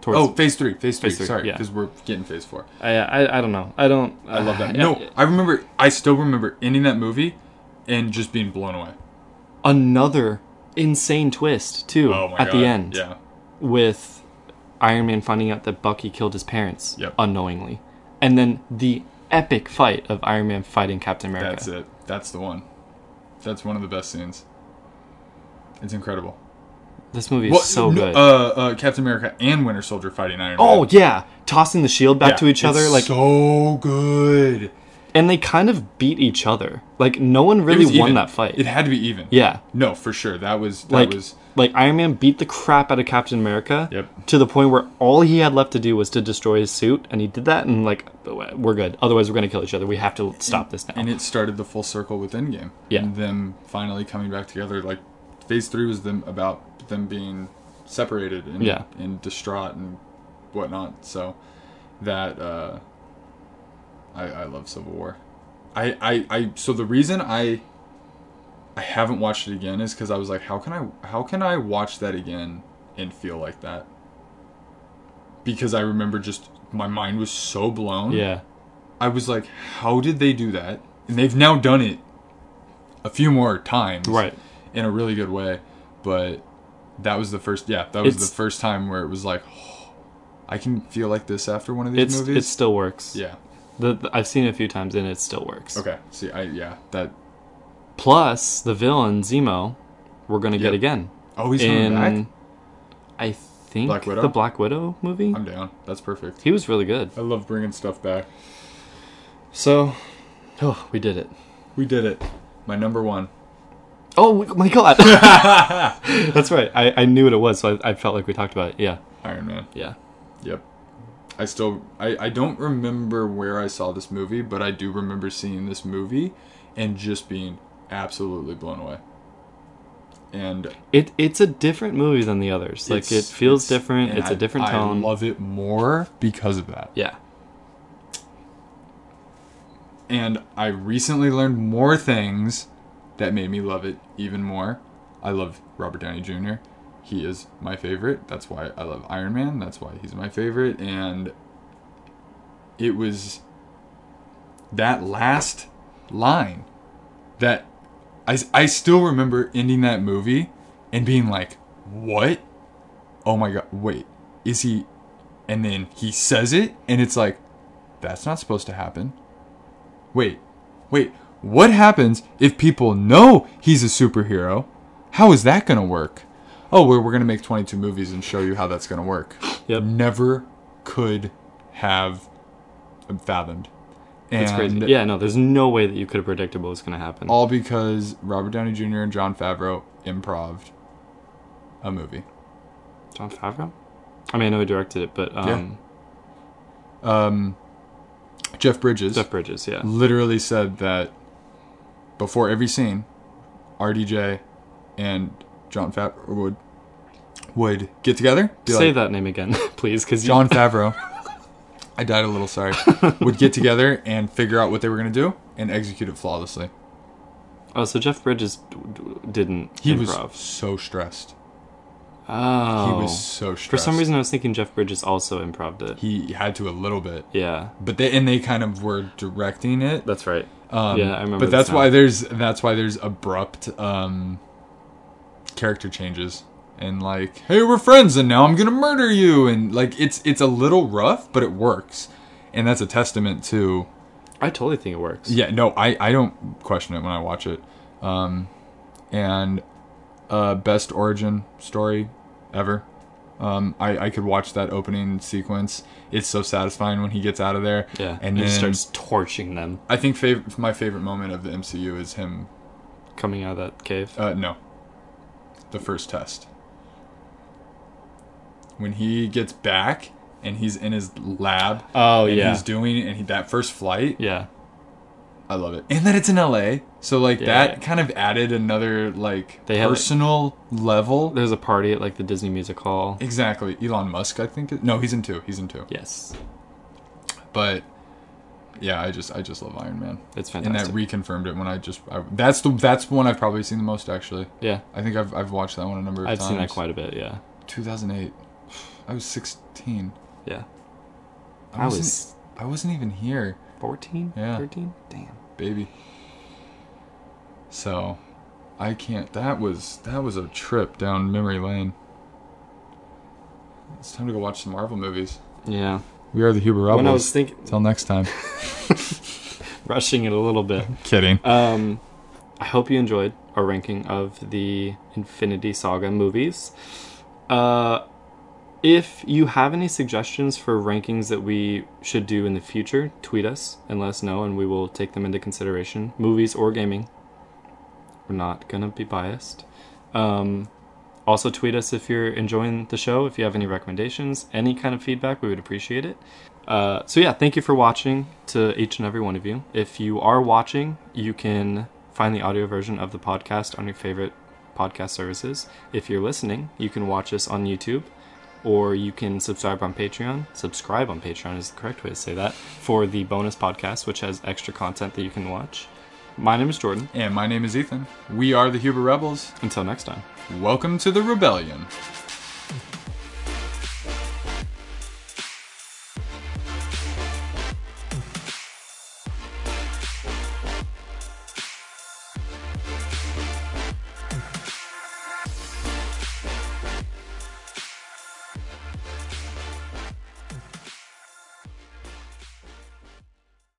S2: Towards,
S1: Oh, phase three. Phase three.
S2: Phase three,
S1: sorry,
S2: yeah.
S1: because we're getting phase four.
S2: I, I I don't know. I don't.
S1: (sighs) I love that. No, I remember. I still remember ending that movie and just being blown away.
S2: another insane twist too
S1: Oh my
S2: at
S1: god.
S2: the end
S1: Yeah.
S2: with Iron Man finding out that Bucky killed his parents
S1: Yep.
S2: unknowingly, and then the epic fight of Iron Man fighting Captain America.
S1: That's it. That's the one. That's one of the best scenes. It's incredible.
S2: This movie is
S1: Well,
S2: so
S1: no,
S2: good.
S1: Uh, uh, Captain America and Winter Soldier fighting Iron Man.
S2: oh yeah, tossing the shield back
S1: Yeah,
S2: to each other
S1: it's
S2: like,
S1: so good.
S2: and they kind of beat each other. Like no one
S1: It
S2: really
S1: was
S2: won
S1: even.
S2: that fight.
S1: It had to be even.
S2: yeah,
S1: No, for sure. That was that
S2: like
S1: was
S2: like Iron Man beat the crap out of Captain America
S1: Yep.
S2: to the point where all he had left to do was to destroy his suit, and he did that. And like we're good. Otherwise, we're gonna kill each other. We have to stop this now.
S1: and it started the full circle with Endgame.
S2: Yeah.
S1: And them finally coming back together. Like phase three was them about them being separated and
S2: Yeah.
S1: and distraught and whatnot. So that uh I, I love Civil War. I, I, I so the reason I I haven't watched it again is because I was like, how can I how can I watch that again and feel like that? Because I remember just my mind was so blown.
S2: yeah,
S1: I was like, how did they do that? And they've now done it a few more times.
S2: right.
S1: In a really good way. But that was the first yeah, that was
S2: It's-
S1: the first time where it was like oh, I can feel like this after one of these
S2: It's
S1: movies.
S2: it still works.
S1: yeah.
S2: The, the- I've seen it a few times and it still works.
S1: Okay. See I yeah, that
S2: Plus, the villain Zemo, we're gonna
S1: Yep.
S2: get again
S1: oh he's coming
S2: in
S1: back.
S2: I think
S1: Black Widow?
S2: the Black Widow movie.
S1: I'm down. That's perfect.
S2: he was really good.
S1: I love bringing stuff back.
S2: So, oh, we did it.
S1: We did it. My number one.
S2: Oh my
S1: (laughs)
S2: god, (laughs) that's right. I, I knew what it was, so I, I felt like we talked about it. Yeah,
S1: Iron Man.
S2: yeah.
S1: Yep. I still I, I don't remember where I saw this movie, but I do remember seeing this movie and just being absolutely blown away. And
S2: It it's a different movie than the others. Like it
S1: it's-
S2: feels
S1: it's-
S2: different.
S1: and
S2: It's a
S1: I-
S2: different tone.
S1: I love it more because of that.
S2: yeah.
S1: And I recently learned more things that made me love it even more. I love Robert Downey Jr. He is my favorite. That's why I love Iron Man. That's why he's my favorite. And it was that last line that I, I still remember ending that movie and being like, what? Oh my God, wait, is he? And then he says it, and it's like, that's not supposed to happen. Wait, wait, what happens if people know he's a superhero? How is that going to work? Oh, we're, we're going to make 22 movies and show you how that's going to work.
S2: Yep.
S1: Never could have fathomed. And
S2: It's crazy. Yeah, no, there's no way that you could have predicted what was going to happen.
S1: all because Robert Downey Jr. and John Favreau improved a movie.
S2: John Favreau? I mean, I know he directed it, but um,
S1: Jeff Bridges
S2: Jeff Bridges, yeah.
S1: literally said that before every scene, RDJ and John Favreau would would get together. be
S2: Say
S1: like,
S2: that name again, (laughs) please, because
S1: John Favreau. I died a
S2: (laughs)
S1: little sorry. would get together and figure out what they were going to do and execute it flawlessly.
S2: Oh, so Jeff Bridges d- d- didn't
S1: He
S2: improv.
S1: was so stressed.
S2: oh,
S1: He was so stressed.
S2: for some reason, I was thinking Jeff Bridges also improved it.
S1: he had to a little bit.
S2: yeah,
S1: But they and they kind of were directing it.
S2: that's right.
S1: Um,
S2: yeah, I remember. this
S1: But that's
S2: now.
S1: why there's that's why there's abrupt um, character changes and like, hey, we're friends, and now I'm gonna murder you, and like it's it's a little rough, but it works, and that's a testament to
S2: I totally think it works.
S1: yeah, no, I I don't question it when I watch it, um, and uh, best origin story ever. Um, I, I could watch that opening sequence. It's so satisfying when he gets out of there.
S2: yeah.
S1: and
S2: he
S1: then
S2: just starts torching them
S1: I think fav- my favorite moment of the MCU is him
S2: coming out of that cave.
S1: Uh, no. The first test. When he gets back and he's in his lab
S2: oh
S1: and
S2: yeah,
S1: he's doing and he that first flight,
S2: yeah.
S1: I love it. And that it's in LA, so like
S2: Yeah.
S1: that kind of added another like
S2: They have, like-
S1: personal level.
S2: There's a party at like the Disney Music Hall.
S1: Exactly. Elon Musk, I think. It, no, he's in two. He's in two.
S2: Yes,
S1: But yeah, I just I just love Iron Man.
S2: it's
S1: And that
S2: fantastic.
S1: reconfirmed it when I just I, that's the that's one I've probably seen the most actually.
S2: yeah,
S1: I think I've I've watched that one a number of
S2: I've
S1: times.
S2: seen that quite a bit. Yeah,
S1: 2008. (sighs) I was 16.
S2: yeah.
S1: I,
S2: I
S1: wasn't,
S2: was
S1: I wasn't even here,
S2: 14,
S1: Yeah.
S2: 13? Damn.
S1: baby. So, I can't. That was that was a trip down memory lane. It's time to go watch some Marvel movies.
S2: Yeah.
S1: We are the Huber Rebels.
S2: When I was thinking,
S1: Till
S2: (laughs)
S1: next time.
S2: rushing it a little bit.
S1: Kidding.
S2: Um, I hope you enjoyed our ranking of the Infinity Saga movies. Uh, if you have any suggestions for rankings that we should do in the future, tweet us and let us know, and we will take them into consideration. Movies or gaming. We're not going to be biased. Um, also, tweet us if you're enjoying the show, if you have any recommendations, any kind of feedback, we would appreciate it. Uh, so yeah, thank you for watching to each and every one of you. If you are watching, you can find the audio version of the podcast on your favorite podcast services. If you're listening, you can watch us on YouTube or you can subscribe on Patreon. Subscribe on Patreon is the correct way to say that for the bonus podcast, which has extra content that you can watch. My name is Jordan.
S1: And my name is Ethan. We are the Huber Rebels.
S2: Until next time.
S1: Welcome to the rebellion.